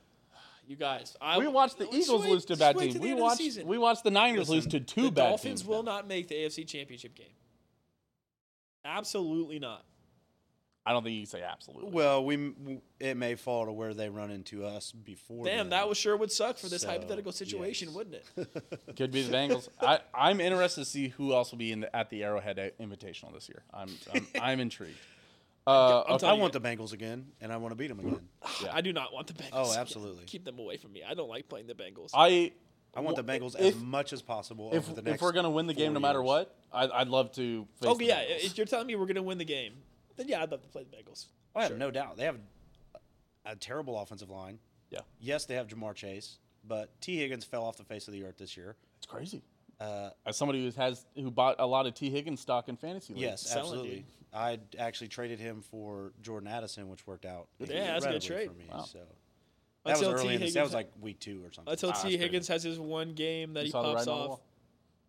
B: You guys, I,
A: We watched the
B: Just
A: Eagles
B: wait-
A: lose to a
B: just
A: bad
B: wait
A: team.
B: till the
A: We
B: end of the
A: watched
B: season.
A: we watched the Niners lose
D: Listen,
A: to two
B: the
A: bad
B: Dolphins
A: teams.
B: will
A: now.
B: not make the AFC Championship game. Absolutely not.
A: I don't think you can say absolutely.
D: Well, we m- it may fall to where they run into us before.
B: Damn,
D: them.
B: that was sure would suck for this
D: So,
B: hypothetical situation,
D: yes.
B: wouldn't it?
A: Could be the Bengals. I, I'm interested to see who else will be in the, at the Arrowhead Invitational this year. I'm I'm, I'm intrigued. Uh,
B: I'm
A: okay.
D: I
B: telling
D: want the Bengals again, and I want to beat them again.
A: Yeah.
B: I do not want the Bengals.
D: Oh,
B: again.
D: absolutely.
B: Keep them away from me. I don't like playing the Bengals.
A: I
D: I want the
A: w-
D: Bengals
A: if,
D: as much as possible
A: if,
D: over the next.
A: if we're gonna win the game
D: four
A: no matter
D: years.
A: what. I, I'd love to. Face
B: oh
A: the
B: yeah,
A: Bengals.
B: if you're telling me we're gonna win the game, then yeah, I'd love to play the Bengals.
D: Oh, I have no doubt. They have a terrible offensive line.
A: yeah,
D: Yes, they have Jamar Chase, but T. Higgins fell off the face of the earth this year.
A: it's crazy. As somebody who has who bought a lot of T Higgins stock in fantasy leagues.
D: Yes,
B: Selling,
D: absolutely. I actually traded him for Jordan Addison, which worked out.
B: Yeah, that's a good
D: incredibly
B: trade.
D: for me.
A: Wow.
D: So that
B: Until
D: was
B: T.
D: early. In the, that
B: Higgins-
D: was like week two or something.
B: Until
A: Ah, that's
B: T.
A: crazy.
B: Higgins has his one game that
A: You
B: he
A: saw the
B: pops
A: writing on the
B: off.
A: wall?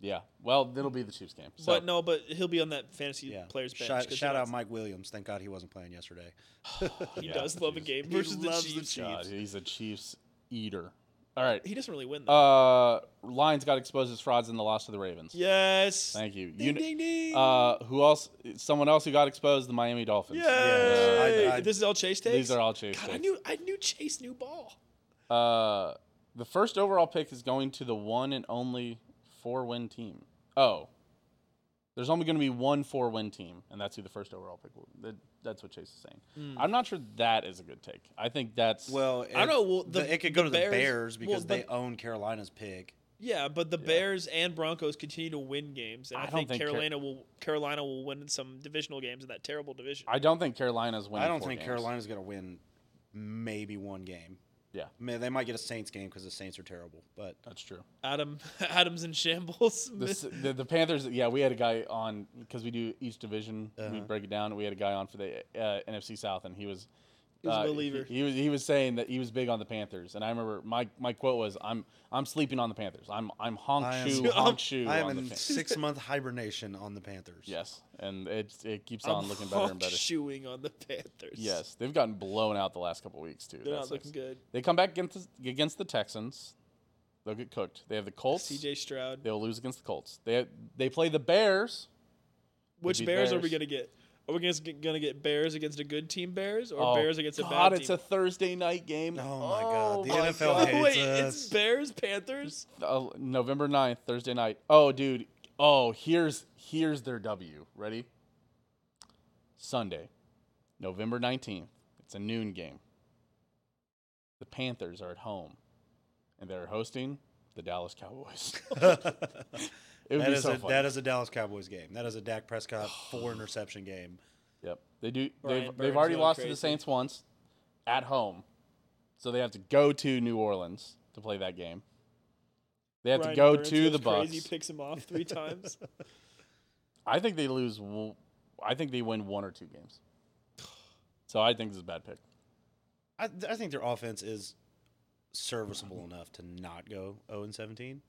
A: Yeah. Well, it'll be the Chiefs game. So.
B: But no, but he'll be on that fantasy
D: yeah.
B: players bench.
D: shout
B: 'cause he
D: shout out
B: loves-
D: Mike Williams. Thank God he wasn't playing yesterday.
B: He
A: Yeah,
B: does
A: the
B: love a
A: Chiefs.
B: game
D: He
B: versus the
D: loves the
B: Chiefs.
D: Chiefs.
A: God, he's a Chiefs eater. All right.
B: He doesn't really win though.
A: Uh, Lions got exposed as frauds in the loss to the Ravens.
B: yes.
A: Thank you.
B: Ding
A: You kn-
B: ding ding.
A: Uh, who else? Someone else who got exposed? The Miami Dolphins.
B: Yay!
D: Yes, I- I-
B: this is all Chase takes.
A: These are all Chiefs.
B: God, I
A: picks.
B: knew I knew Chase knew ball.
A: Uh, the first overall pick is going to the one and only four-win team. Oh, there's only going to be one four-win team, and that's who the first overall pick will. That, that's what Chase is saying. I'm not sure that is a good take. I think that's
D: Well, it,
B: I don't know, well, the-
D: it could go
B: the
D: to the Bears,
B: Bears- well,
D: because
B: the-
D: they own Carolina's pick.
B: Yeah, but the Bears and Broncos continue to win games, and
A: I
B: I,
A: don't
B: think,
A: think Car-
B: Carolina will Carolina will win some divisional games in that terrible division.
A: I don't think Carolina's winning.
D: I don't
A: four
D: think
A: games.
D: Carolina's going to win maybe one game.
A: Yeah,
D: Man, they might get a Saints game because the Saints are terrible. But
A: that's true.
B: Adam Adams in shambles.
A: The, s- the, the Panthers, yeah, we had a guy on because we do each division.
D: Uh-huh.
A: We break it down. We had a guy on for the uh, NFC South, and he was,
B: was a
A: uh,
B: believer.
A: He, he was he was saying that he was big on the Panthers, and I remember my, my quote was, "I'm I'm sleeping on the Panthers. I'm I'm honk
D: I am-
A: shoe honk shoe
D: I am
A: on the
D: in
A: Panthers."
D: six month hibernation on the Panthers.
A: Yes, and it it keeps on looking better and better.
B: Shoeing on the Panthers.
A: Yes, they've gotten blown out the last couple weeks too.
B: they're
A: That
B: not
A: sucks.
B: looking good.
A: They come back against the, against the Texans. They'll get cooked. They have the Colts.
B: CJ Stroud.
A: They'll lose against the Colts. They they play the Bears.
B: Which
A: beat
B: Bears, are we
A: Bears.
B: gonna get? Are we gonna gonna get Bears against a good team Bears or
A: Oh,
B: Bears against a
A: God,
B: bad
A: it's
B: team?
A: a Thursday night game.
D: Oh my God, the NFL hates
B: wait,
D: us.
B: it's Bears Panthers.
A: Uh, November 9th, Thursday night. Oh, dude. Oh, here's here's their W. Ready? Sunday, November 19th. It's a noon game. The Panthers are at home, and they're hosting the Dallas Cowboys. it would
D: That
A: be
D: is
A: so
D: a,
A: funny.
D: that is a Dallas Cowboys game. That is a Dak Prescott four interception game.
A: Yep. They do.
B: Brian
A: they've,
B: Burns
A: they've already
B: going
A: lost to
B: crazy.
A: the Saints once at home, so they have to go to New Orleans to play that game. They have
B: Brian
A: to go
B: Burns
A: to
B: goes
A: the Bucks.
B: Crazy picks him off three times.
A: I think they lose. w- I think they win one or two games. So I think this is a bad pick.
D: I, I think their offense is serviceable
A: Mm-hmm.
D: enough to not go 0 and 17.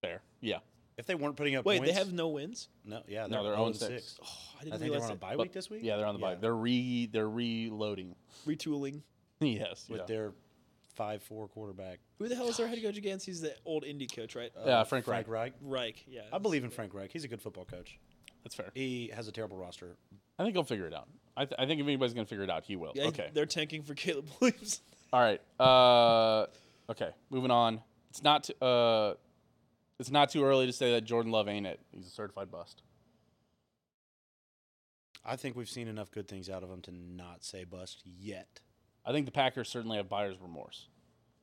A: Fair. Yeah.
D: If they weren't putting up
B: Wait,
D: points,
B: they have no wins.
D: no, yeah, they're,
A: No, they're
D: 0
A: 0
D: and 6.
A: 6.
B: Oh, I didn't
D: I think they
B: realize
D: were on a
B: that.
D: bye week this week.
A: Yeah, they're on the bye. They're re they're reloading.
B: retooling.
A: yes.
D: with
A: yeah.
D: their five four quarterback.
B: Who the hell is their head coach again? He's the old Indy coach, right? Uh,
A: Yeah, Frank
D: Frank
A: Reich.
D: Reich.
B: Reich. Yeah.
D: I believe in Frank Reich. He's a good football coach.
A: That's fair.
D: He has a terrible roster.
A: I think he'll figure it out. I, th- I think if anybody's gonna figure it out, he will.
B: Yeah,
A: okay.
B: They're tanking for Caleb Williams.
A: All right. Uh, okay. Moving on. It's not. T- uh, it's not too early to say that Jordan Love ain't it. He's a certified bust.
D: I think we've seen enough good things out of him to not say bust yet.
A: I think the Packers certainly have buyer's remorse.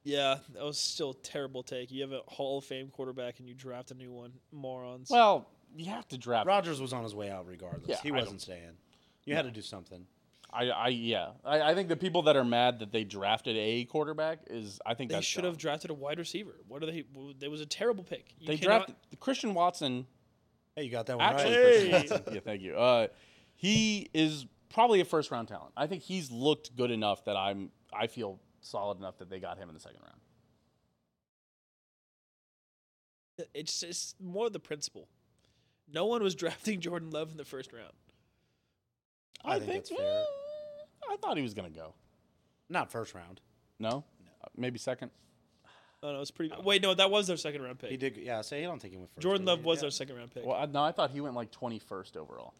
B: yeah, that was still a terrible take. You have a Hall of Fame quarterback and you draft a new one. Morons.
A: Well, you have to draft.
D: Rodgers was on his way out regardless.
A: Yeah,
D: he
A: I
D: wasn't
A: don't-
D: staying. You had to do something.
A: I, I yeah. I, I think the people that are mad that they drafted a quarterback is. I think
B: they
A: that's
B: should
A: dumb.
B: have drafted a wide receiver. What are they? w- That was a terrible pick. You
A: They
B: cannot-
A: drafted Christian Watson.
D: Hey, you got that one
A: Actually,
D: right.
A: Christian Watson. Yeah, thank you. Uh, he is probably a first round talent. I think he's looked good enough that I'm. I feel solid enough that they got him in the second round.
B: uh, It's just more the principle. No one was drafting Jordan Love in the first round.
D: I think that's fair.
A: I thought he was gonna go.
D: Not first round.
A: No, Uh, maybe second.
B: Oh no, it's pretty.
A: Uh,
B: Wait, no, that was their second round
D: He
B: pick.
D: did. Yeah, say he don't think he went first.
B: Jordan
D: did
B: Love
D: he?
B: was
D: Yeah.
B: their second round pick.
A: Well, I, no, I thought he went like twenty first overall,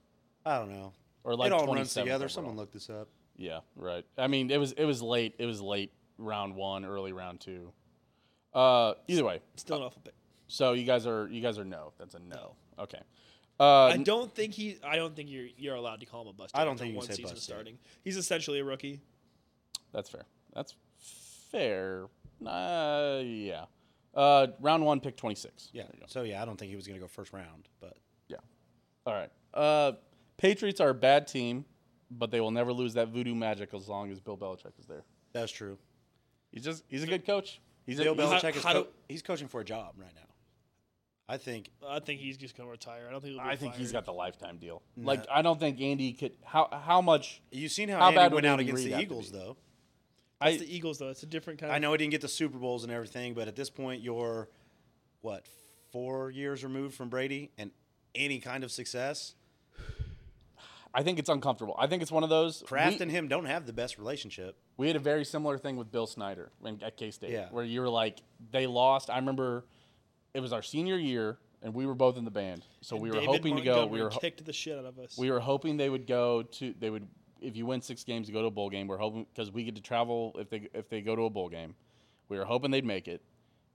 D: I don't know.
A: or like
D: it all
A: 27th
D: runs together.
A: overall.
D: Someone look this up.
A: Yeah, right. I mean, it was it was late. It was late round one, early round two. Uh, either way,
B: Still an awful pick.
A: so you guys are you guys are no. That's a no. Okay.
B: I
A: Uh,
B: don't think he. I don't think you're you're allowed to call him a bust.
D: I don't
B: after
D: think you
B: one
D: can say
B: season
D: bust yet.
B: starting. He's essentially a rookie.
A: that's fair. That's fair. Uh, yeah. Uh, round one, pick twenty six.
D: Yeah. So yeah, I don't think he was going to go first round, but
A: Yeah. All right. Uh, Patriots are a bad team, but they will never lose that voodoo magic as long as Bill Belichick is there.
D: that's true.
A: He's just he's a good coach. He's a,
D: Bill
A: he's a-
D: Belichick is
B: how
D: co-
B: do-
D: he's coaching for a job right now. I think
B: I think he's just gonna retire. I don't think he'll be
A: I think he's got
B: fired.
A: the lifetime deal. Like I don't think Andy could. How how much?
D: you've seen how,
A: How bad
D: Andy
A: would
D: went out
A: Andy
D: against
A: Reid
D: the
A: have to
D: Eagles,
A: be?
D: though.
A: I
B: It's the Eagles though. It's a different kind.
D: I
B: of,
D: know he didn't get the Super Bowls and everything, but at this point, you're what four years removed from Brady and any kind of success.
A: I think it's uncomfortable. I think it's one of those.
D: Kraft
A: we,
D: and him don't have the best relationship.
A: we had a very similar thing with Bill Snyder when, at K State,
D: Yeah.
A: where you were like, they lost. I remember it was our senior year, and we were both in the band, so we were
B: David
A: hoping to go.
B: Montgomery
A: We were ho-
B: kicked the shit out of us.
A: we were hoping they would go to they would if you win six games, you go to a bowl game. We're hoping because we get to travel if they if they go to a bowl game. We were hoping they'd make it,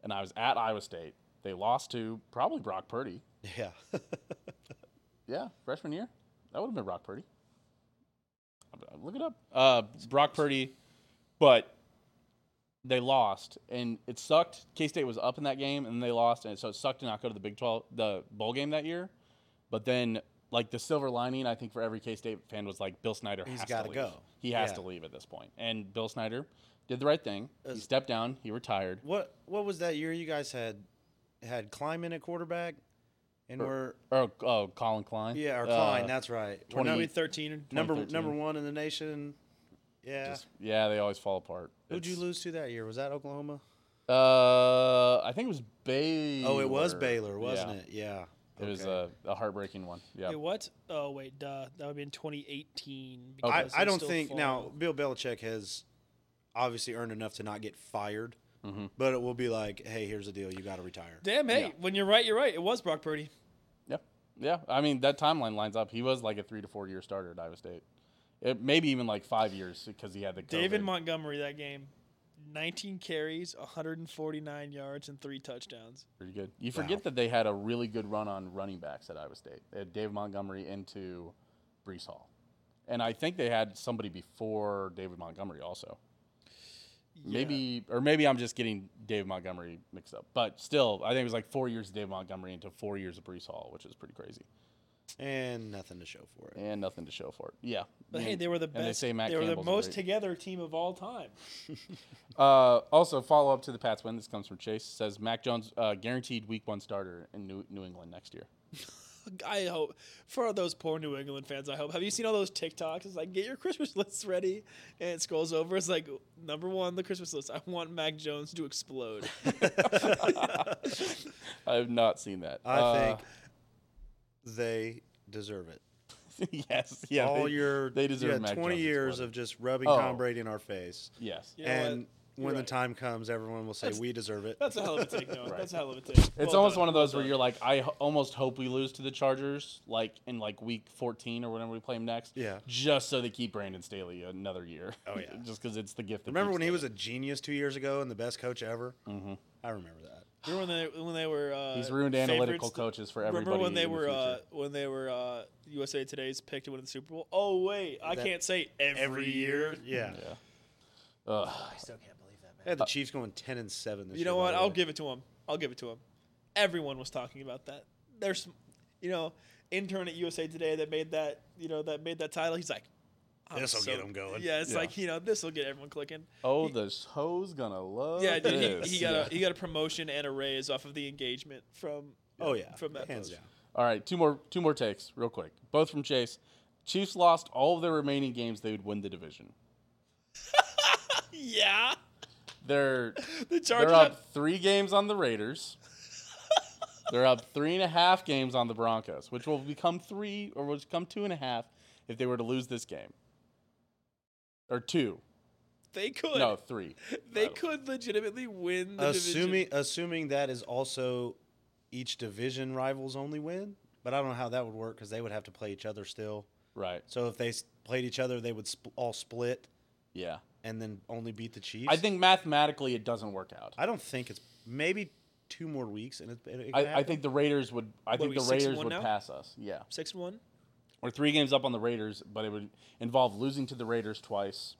A: and I was at Iowa State. They lost to probably Brock Purdy.
D: Yeah,
A: Yeah, freshman year. That would have been Brock Purdy. Uh, Look it up. Uh, Brock Purdy, but they lost, and it sucked. K State was up in that game, and they lost, and so it sucked to not go to the Big Twelve, the bowl game that year. But then, like the silver lining, I think for every K State fan was like Bill Snyder
D: He's
A: has
D: gotta
A: to leave.
D: go.
A: He has
D: Yeah.
A: to leave at this point, and Bill Snyder did the right thing. He stepped down. He retired.
D: what what was that year you guys had had Kleiman at quarterback, and we're
A: Or oh, Colin Klein.
D: yeah or
A: Uh,
D: Klein. That's right. We're
B: We're
D: num-
B: 13.
D: number
A: 2013.
D: number one in the nation. Yeah.
A: just- yeah, they always fall apart.
D: Who'd you
A: It's-
D: lose to that year? Was that Oklahoma?
A: Uh, I think it was Baylor.
D: Oh, it was Baylor, wasn't
A: Yeah.
D: it? Yeah.
A: It was uh,
D: Okay.
A: a, a heartbreaking one. Yeah.
B: Wait, what? Oh wait, duh. That would be in 2018.
A: Okay.
D: I,
B: because
D: I
B: they
D: don't
B: still
D: think
B: fall.
D: now Bill Belichick has obviously earned enough to not get fired,
A: Mm-hmm.
D: but it will be like, hey, here's the deal, you got to retire.
B: Damn, hey,
A: Yeah.
B: when you're right, you're right. It was Brock Purdy.
A: yeah. Yeah. I mean, that timeline lines up. He was like a three to four year starter at Iowa State. It, maybe even like five years because he had the COVID.
B: David Montgomery that game, 19 carries, 149 yards, and three touchdowns.
A: pretty good. You forget that they had a really good run on running backs at Iowa State. They had Dave Montgomery into Brees Hall, and I think they had somebody before David Montgomery also. Maybe or maybe I'm just getting Dave Montgomery mixed up, but still, I think it was like four years of Dave Montgomery into four years of Brees Hall, which is pretty crazy,
D: And nothing to show for it.
A: and nothing to show for it. Yeah,
B: But
A: And-
B: hey, they were the
A: and
B: best.
A: say Matt
B: they were the
A: Campbell's a
B: most
A: great-
B: together team of all time.
A: Uh, also, follow up to the Pats win. This comes from Chase. Says Mac Jones uh, guaranteed Week One starter in New, New England next year.
B: I hope for those poor New England fans. I hope. Have you seen all those TikToks? It's like get your Christmas lists ready, and it scrolls over. It's like number one, the Christmas list. I want Mac Jones to explode.
A: I have not seen that.
D: I
A: Uh,
D: think they deserve it.
A: Uh, yes. Yeah.
D: All
A: they-
D: your
A: they deserve
D: you had
A: Mac
D: 20
A: Jones
D: years
A: exploded.
D: of just rubbing
A: Oh.
D: Tom Brady in our face.
A: yes.
B: You know what?
D: and when the
B: right.
D: time comes, everyone will say, we deserve it.
B: That's a hell of a take, though. That's a hell of a take.
A: It's almost one of those where you're like, I h- almost hope we lose to the Chargers, like in like week 14 or whenever we play them next.
D: Yeah.
A: Just so they keep Brandon Staley another year.
D: Oh, yeah.
A: just because it's the gift. That
D: Remember
A: keeps
D: when he was
A: giving.
D: a genius two years ago and the best coach ever? Mm-hmm. I remember that.
B: Remember when they when they were uh,
A: He's ruined
B: favorites
A: analytical
B: to-
A: coaches for everybody.
B: Remember when they
A: in the
B: were uh,
A: future.
B: when they were uh, USA Today's picked to win the Super Bowl? Oh wait, I
D: That-
B: can't say every, year.
D: Yeah.
A: Ugh. Uh,
D: They had the Chiefs going 10 and 7 this year.
B: You know
D: by
B: what?
D: the
B: I'll
D: way.
B: give it to him. I'll give it to him. Everyone was talking about that. There's, you know, intern at USA Today that made that you know that made that title. He's like, I'm
D: This'll
B: so-
D: get 'em going.
B: Yeah, it's
A: Yeah.
B: like you know this will get everyone clicking.
A: Oh, the hoe's gonna love.
B: Yeah, dude,
A: this.
B: he, he got a he got a promotion and a raise off of the engagement from.
D: Oh, yeah.
B: from that
D: Hands
B: post.
D: down.
A: All right, two more two more takes, real quick. Both from Chase. Chiefs lost all of their remaining games; they would win the division.
B: Yeah,
A: They're
B: the Chargers.
A: they're
B: have-
A: up three games on the Raiders. they're up three and a half games on the Broncos, which will become three or will become two and a half if they were to lose this game. Or two?
B: They could.
A: No, three.
B: They could legitimately win the
D: assuming assuming that is also each division rivals only win but i don't know how that would work because they would have to play each other still
A: Right.
D: so if they s- played each other they would sp- all split
A: Yeah.
D: and then only beat the chiefs
A: I think mathematically it doesn't work out.
D: i don't think it's maybe two more weeks and it, it, it
A: I,
D: could
A: I think the Raiders would. I think
B: we,
A: the
B: six and
A: Raiders
B: one
A: would
B: now?
A: pass us. Yeah.
B: six one.
A: We're three games up on the Raiders, but it would involve losing to the Raiders twice,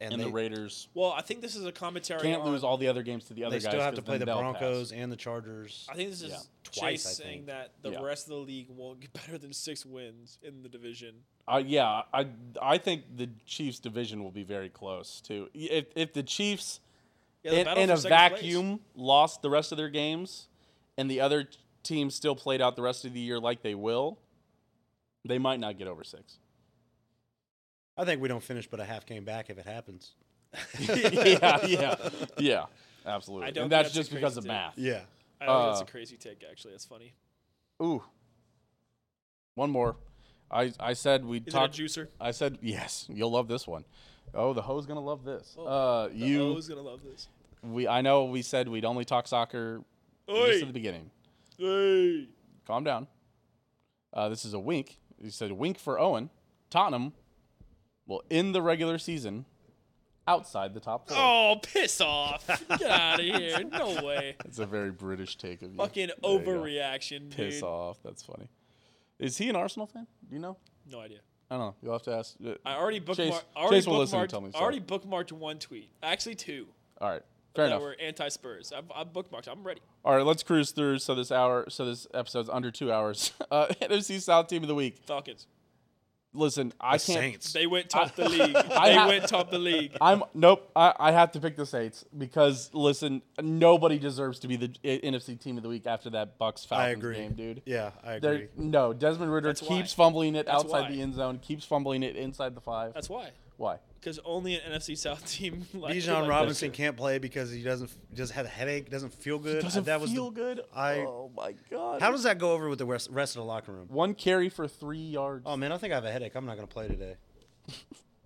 A: and,
D: they,
A: the Raiders
B: Well, I think this is a commentary.
A: can't
B: on,
A: lose all the other games to the other
D: they
A: guys.
D: still have
A: 'cause
D: to play the
A: then they'll pass.
D: broncos and the chargers
B: I think this is
A: Yeah.
D: Twice,
B: Chase
D: I
B: saying
D: think.
B: that the
A: Yeah.
B: rest of the league won't get better than six wins in the division.
A: Uh, yeah, I I think the Chiefs division will be very close too. If if the Chiefs
B: Yeah, the
A: in,
B: battle
A: in
B: for
A: a
B: second place.
A: vacuum lost the rest of their games, and the other teams still played out the rest of the year like they will, they might not get over six.
D: I think we don't finish but a half game back if it happens.
A: yeah, yeah, yeah, absolutely.
B: I don't
A: and
B: think
A: that's,
B: that's
A: just
B: too
A: because
B: crazy
A: of
B: too.
A: math.
D: Yeah.
B: I don't think
A: Uh,
B: that's a crazy take. Actually, that's funny.
A: Ooh, one more. I I said we
B: Is
A: talked.
B: it a juicer?
A: I said yes. You'll love this one. Oh, the hoe's gonna love this. uh, you
B: Oh, who's gonna love this?
A: we I know we said we'd only talk soccer just
B: Oi.
A: at the beginning.
B: Hey.
A: Calm down. Uh, this is a wink. He said a wink for Owen. Tottenham will end the regular season outside the top four.
B: Oh, piss off! Get out of here! No way.
A: That's a very British take of you.
B: Fucking
A: There you go.
B: overreaction, dude.
A: Piss off. That's funny. Is he an Arsenal fan? Do you know?
B: No idea.
A: I don't know. You'll have to ask. Uh,
B: I already bookmarked.
A: Chase-
B: I already
A: Chase will listen and
B: bookmarked-
A: tell me,
B: I
A: sorry.
B: already bookmarked one tweet. Actually, two
A: All right. Fair
B: that
A: enough.
B: were anti-Spurs. I, I bookmarked. I'm ready.
A: All right, let's cruise through. So this hour, so this episode's under two hours. Uh, NFC South team of the week.
B: Falcons.
A: Listen, I can't.
D: Saints.
B: They went top the league. They
A: ha-
B: went top the league.
A: I'm nope. I, I have to pick the Saints because listen, nobody deserves to be the I- NFC team of the week after that Bucks
D: I
A: Falcons
D: agree.
A: game, dude.
D: Yeah, I
A: They're-
D: agree.
A: no, Desmond Ritter
B: That's
A: keeps
B: why.
A: fumbling it
B: That's
A: outside
B: why.
A: the end zone, keeps fumbling it inside the five.
B: That's why.
A: why?
B: Because only an NFC South team. Like,
D: Bijan
B: like
D: Robinson
B: this.
D: can't play because he doesn't doesn't have a headache, doesn't feel good.
A: Doesn't
D: that was the-
A: feel good.
D: I-
A: oh my god.
D: How does that go over with the rest, rest of the locker room?
A: one carry for three yards?
D: Oh man, I think I have a headache. I'm not going to play today.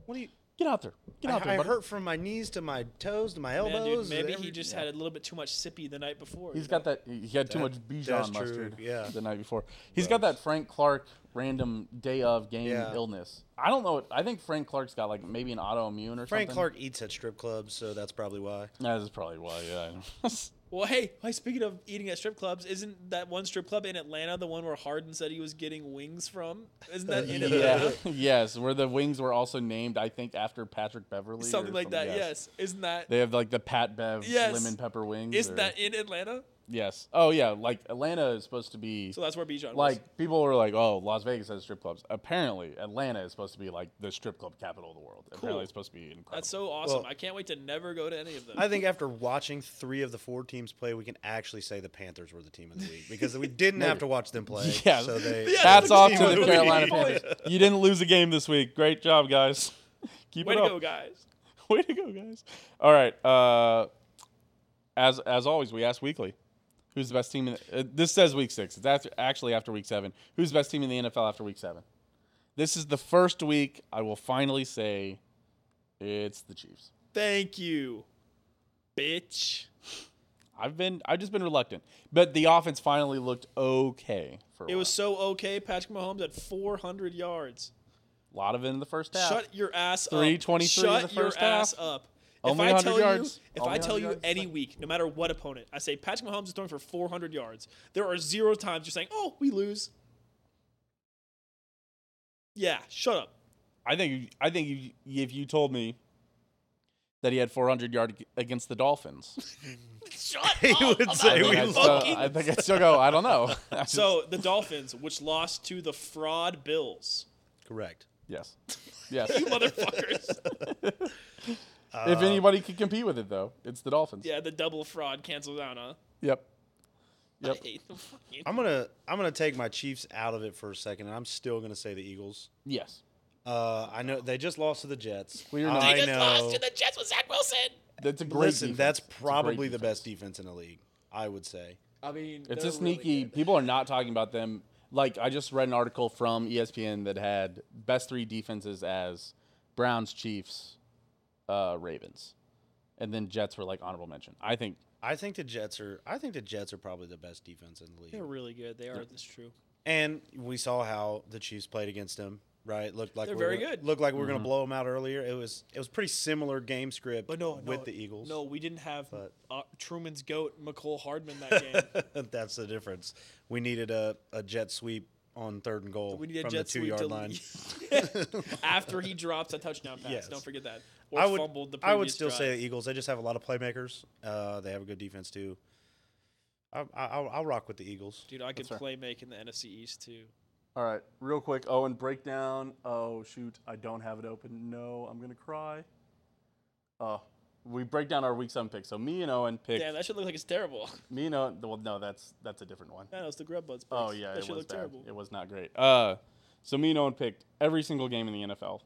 D: What do you?
A: get out there. Get out
D: I, I
A: there. buddy.
D: hurt from my knees to my toes to my
B: Man, dude,
D: elbows.
B: maybe
D: every-
B: he just had a little bit too much sippy the night before.
A: He's
B: you
A: got
B: know?
A: that. He had too much
D: that's
A: Bijan
D: true,
A: mustard
D: yeah.
A: the night before. He's got that Frank Clark random day of game
D: Yeah.
A: illness. I don't know. What, I think Frank Clark's got like maybe an autoimmune or
D: Frank
A: something.
D: Clark eats at strip clubs, so that's probably why.
A: That is probably why. Yeah.
B: Well, hey, hey, speaking of eating at strip clubs, isn't that one strip club in Atlanta the one where Harden said he was getting wings from? Isn't that in
A: yeah.
B: Atlanta?
A: yes. Where the wings were also named, I think, after Patrick Beverly.
B: Something like that. Yes. Isn't that?
A: They have like the Pat Bev
B: Yes.
A: lemon pepper wings.
B: Is
A: or-
B: that in Atlanta?
A: Yes. Oh yeah. Like Atlanta is supposed to be.
B: So that's where Bijan was.
A: like people were like, "Oh, Las Vegas has strip clubs." Apparently, Atlanta is supposed to be like the strip club capital of the world. Apparently, it's supposed to be incredible.
B: That's so awesome.
D: Well-
B: I can't wait to never go to any of them.
D: I think after watching three of the four teams play, we can actually say the Panthers were the team of the week because we didn't have to watch them play.
A: Yeah,
D: so they,
A: hats
B: that's
A: off
B: the
A: to
B: team
A: the
B: of the
A: Carolina Panthers.
B: week.
A: You didn't lose a game this week. Great job, guys. Keep
B: way
A: it
B: to
A: up.
B: go, guys.
A: Way to go, guys. All right. Uh, as as always, we ask weekly. Who's the best team? In the, uh, this says week six. It's after, actually after week seven. Who's the best team in the NFL after week seven? This is the first week I will finally say it's the Chiefs.
B: Thank you, bitch.
A: I've been I've just been reluctant. But the offense finally looked okay for a
B: It was so okay. Patrick Mahomes at 400 yards.
A: while. a lot of it in the first half.
B: Shut your ass up.
A: 323 in
B: Shut
A: the first
B: your ass
A: half.
B: up.
A: Only
B: if I
A: 100
B: tell
A: yards.
B: you, if
A: Only
B: I tell
A: 100
B: you
A: yards.
B: any week, no matter what opponent, I say Patrick Mahomes is throwing for 400 yards. There are zero times you're saying, "Oh, we lose." Yeah, shut up.
A: I think you- I think you, if you told me that he had 400 yard against the Dolphins,
D: he would say
A: I,
D: we
A: think I'd
D: lost.
A: still, I think I'd still go. I don't know. I just-
B: So the Dolphins, which lost to the fraud Bills,
D: Correct.
A: yes, yes.
B: you motherfuckers.
A: if anybody could compete with it though, it's the Dolphins.
B: yeah, the double fraud cancels out, huh?
A: Yep. Yep.
B: I hate the fucking.
D: I'm gonna I'm gonna take my Chiefs out of it for a second, and I'm still gonna say the Eagles.
A: Yes.
D: Uh, I know they just lost to the Jets.
A: We are not-
D: I
A: They
D: know.
B: Jets with Zach Wilson.
A: That's a great.
D: Listen,
A: defense.
D: that's
A: It's a great
D: probably the
A: defense.
D: best defense in the league. I would say.
F: I mean,
A: It's
F: they're
A: a sneaky.
F: Really good.
A: people are not talking about them. Like I just read an article from E ESPN that had best three defenses as Browns, Chiefs, uh, Ravens, and then Jets were like honorable mention. I think
D: I think the Jets are. I think the Jets are probably the best defense in the league.
B: They're really good. They are. That's true.
D: And we saw how the Chiefs played against them, right? Looked like
B: They're
D: we were
B: very
D: gonna-
B: good.
D: Looked like we
A: Mm-hmm.
D: were going to blow them out earlier. It was it was pretty similar game script,
B: But no,
D: with
B: no,
D: the Eagles.
B: No, we didn't have
D: But-
B: uh, Truman's goat, McCole Hardman that game.
D: that's the difference. We needed a, a jet sweep on third and goal
B: We needed
D: from
B: a jet
D: the two
B: sweep
D: yard
B: to
D: line.
B: after he drops a touchdown pass.
D: Yes.
B: Don't forget that. Or
D: I would
B: fumbled the
D: I would
B: previous
D: still
B: drive.
D: say the Eagles. They just have a lot of playmakers. Uh, they have a good defense too. I, I, I'll, I'll rock with the Eagles.
B: dude, I could play make in the NFC East too.
A: All right, real quick. Owen, breakdown. Oh shoot, I don't have it open. No, I'm gonna cry. Oh, we break down our week seven picks. So me and Owen picked
B: Damn, that should look like it's terrible.
A: me and Owen. Well, no, that's that's a different one.
B: No, no, it's the Grub Buds.
A: Oh
B: picks.
A: yeah,
B: that
A: it
B: should
A: was
B: look
A: bad.
B: terrible.
A: It was not great. Uh, so me and Owen picked every single game in the NFL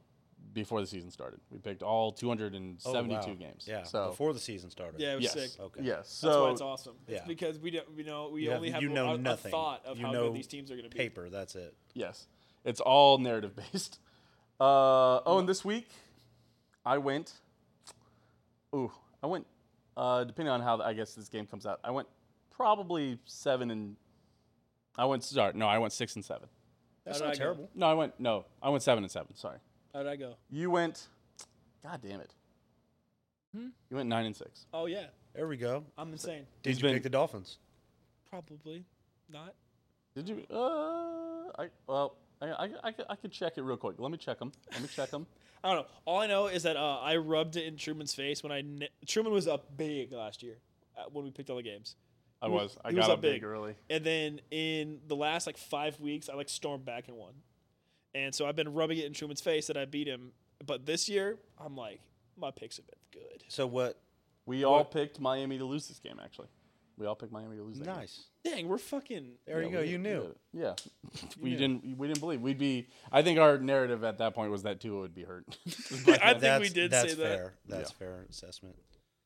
A: before the season started. We picked
B: Oh,
A: all 272
D: Oh, wow.
A: games.
D: Yeah,
A: so
D: before the season started.
B: Yeah, it was
A: yes,
B: sick.
D: Okay.
A: yes.
B: That's why
A: So
B: it's awesome. It's
D: Oh. yeah.
B: because we don't, we know, we
D: You
B: only have,
D: you
B: a-
D: know
B: a, a
D: nothing.
B: thought of
D: you
B: how
D: know
B: good these teams are going to be.
D: Paper. That's it.
A: yes, it's all narrative based. Uh, oh, and this week I went. Ooh, I went. Uh, depending on how the, I guess this game comes out, I went probably seven and. I went sorry. No, I went six and seven.
D: That's
B: How'd I
D: not
B: go?
D: terrible.
A: No, I went no. I went seven and seven. Sorry.
B: How'd I go?
A: You went. God damn it. You went nine and six.
B: Oh yeah,
D: There we go.
B: I'm insane.
D: Did
A: He's
D: you
A: been-
D: pick the Dolphins?
B: Probably not.
A: Did you? Uh, I well, I, I, I, could- I could check it real quick. Let me check them. Let me check them.
B: I don't know. All I know is that uh, I rubbed it in Truman's face when I kn- Truman was up big last year uh, when we picked all the games.
A: I
B: He
A: was. I
B: he
A: got
B: up
A: up big early.
B: And then in the last like five weeks, I like stormed back and won. And so I've been rubbing it in Truman's face that I beat him. But this year, I'm like, my picks have been good.
D: So what?
A: We all picked Miami to lose this game. Actually, we all picked Miami to lose. That game.
D: Nice.
B: Dang, we're fucking.
D: There you go. You knew.
A: Yeah, we didn't. We didn't believe we'd be. I think our narrative at that point was that Tua would be hurt.
B: I think
D: That's,
B: we did
D: that's
B: say that.
D: fair. That's fair assessment.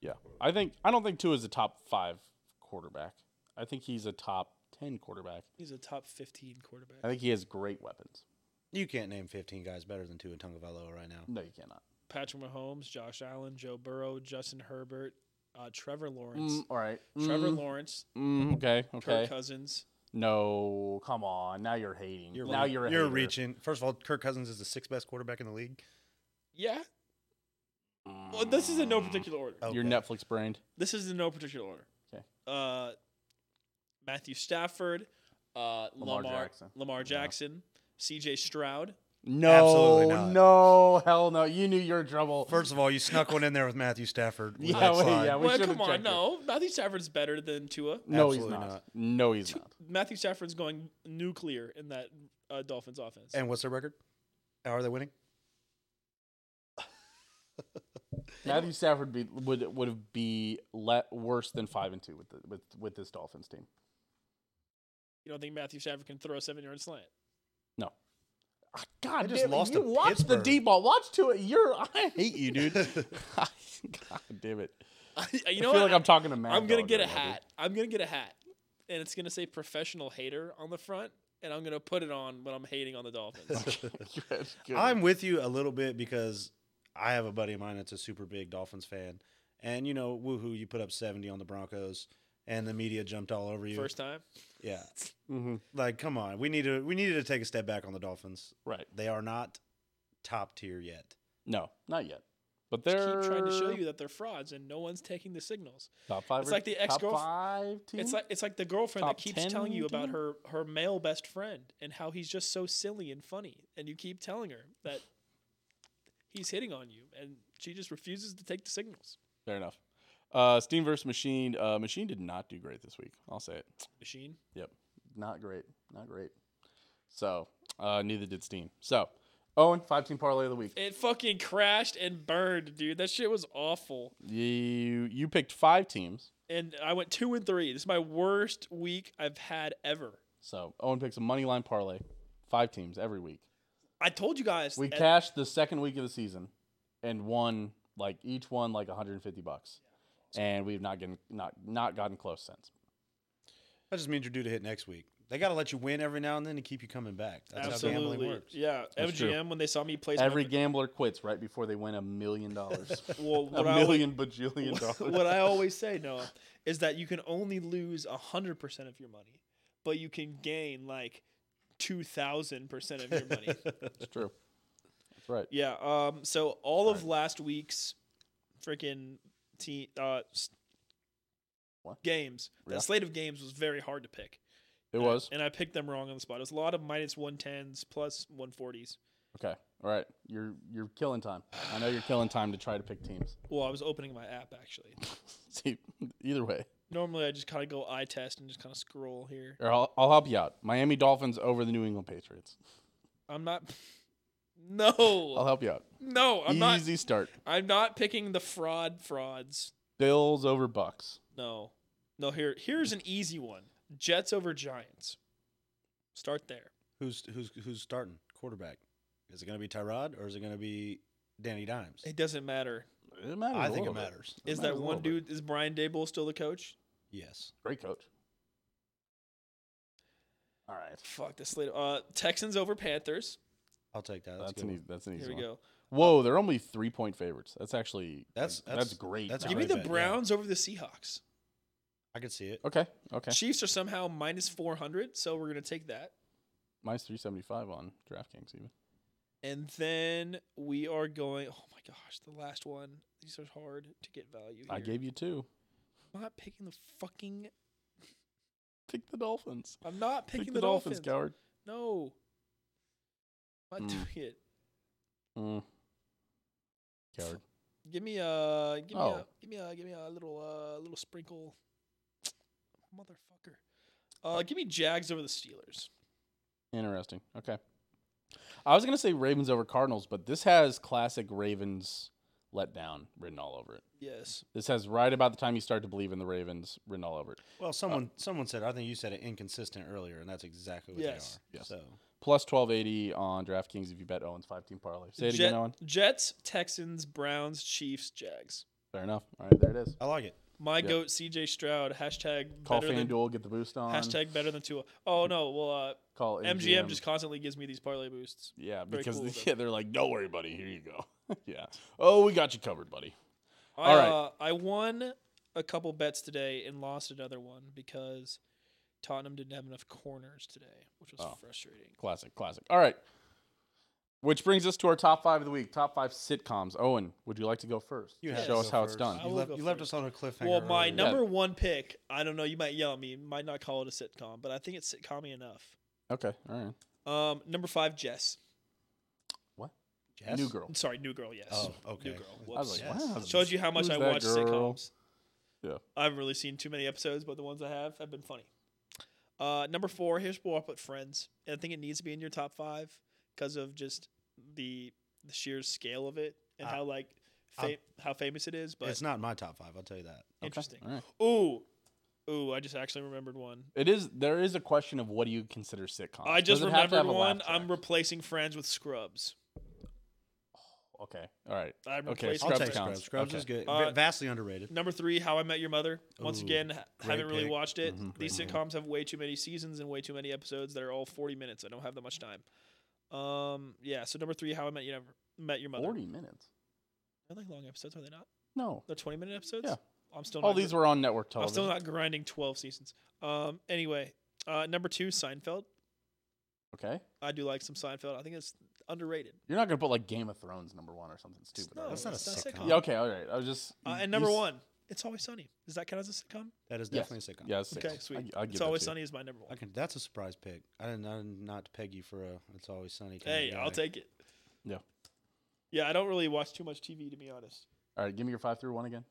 A: yeah, I think. I don't think Tua is a top five quarterback. I think he's a top ten quarterback.
B: He's a top 15 quarterback.
A: I think he has great weapons.
D: You can't name 15 guys better than Tua Tagovailoa right now.
A: No, you cannot.
B: Patrick Mahomes, Josh Allen, Joe Burrow, Justin Herbert, uh, Trevor Lawrence,
A: Mm, all right.
B: Trevor
A: Mm,
B: Lawrence,
A: mm, okay.
B: Kirk
A: Okay.
B: Cousins.
A: No, come on. Now you're hating. now you're a
D: you're
A: hater.
D: reaching. First of all, Kirk Cousins is the sixth best quarterback in the league.
B: Yeah. Well, this is in no particular order.
D: Oh.
A: Mm. You're
D: Okay.
A: Netflix brained.
B: This is in no particular order.
A: Okay.
B: Uh, Matthew Stafford, uh,
A: Lamar
B: Lamar
A: Jackson.
B: Lamar Jackson, C.J. Stroud.
A: No,
D: Absolutely not.
A: no, hell no. You knew you were in trouble.
D: First of all, you snuck one in there with Matthew Stafford. with
A: Yeah,
D: that
A: wait,
D: slide.
A: yeah, We
B: well,
A: should've
B: come on,
A: checked it.
B: no, Matthew Stafford's better than Tua.
A: no, he's
D: Absolutely
A: not.
D: not.
A: No, he's not.
B: Matthew Stafford's going nuclear in that uh, Dolphins offense.
D: And what's their record? Are they winning?
A: Matthew Stafford be, would would have be let worse than five and two with the, with with this Dolphins team.
B: you don't think Matthew Stafford can throw a seven-yard slant?
A: No. Ah, God,
D: They just
A: damn it,
D: lost
A: you
D: to
A: watch the
D: Pittsburgh.
A: D ball. Watch to it. You're I hate you, dude. God damn it.
B: you
A: I
B: know
A: feel
B: what?
A: like I'm talking to Mad
B: I'm gonna
A: Dog
B: get a
A: right now, dude.
B: hat. I'm gonna get a hat, and it's gonna say "professional hater" on the front, and I'm gonna put it on when I'm hating on the Dolphins.
A: That's good.
D: I'm with you a little bit because I have a buddy of mine that's a super big Dolphins fan. And, you know, woohoo, you put up 70 on the Broncos and the media jumped all over you.
B: First time.
D: Yeah.
A: Mhm.
D: Like, come on. We need to we needed to take a step back on the Dolphins.
A: right.
D: They are not top tier yet.
A: No, not yet. But
B: Keep
A: they're
B: trying to show you that they're frauds, and no one's taking the signals.
A: top five.
B: it's
A: or-
B: like the ex-girlf-
A: top five team.
B: It's like it's like the girlfriend
A: Hmm. Top
B: that keeps telling
A: 10
B: you about
A: team?
B: her her male best friend and how he's just so silly and funny, and you keep telling her that he's hitting on you, and she just refuses to take the signals.
A: fair enough. Uh, Steam versus Machine. Uh, Machine did not do great this week. I'll say it.
B: Machine.
A: Yep, not great. Not great. So uh, neither did Steam. So Owen, five team parlay of the week.
B: It fucking crashed and burned, dude. That shit was awful.
A: You you picked five teams.
B: and I went two and three. This is my worst week I've had ever.
A: So Owen picks a money line parlay, five teams every week.
B: I told you guys.
A: We
B: at-
A: cashed the second week of the season, and won like each one like 150 bucks, and we've not gotten not not gotten close since.
D: That just means you're due to hit next week. They got to let you win every now and then to keep you coming back. That's how
B: absolutely.
D: gambling works.
B: Yeah,
A: That's true.
B: MGM when they saw me place my-
A: Every gambler quits right before they win a million dollars.
B: well,
A: a
B: what I always,
A: million bajillion dollars.
B: what I always say, Noah, is that you can only lose hundred percent of your money, but you can gain like two thousand percent of your money.
A: It's true. That's right.
B: yeah. Um. So all of last week's freaking team uh s-
A: What?
B: games
A: Yeah.
B: that slate of games was very hard to pick.
A: It was.
B: And I picked them wrong on the spot. It was a lot of minus 110s plus 140s.
A: Okay. All right. You're you're killing time. I know you're killing time to try to pick teams.
B: Well, I was opening my app actually.
A: See, either way.
B: Normally, I just kind of go eye test and just kind of scroll here.
A: Or I'll, I'll help you out. Miami Dolphins over the New England Patriots.
B: I'm not.
A: I'll
B: No,
A: help you out.
B: no, I'm not.
A: Easy start.
B: I'm not picking the fraud frauds.
A: Bills over Bucks.
B: No, no. Here, here's an easy one: Jets over Giants. Start there.
D: Who's who's who's starting quarterback? Is it going to be Tyrod or is it going to be Danny Dimes?
B: It doesn't matter.
A: It matters.
D: I
A: a
D: think
A: little
D: it
A: bit.
D: matters.
A: matters
B: Is that
A: a
B: one
A: little bit.
B: dude? Is Brian Dable still the coach?
D: Yes.
A: Great coach. All right.
B: Fuck this later. Uh, Texans over Panthers.
D: I'll take that. That's,
A: That's,
D: a good
A: an
D: one.
A: easy. That's an easy
B: Here we
A: one.
B: go.
A: Whoa, they're only three point favorites. That's actually
D: That's-
A: that's,
D: that's-
A: great.
D: that's a
B: Give me
D: great
B: the
D: bet, yeah.
B: Browns over the Seahawks.
D: I can see it.
A: okay. Okay,
B: Chiefs are somehow minus 400, so we're going to take that.
A: minus three seventy five on DraftKings even.
B: And then we are going. Oh my gosh, the last one. These are hard to get value.
A: I
B: here.
A: gave you two.
B: I'm not picking the fucking.
A: Pick the Dolphins.
B: I'm not
A: Pick
B: picking the, Dolphins.
A: Coward.
B: No. I'm
A: Mm.
B: not doing it.
A: Mm. Coward.
B: Give me a. Give me a.
A: Oh.
B: Give me a. Give me a little. Uh, little sprinkle. Motherfucker. Uh, give me Jags over the Steelers.
A: Interesting. Okay. I was gonna say Ravens over Cardinals, but this has classic Ravens letdown written all over it.
B: Yes.
A: This has right about the time you start to believe in the Ravens written all over it.
D: Well, someone someone said I think you said it inconsistent earlier, and that's exactly what
B: Yes.
D: they are.
A: Yes.
D: So
A: Plus twelve eighty on DraftKings if you bet Owen's five team parlay. Say it
B: Jet-
A: again, Owen.
B: Jets, Texans, Browns, Chiefs, Jags.
A: Fair enough. All right, there it is.
D: I like it.
B: My
A: Yep.
B: goat, CJ Stroud. Hashtag
A: Call
B: better than
A: FanDuel, get the boost on.
B: Hashtag better than Tua. Oh no, well
A: Call
B: uh, MGM just constantly gives me these parlay boosts.
A: Yeah,
B: Very
A: because
B: cool,
A: yeah, they're like, don't worry, buddy. Here you go. yeah. Oh, we got you covered, buddy.
B: I,
A: All right.
B: uh, I won a couple bets today and lost another one because Tottenham didn't have enough corners today, which was
A: Oh.
B: frustrating.
A: Classic, classic. All right. Which brings us to our top five of the week. Top five sitcoms. Owen, would you like to go first?
D: You
B: have
A: show
B: to
A: us
D: go
A: how it's
D: first.
A: done.
B: I
D: You
B: will
D: left,
B: go
D: you left
B: first.
D: us on a cliffhanger.
B: Well, my
D: earlier.
B: number one pick, I don't know, you might yell at me, might not call it a sitcom, but I think it's sitcom enough.
A: Okay. All right.
B: Um, number five, Jess.
D: Yes?
A: New Girl.
B: Sorry, New Girl, yes.
D: Oh, okay.
B: New Girl.
D: I
A: I was
B: Whoops.
A: like,
D: Yes.
A: wow.
B: Shows you how much
A: who's
B: I
A: that
B: watch
A: girl?
B: sitcoms.
A: Yeah.
B: I haven't really seen too many episodes, but the ones I have have been funny. Uh, number four, here's where I put Friends. And I think it needs to be in your top five because of just the the sheer scale of it and
A: Ah.
D: Uh,
B: how like
D: I'll-
B: fa- how famous it is. But
D: It's not my top five. I'll tell you that.
A: Okay,
B: interesting.
A: all right.
B: Ooh, ooh, I just actually remembered one.
A: It is. There is a question of what do you consider sitcom?
B: I
A: Ah, Does
B: just
A: it have to
B: remembered
A: have a laugh
B: one.
A: track?
B: I'm replacing Friends with Scrubs.
A: okay. All right.
B: I'm
A: Okay,
B: replacing
A: Scrubs
D: I'll take
A: counts.
D: Scrubs. Scrubs
A: Okay.
D: is good.
B: Uh,
D: V- Vastly underrated.
B: Number three, How I Met Your Mother. Once
D: Ooh,
B: again, ha-
D: great
B: haven't really
D: pick.
B: watched it.
A: Mhm,
B: These
A: great pick.
B: sitcoms have way too many seasons and way too many episodes that are all 40 minutes. I don't have that much time. Um, yeah. So number three, How I Met Your Met Your Mother.
A: Forty minutes.
B: Are they long episodes? Are they not?
A: No.
B: They're 20 minute episodes.
A: Yeah.
B: I'm still.
A: All
B: not
A: these
B: gr-
A: were on network
B: I'm
A: television.
B: still not grinding 12 seasons. Um. Anyway, uh, number two, Seinfeld.
A: okay.
B: I do like some Seinfeld. I think it's underrated.
A: You're not gonna put like Game of Thrones number one or something stupid.
B: No,
A: are you?
D: That's not a
B: it's
D: sitcom.
A: Yeah, okay, all right. I was just. you-
B: Uh, and
A: you
B: number
A: s-
B: one, It's Always Sunny. Does that count as a sitcom?
D: That is
A: Yes.
D: definitely a sitcom.
A: Yeah, it's
B: Okay,
A: six.
B: sweet.
A: I, I give
B: it's
A: that
B: Always
A: to you.
B: Sunny is my number
D: I
B: one.
D: can, that's a surprise pick. I didn't, I didn't not peg you for a. It's always sunny. kinda
B: Hey, I'll
D: guy.
B: take it.
A: Yeah.
B: Yeah, I don't really watch too much TV to be honest.
A: All right, give me your five through one again.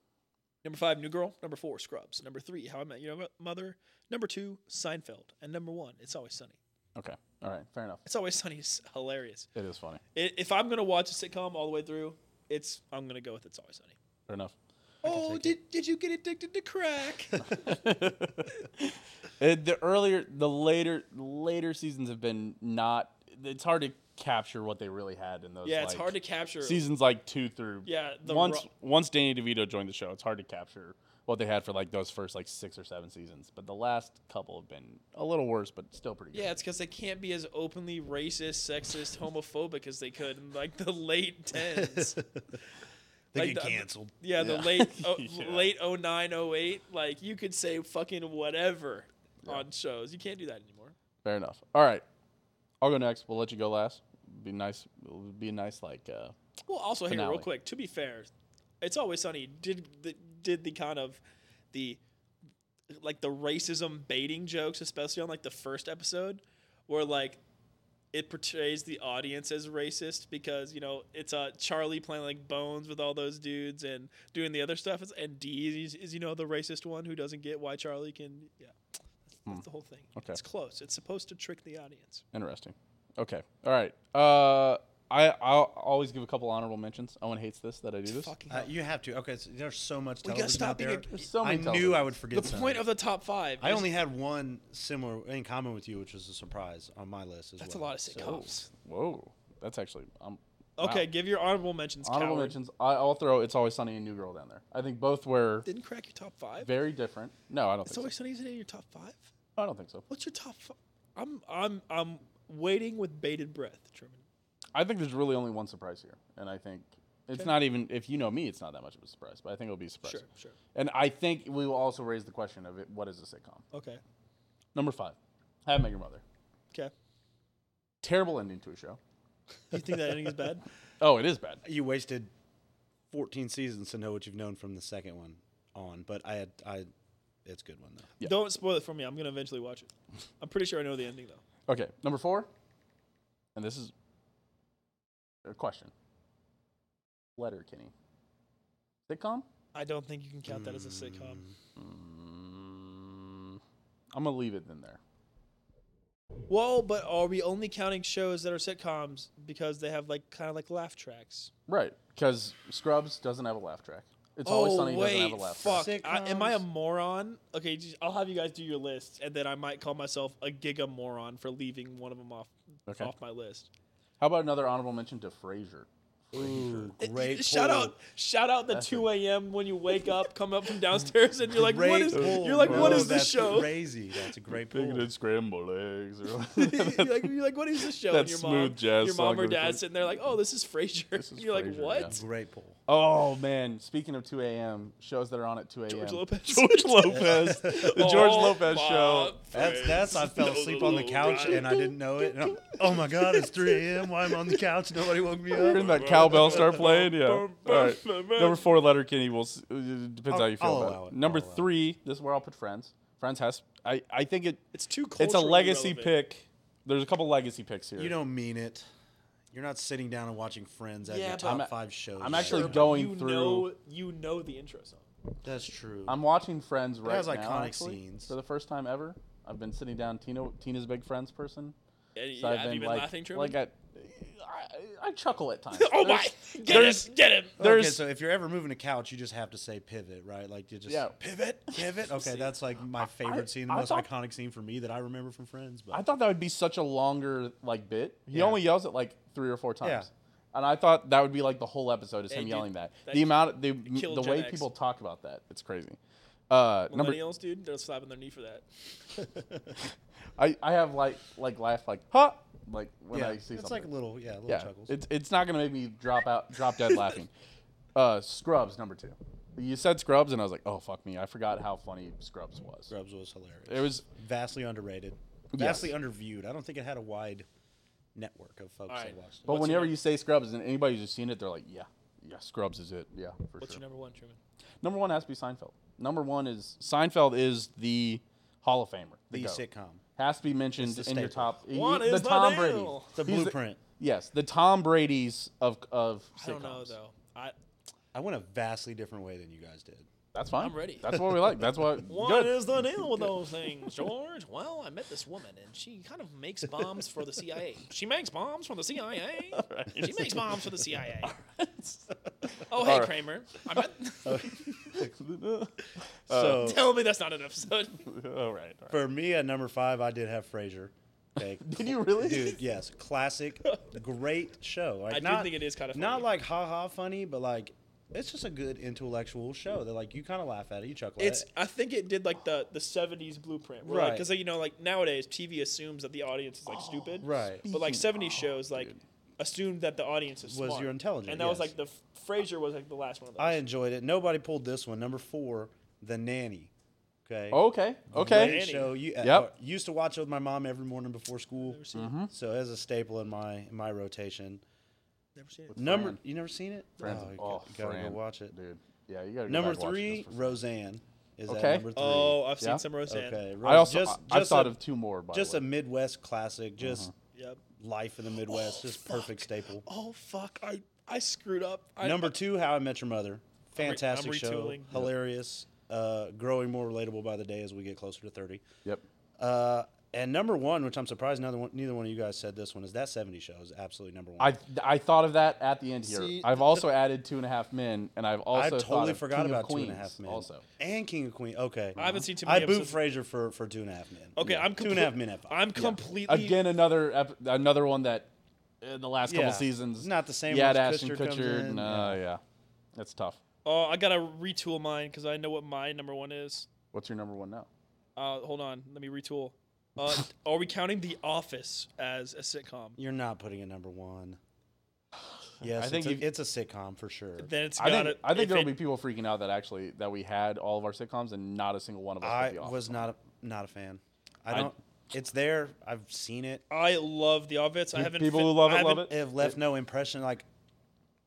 B: Number five, New Girl. Number four, Scrubs. Number three, How I Met Your Mo- Mother. Number two, Seinfeld. And number one, It's Always Sunny.
A: Okay. All right. Fair enough.
B: It's Always Sunny is hilarious.
A: It is funny.
B: I if I'm gonna watch a sitcom all the way through, it's I'm gonna go with It's Always Sunny.
A: Fair enough.
B: Oh, did did you get addicted to crack?
A: It, Uh, the earlier, the later, later seasons have been not. It's hard to capture what they really had in those.
B: yeah, it's
A: like,
B: hard to capture.
A: Seasons like two through.
B: Yeah, the
A: once
B: ru-
A: once Danny DeVito joined the show, it's hard to capture what they had for like those first like six or seven seasons. But the last couple have been a little worse, but still pretty good.
B: Yeah, it's because they can't be as openly racist, sexist, homophobic as they could in like the late tens.
D: They
B: Like
D: get
B: the-
D: canceled.
B: Yeah, the
A: Yeah.
B: late oh,
A: Yeah.
B: late 09, 08, like you could say fucking whatever on shows. You can't do that anymore.
A: Fair enough. All right, I'll go next. We'll let you go last. Be nice. It'll be a nice like. Uh,
B: Well, also here real
A: Finale.
B: quick. To be fair, it's always sunny. Did the did the kind of the like the racism baiting jokes, especially on like the first episode, where like it portrays the audience as racist because you know it's uh Charlie playing like Bones with all those dudes and doing the other stuff, It's- and D is, is you know the racist one who doesn't get why Charlie can yeah. That's,
D: Hmm.
B: that's the whole thing.
A: Okay.
B: It's close. It's supposed to trick the audience.
A: Interesting. Okay. All right. Uh, I I'll always give a couple honorable mentions. Owen hates this that I do this.
B: Fucking
D: Uh,
B: hell.
D: you have to. Okay, so there's so much
B: We gotta
D: television
B: stop
D: out
B: being
D: there.
B: a-
A: There's so
D: I
A: many
D: knew I
A: televisions.
D: would forget.
B: the
D: some.
B: point of the top five.
D: I
B: is-
D: only had one similar in common with you, which was a surprise on my list as
B: That's a
D: well.
B: lot of
D: So-
B: sitcoms.
A: Whoa, that's actually um. wow.
B: Okay, give your honorable mentions.
A: Honorable
B: coward.
A: mentions. I, I'll throw "It's Always Sunny" and "New Girl" down there. I think both were
B: Didn't crack your top five.
A: very different. No, I don't
B: It's
A: think
B: always
A: so.
B: sunny isn't in your top five.
A: I don't think so.
B: What's your top five? I'm I'm I'm waiting with bated breath, Truman.
A: I think there's really only one surprise here, and I think it's not even if you know me, it's not that much of a surprise, but I think it'll be a surprise.
B: Sure, sure.
A: And I think we will also raise the question of it, what is a sitcom?
B: Okay,
A: Number five, How I Met Your Mother.
B: okay.
A: Terrible ending to a show.
B: You think that ending is bad?
A: Oh, it is bad.
D: You wasted 14 seasons to know what you've known from the second one on, but I had I. It's a good one though.
A: Yeah.
B: Don't spoil it for me. I'm gonna eventually watch it. I'm pretty sure I know the ending though.
A: Okay, number four, and this is a question. Letter Kenny. Sitcom?
B: I don't think you can count that as a sitcom.
A: Mm, I'm gonna leave it in there.
B: Well, but are we only counting shows that are sitcoms because they have like kind of like laugh tracks?
A: Right, because Scrubs doesn't have a laugh track. It's always sunny doesn't have a laugh track.
B: Oh, fuck! I, am I a
D: Sitcoms.
B: moron? Okay, just, I'll have you guys do your list, and then I might call myself a giga moron for leaving one of them off
A: Okay.
B: off my list.
A: How about another honorable mention to Frasier?
D: Great.
B: Shout
D: pull.
B: out! Shout out the
A: That's
B: two a.m. when you wake up, come up from downstairs, and you're like, "What
D: Great
B: is?"
D: pull,
B: You're like,
D: bro.
B: "What is this
D: That's
B: show?"
D: Crazy. That's a great
A: Big
D: pull.
A: and scrambled eggs. Or
B: you're, like, you're like, "What is this show?"
A: That
B: and your mom,
A: smooth jazz
B: your mom
A: song
B: or
A: really
B: dad
A: quick.
B: sitting there like, "Oh, this is Frasier."
A: This is
B: you're like,
A: Frasier,
B: "What?"
A: yeah.
D: Great pull.
A: oh man, speaking of 2 a.m. shows that are on at 2 a.m.
B: George Lopez.
A: George Lopez. The George
B: Oh,
A: Lopez show.
B: my
D: That's that's I fell
B: friends.
D: asleep on the couch and I didn't know it. And I'm, oh my god, it's 3 a.m. Why am I on the couch? Nobody woke me
A: Hearing
D: up.
A: that cowbell start playing, yeah. All right. Number four, letter Kenny. Will s- uh, depends how you feel
D: I'll
A: about
D: allow
A: it.
D: it.
A: Number
D: I'll allow it.
A: three, this is where I'll put Friends. Friends has. I I think it.
B: It's too cold.
A: It's a legacy pick. There's a couple legacy picks here.
D: You don't mean it. You're not sitting down and watching Friends at
B: Yeah,
D: your
B: but-
D: top
A: I'm a-
D: five shows.
A: I'm actually
D: right?
A: going
B: you
A: through.
B: Know, you know the intro song.
D: That's true.
A: I'm watching Friends right
D: has
A: now.
D: iconic
A: actually,
D: scenes.
A: for the first time ever. I've been sitting down. Tina Tina's a big Friends person.
B: And,
A: So I've
B: have
A: been,
B: you been
A: like,
B: laughing, Truman?
A: like at, I, I chuckle at times.
B: oh my! Get
A: there's-
B: him! Get him!
D: okay,
A: There's
D: so if you're ever moving a couch, you just have to say pivot, right? Like you just
A: Yeah.
D: pivot, pivot. Okay, that's like my favorite scene, the
A: I
D: most
A: thought-
D: iconic scene for me that I remember from Friends. But
A: I thought that would be such a longer like bit. He
D: Yeah.
A: only yells it like three or four times.
D: Yeah.
A: And I thought that would be like the whole episode is
B: Hey,
A: him
B: dude,
A: yelling that.
B: that
A: The amount, the
B: killed
A: the
B: Gen
A: way
B: X.
A: people talk about that, it's crazy. Uh, number,
B: Millennials, dude, they're slapping their knee for that.
A: I, I have like like laugh like ha like when
D: yeah,
A: I see
D: it's
A: something.
D: like little, yeah, little
A: yeah,
D: chuckles.
A: it's it's not gonna make me drop out drop dead laughing. Uh, Scrubs number two. You said Scrubs and I was like, oh fuck me, I forgot how funny Scrubs was.
D: Scrubs was hilarious.
A: It was
D: vastly underrated, vastly underviewed. I don't think it had a wide network of folks
B: All right.
D: that watched it.
A: But whenever you say Scrubs and anybody who's seen it, they're like, yeah, yeah, Scrubs is it. Yeah, for
B: What's
A: sure.
B: your number one, Truman?
A: Number one has to be Seinfeld. Number one is Seinfeld is the Hall of Famer.
D: the
A: GOAT.
D: sitcom,
A: has to be mentioned
D: It's the
A: in your
D: staple.
A: top. he-
B: One
A: the
B: is the
A: Tom
B: nail.
A: Brady.
D: it's the
A: He's
D: blueprint.
A: yes, the Tom Brady's of of sitcoms.
B: I don't know though. I
D: I went a vastly different way than you guys did.
A: That's fine.
B: I'm ready.
A: That's what we like. That's what.
B: one
A: good.
B: is the deal with those things, George. Well, I met this woman and she kind of makes bombs for the CIA. She makes bombs for the CIA. She makes bombs for the CIA. Oh hey
A: All right.
B: Kramer, I met.
D: So
B: Tell me that's not an episode.
A: all right. all right.
D: for me at number five, I did have Frasier. Okay.
A: Did you really?
D: Dude, yes, classic, great show.
B: I
D: Like,
B: do
D: not,
B: think it is kinda
D: not
B: funny.
D: like ha ha funny, but like it's just a good intellectual show that like you kind of laugh at it, you chuckle
B: It's.
D: at it.
B: I think it did like the the '70s blueprint, where
D: Right.
B: Because you know, like nowadays, TV assumes that the audience is like stupid,
D: right.
B: But like '70s shows, like assumed that the audience is
D: Was
B: smart.
D: you're intelligent,
B: and that was
D: yes.
B: like the Frasier was like the last one of those.
D: I enjoyed it. Nobody pulled this one. Number four, The Nanny. Okay.
A: Okay. Okay.
D: Great show. You uh,
A: Yep. Hmm?
D: used to watch it with my mom every morning before school.
B: never seen it.
D: So as a staple in my in my rotation.
B: Never seen it.
D: Number
A: Fran.
D: you never seen it?
A: Friends
D: Oh,
A: is-
D: you
A: oh,
D: got- gotta go
A: Fran,
D: watch it.
A: dude. Yeah, you gotta. Go
D: Number
A: back and watch
D: three,
A: this for-
D: Roseanne. Is that
A: Okay.
D: number three?
B: Oh, I've seen
A: Yeah?
B: some Roseanne.
D: Okay. Ro-
A: I also
D: just,
A: I, have
D: just
A: thought
D: a,
A: of two more. By
D: just
A: the
D: a
A: way. Uh-huh.
D: Midwest classic. Just
B: Yep.
D: life in the Midwest. just perfect staple.
B: Oh fuck! I I screwed up. I,
D: Number two, How I Met Your Mother. Fantastic
B: I'm
D: show.
B: retooling.
D: Hilarious. Uh, growing more relatable by the day as we get closer to thirty.
A: yep.
D: Uh, And number one, which I'm surprised neither one, neither one of you guys said this one, is that 70 show is absolutely number one.
A: I I thought of that at the end here.
D: See,
A: I've
D: the-
A: also added Two and a Half Men, and I've also
D: I
A: thought
D: totally
A: of
D: forgot
A: King
D: about
A: of
D: Two
A: Queens
D: and a Half Men.
A: Also,
D: And King of Queen. Okay.
B: I haven't seen too
D: I
B: many
D: boot
B: episodes.
D: Fraser for, for Two and a Half Men.
B: Okay, I'm
D: Two and a
B: comple-
D: Half Men at five.
B: I'm completely
A: again, another ep- another one that in the last
D: Yeah.
A: couple seasons,
D: Not the same
A: Yeah,
D: ones
A: Ashton
D: Kutcher comes
A: Kutcher.
D: in,
A: Nah, uh, yeah. that's tough.
B: Oh, I gotta retool mine because I know what my number one is.
A: What's your number one now?
B: Uh, hold on, let me retool. Uh, are we counting The Office as a sitcom?
D: You're not putting it number one. Yes,
A: I think
D: it's,
A: if-
D: a, it's a sitcom for sure.
B: Then it's
A: I
B: got
A: think
B: it.
A: I think there will be
B: it,
A: people freaking out that actually that we had all of our sitcoms and not a single one of us. put
D: I
A: The Office
D: was
A: on.
D: not a, not a fan. I
A: I-
D: don't. it's there. I've seen it.
B: I love The Office. I
A: Pe-
B: haven't.
A: people
B: fin-
A: who love
B: I
A: it love
B: haven't-
A: it.
D: It have left no impression. Like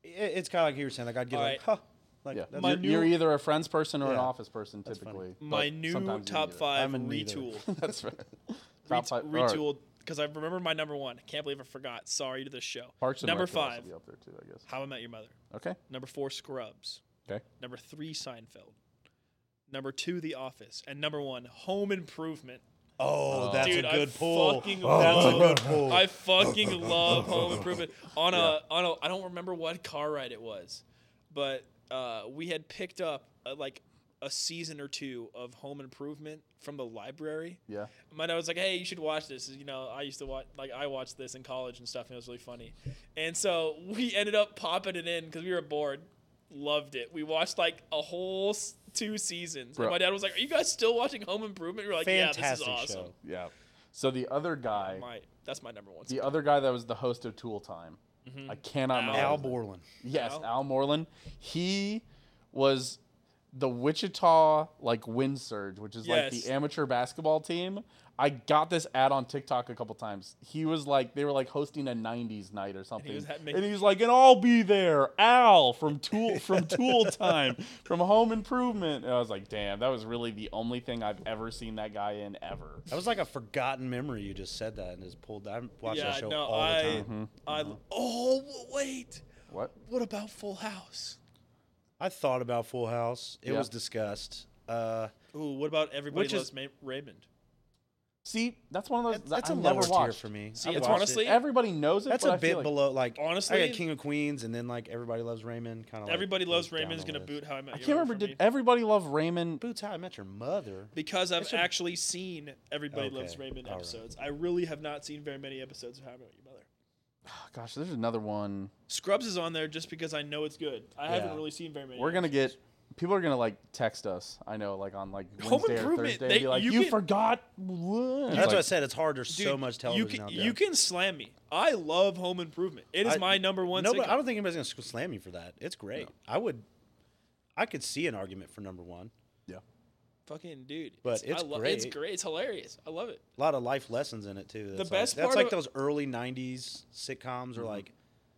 D: it, it's kind of like you were saying. Like I'd get like,
B: Alright.
D: huh. Like
A: Yeah,
D: that's-
A: you're,
B: new-
A: you're either a Friends person or an
D: Yeah.
A: Office person
D: funny.
A: typically. but
B: My new
A: sometimes you
B: top
A: need it.
B: five
D: I'm a neither.
B: retool.
A: that's right.
B: Ret-
A: Top five- all right.
B: retooled because I remember my number one. I can't believe I forgot. Sorry to this show.
A: Parks and
B: number
A: Rec could also
B: five,
A: be up there too, I guess.
B: How I Met Your Mother.
A: Okay.
B: Number four, Scrubs.
A: Okay.
B: Number three, Seinfeld. Number two, The Office, and number one, Home Improvement.
D: oh, that's
B: Dude,
D: a
B: I
D: good pull.
B: fucking
D: That's a
B: love-
D: good pull.
B: I fucking love Home Improvement. On a on a I don't remember what car ride it was, but uh, we had picked up uh like a season or two of Home Improvement from the library.
A: Yeah.
B: My dad was like, "Hey, you should watch this." You know, I used to watch like I watched this in college and stuff, and it was really funny. And so we ended up popping it in because we were bored. Loved it. We watched like a whole s- two seasons.
A: Bro.
B: And my dad was like, "Are you guys still watching Home Improvement?" We were like, "Yeah, this is
D: Fantastic
B: awesome."
D: show.
A: Yeah. So the other guy,
B: My that's my number one.
A: the other guy that was the host of Tool Time, I cannot remember.
D: Al
A: his name.
D: Borland.
A: Yes,
B: Al?
A: Al Moreland. He was the Wichita like Wind Surge, which is like
B: Yes.
A: the amateur basketball team. I got this ad on TikTok a couple times. He was like, they were like hosting a '90s night or something,
B: was having-
A: and he was like, "And I'll be there, Al from Tool from Tool Time from Home Improvement." And I was like, "Damn, that was really the only thing I've ever seen that guy in ever."
D: That was like a forgotten memory. You just said that and just pulled. I watch
B: yeah,
D: that show
B: no,
D: all
B: I,
D: the time.
B: I,
D: Mm-hmm.
B: oh w- wait,
A: What?
B: what about Full House?
D: I thought about Full House. It
A: Yeah.
D: was discussed. Uh,
B: Ooh, what about Everybody
A: Which
B: Loves
A: is-
B: Ma- Raymond?
A: See, that's one of those.
D: that- that's
A: a
D: a
A: never
D: lower tier
A: watched.
D: for me.
B: See,
D: I
B: it's
D: watched it.
B: honestly-
A: Everybody knows it.
D: that's
A: but
D: a
A: I feel
D: bit
A: like-
D: below. Like honestly, I
B: Honestly-
D: got King of Queens, and then like Everybody Loves Raymond. Kind of.
B: Everybody Loves Raymond's gonna boot how I Met
A: I
B: Your
A: can't
B: Mother
A: remember.
B: for
A: Did
B: me.
A: everybody love Raymond?
D: Boots How I Met Your Mother.
B: because I've actually seen Everybody
D: Okay,
B: Loves Raymond
D: all right.
B: episodes. I really have not seen very many episodes of How I Met Your Mother.
A: Oh, Gosh, there's another one.
B: Scrubs is on there just because I know it's good. I
D: Yeah.
B: haven't really seen very many.
A: We're gonna get. People are gonna like text us. I know, like on like
B: Home
A: Wednesday or
B: Improvement,
A: Thursday, and
B: they-
A: be like, "You,
B: you can-
A: forgot." What?
D: That's
A: Like,
D: what I said. It's hard. There's
B: Dude,
D: so much television
B: You can,
D: out there.
B: you can slam me. I love Home Improvement. It is
D: I-
B: my number one.
D: No,
B: sitcom.
D: but I don't think anybody's gonna sc- slam you for that. It's great. I would. I could see an argument for number one.
B: fucking dude.
D: But
B: I
D: it's
B: lo- It's
D: great.
B: great. It's hilarious. I love it.
D: A lot of life lessons in it too. That's like,
B: best
D: That's
B: part
D: like
B: of- Mm-hmm.
D: those early '90s sitcoms, or like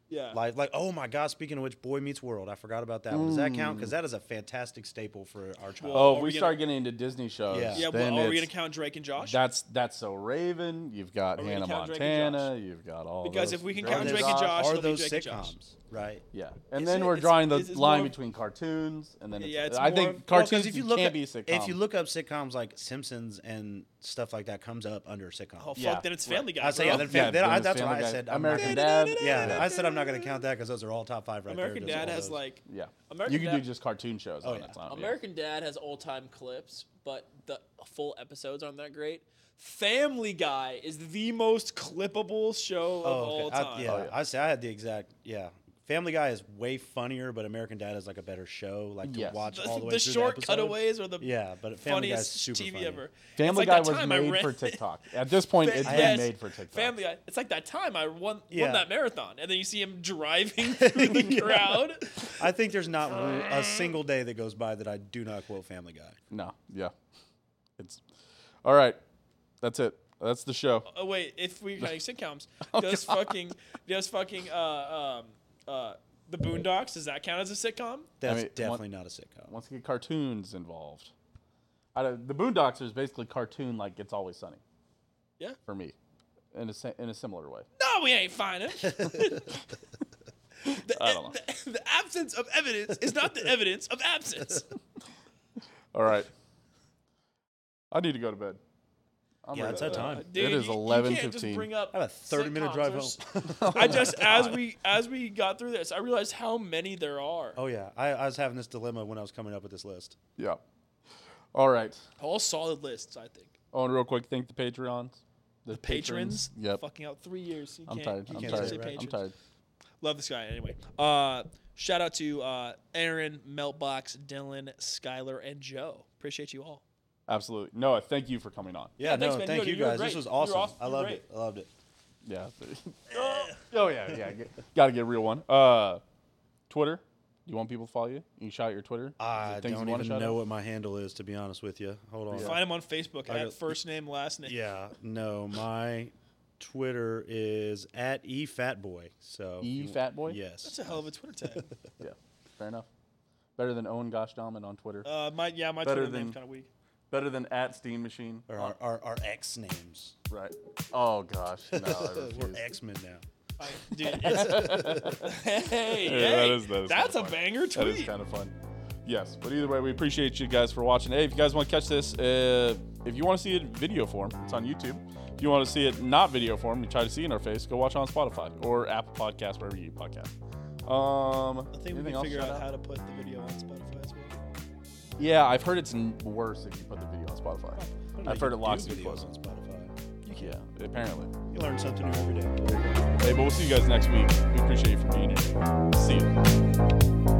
B: Yeah.
D: like like oh my god. Speaking of which, Boy Meets World. I forgot about that one. Does that
A: Mm.
D: count? Because that is a fantastic staple for our childhood.
A: Oh, if
B: Are we
A: we
B: gonna-
A: start getting into Disney shows.
D: Yeah.
B: yeah.
A: then
B: Well, are we
A: it's-
B: gonna count Drake and Josh?
A: That's that's so Raven. You've got
B: Are we gonna
A: Hannah
B: count Drake and
A: Montana. You've got all.
B: Because
A: those-
B: if we can
A: Drake
B: count
A: and
B: Drake and
A: Josh.
B: Josh,
D: are
B: it'll be
D: those
B: Drake and Josh.
D: sitcoms, right?
A: Yeah, and
B: Is
A: then
B: it-
A: we're
B: it's-
A: drawing
B: is-
A: the
B: is
A: line
B: more of-
A: between cartoons, and then it's,
B: Yeah, it's
A: I
B: more
A: think
B: of- well, 'cause
A: cartoons
D: if you look
A: can't
D: up,
A: be a sitcom.
D: if you look up sitcoms like Simpsons and stuff like that, comes up under a sitcom.
B: Oh fuck!
A: Yeah.
B: Then it's Family Guy.
D: I say
B: bro.
D: yeah, then fam-
A: Yeah,
D: then I-
A: then it's
D: that's what
A: Family
D: I
A: Guy.
D: said. I'm not
A: American
D: gonna-
A: Dad.
D: Yeah, I said I'm not going to count that because those are all top five right
B: American
D: there. just
B: Dad
D: all
B: has
D: those.
B: like
A: yeah,
B: American
A: you can do
B: Dad-
A: just cartoon shows on
D: yeah.
A: it. It's not- Oh, yeah.
F: American Dad has all time clips, but the full episodes aren't that great. Family Guy is the
B: the most clippable show of
D: Oh,
B: all
D: okay. I-
B: time.
D: yeah,
A: Oh, yeah.
D: I say I had the exact yeah. Family Guy is way funnier, but American Dad is like a better show, like to
A: Yes.
D: watch
B: The,
D: all the way
B: the
D: through
B: short
D: the episode.
B: cutaways are the
D: Yeah, but Family Guy's
B: funniest
D: super
B: TV
D: funny.
B: ever.
A: Family
B: It's like
A: Guy
B: that
A: was
B: time I
A: made
B: ran-
A: for TikTok. At this point, it's been
B: Yes.
A: made for TikTok.
B: Family Guy. It's like that time I won,
D: Yeah.
B: won that marathon, and then you see him driving through the crowd.
D: I think there's not a single day that goes by that I do not quote Family Guy.
A: No, yeah, it's all right. That's it. That's the show.
B: Oh wait, if we're counting sitcoms,
A: Oh,
B: does fucking does fucking uh, um, uh, the Boondocks does that count as a sitcom?
D: That's
A: mean, one-
D: definitely not a sitcom.
A: Once you get cartoons involved, I don't, the Boondocks is basically cartoon like It's Always Sunny.
B: Yeah.
A: for me, in a si- in a similar way.
B: No, we ain't finding.
A: I don't know.
B: the, the absence of evidence is not the evidence of absence.
A: All right, I need to go to bed. I'm
D: Yeah,
A: ready
D: it's
A: for
D: that time.
F: Dude,
A: it is
F: you- you
A: eleven
F: can't just
A: fifteen.
F: bring up
D: I have a 30 minute drive
F: sitcoms.
D: home. Oh
F: I
B: I just as we as we got through this, I realized how many there are.
D: oh, yeah. I, I was having this dilemma when I was coming up with this list.
A: Yeah. All right.
B: All solid lists, I think.
A: Oh, and real quick, thank the Patreons. The,
B: Patrons,
A: Yep.
B: fucking out three years. You
A: I'm
B: can't-
A: tired.
B: you
A: I'm
B: can't
A: tired.
B: say
A: I'm
B: patrons.
A: tired.
B: Love this guy anyway. Uh, shout out to uh, Aaron, Meltbox, Dylan, Skylar, and Joe. Appreciate you all.
A: Absolutely. Noah, thank you for coming on.
D: Yeah,
F: Yeah,
D: no,
F: thanks, man.
D: thank
F: You-
D: you
F: you were
D: guys. This
F: great.
D: was
F: You were
D: awesome.
F: awesome.
D: I
F: You were
D: loved
F: great.
D: it. I loved it.
A: Yeah. oh, oh yeah, yeah. G- Gotta get a real one. Uh, Twitter. You want people to follow you? You can shout out your Twitter. Is there
D: I
A: things you
D: don't
A: wanna
D: even
A: shout
D: know
A: out?
D: what my handle is, to be honest with you. Hold on.
B: Find him on Facebook at
D: got-
B: first name last name.
D: Yeah, no, my Twitter is at efatboy. So
A: E Fat Boy.
D: Yes.
B: That's a hell of a Twitter tag.
A: Yeah. Fair enough. Better than Owen Gosh Dahman on Twitter.
B: Uh, my yeah, my
A: Better
B: Twitter name's
A: than-
B: kind of weak.
A: Better than at Steam Machine.
D: Or our, our, our ex names.
A: Right. Oh gosh. No, I
D: We're
A: refuse.
D: X Men now.
B: I, dude, it's, hey,
A: Yeah,
B: hey,
A: that is- that is
B: that's a
A: kinda funny.
B: banger tweet.
A: That is kind of fun. Yes, but either way, we appreciate you guys for watching. Hey, if you guys want to catch this, uh, if you want to see it in video form, it's on YouTube. If you want to see it not video form, you try to see it in our face, go watch it on Spotify or Apple Podcast, wherever you podcast. Um,
B: I think we
A: anything
B: can
A: else
B: figure
A: to
B: out
A: shout
B: how to put the video on Spotify as well.
A: Yeah, I've heard it's n- worse if you put the video on
B: Oh,
A: Spotify. I've heard it locks
D: Do
A: you
D: videos
A: close.
D: on Spotify.
A: Yeah, apparently.
D: You learn something new every day.
A: Hey, but we'll see you guys next week. We appreciate you for being here. See you.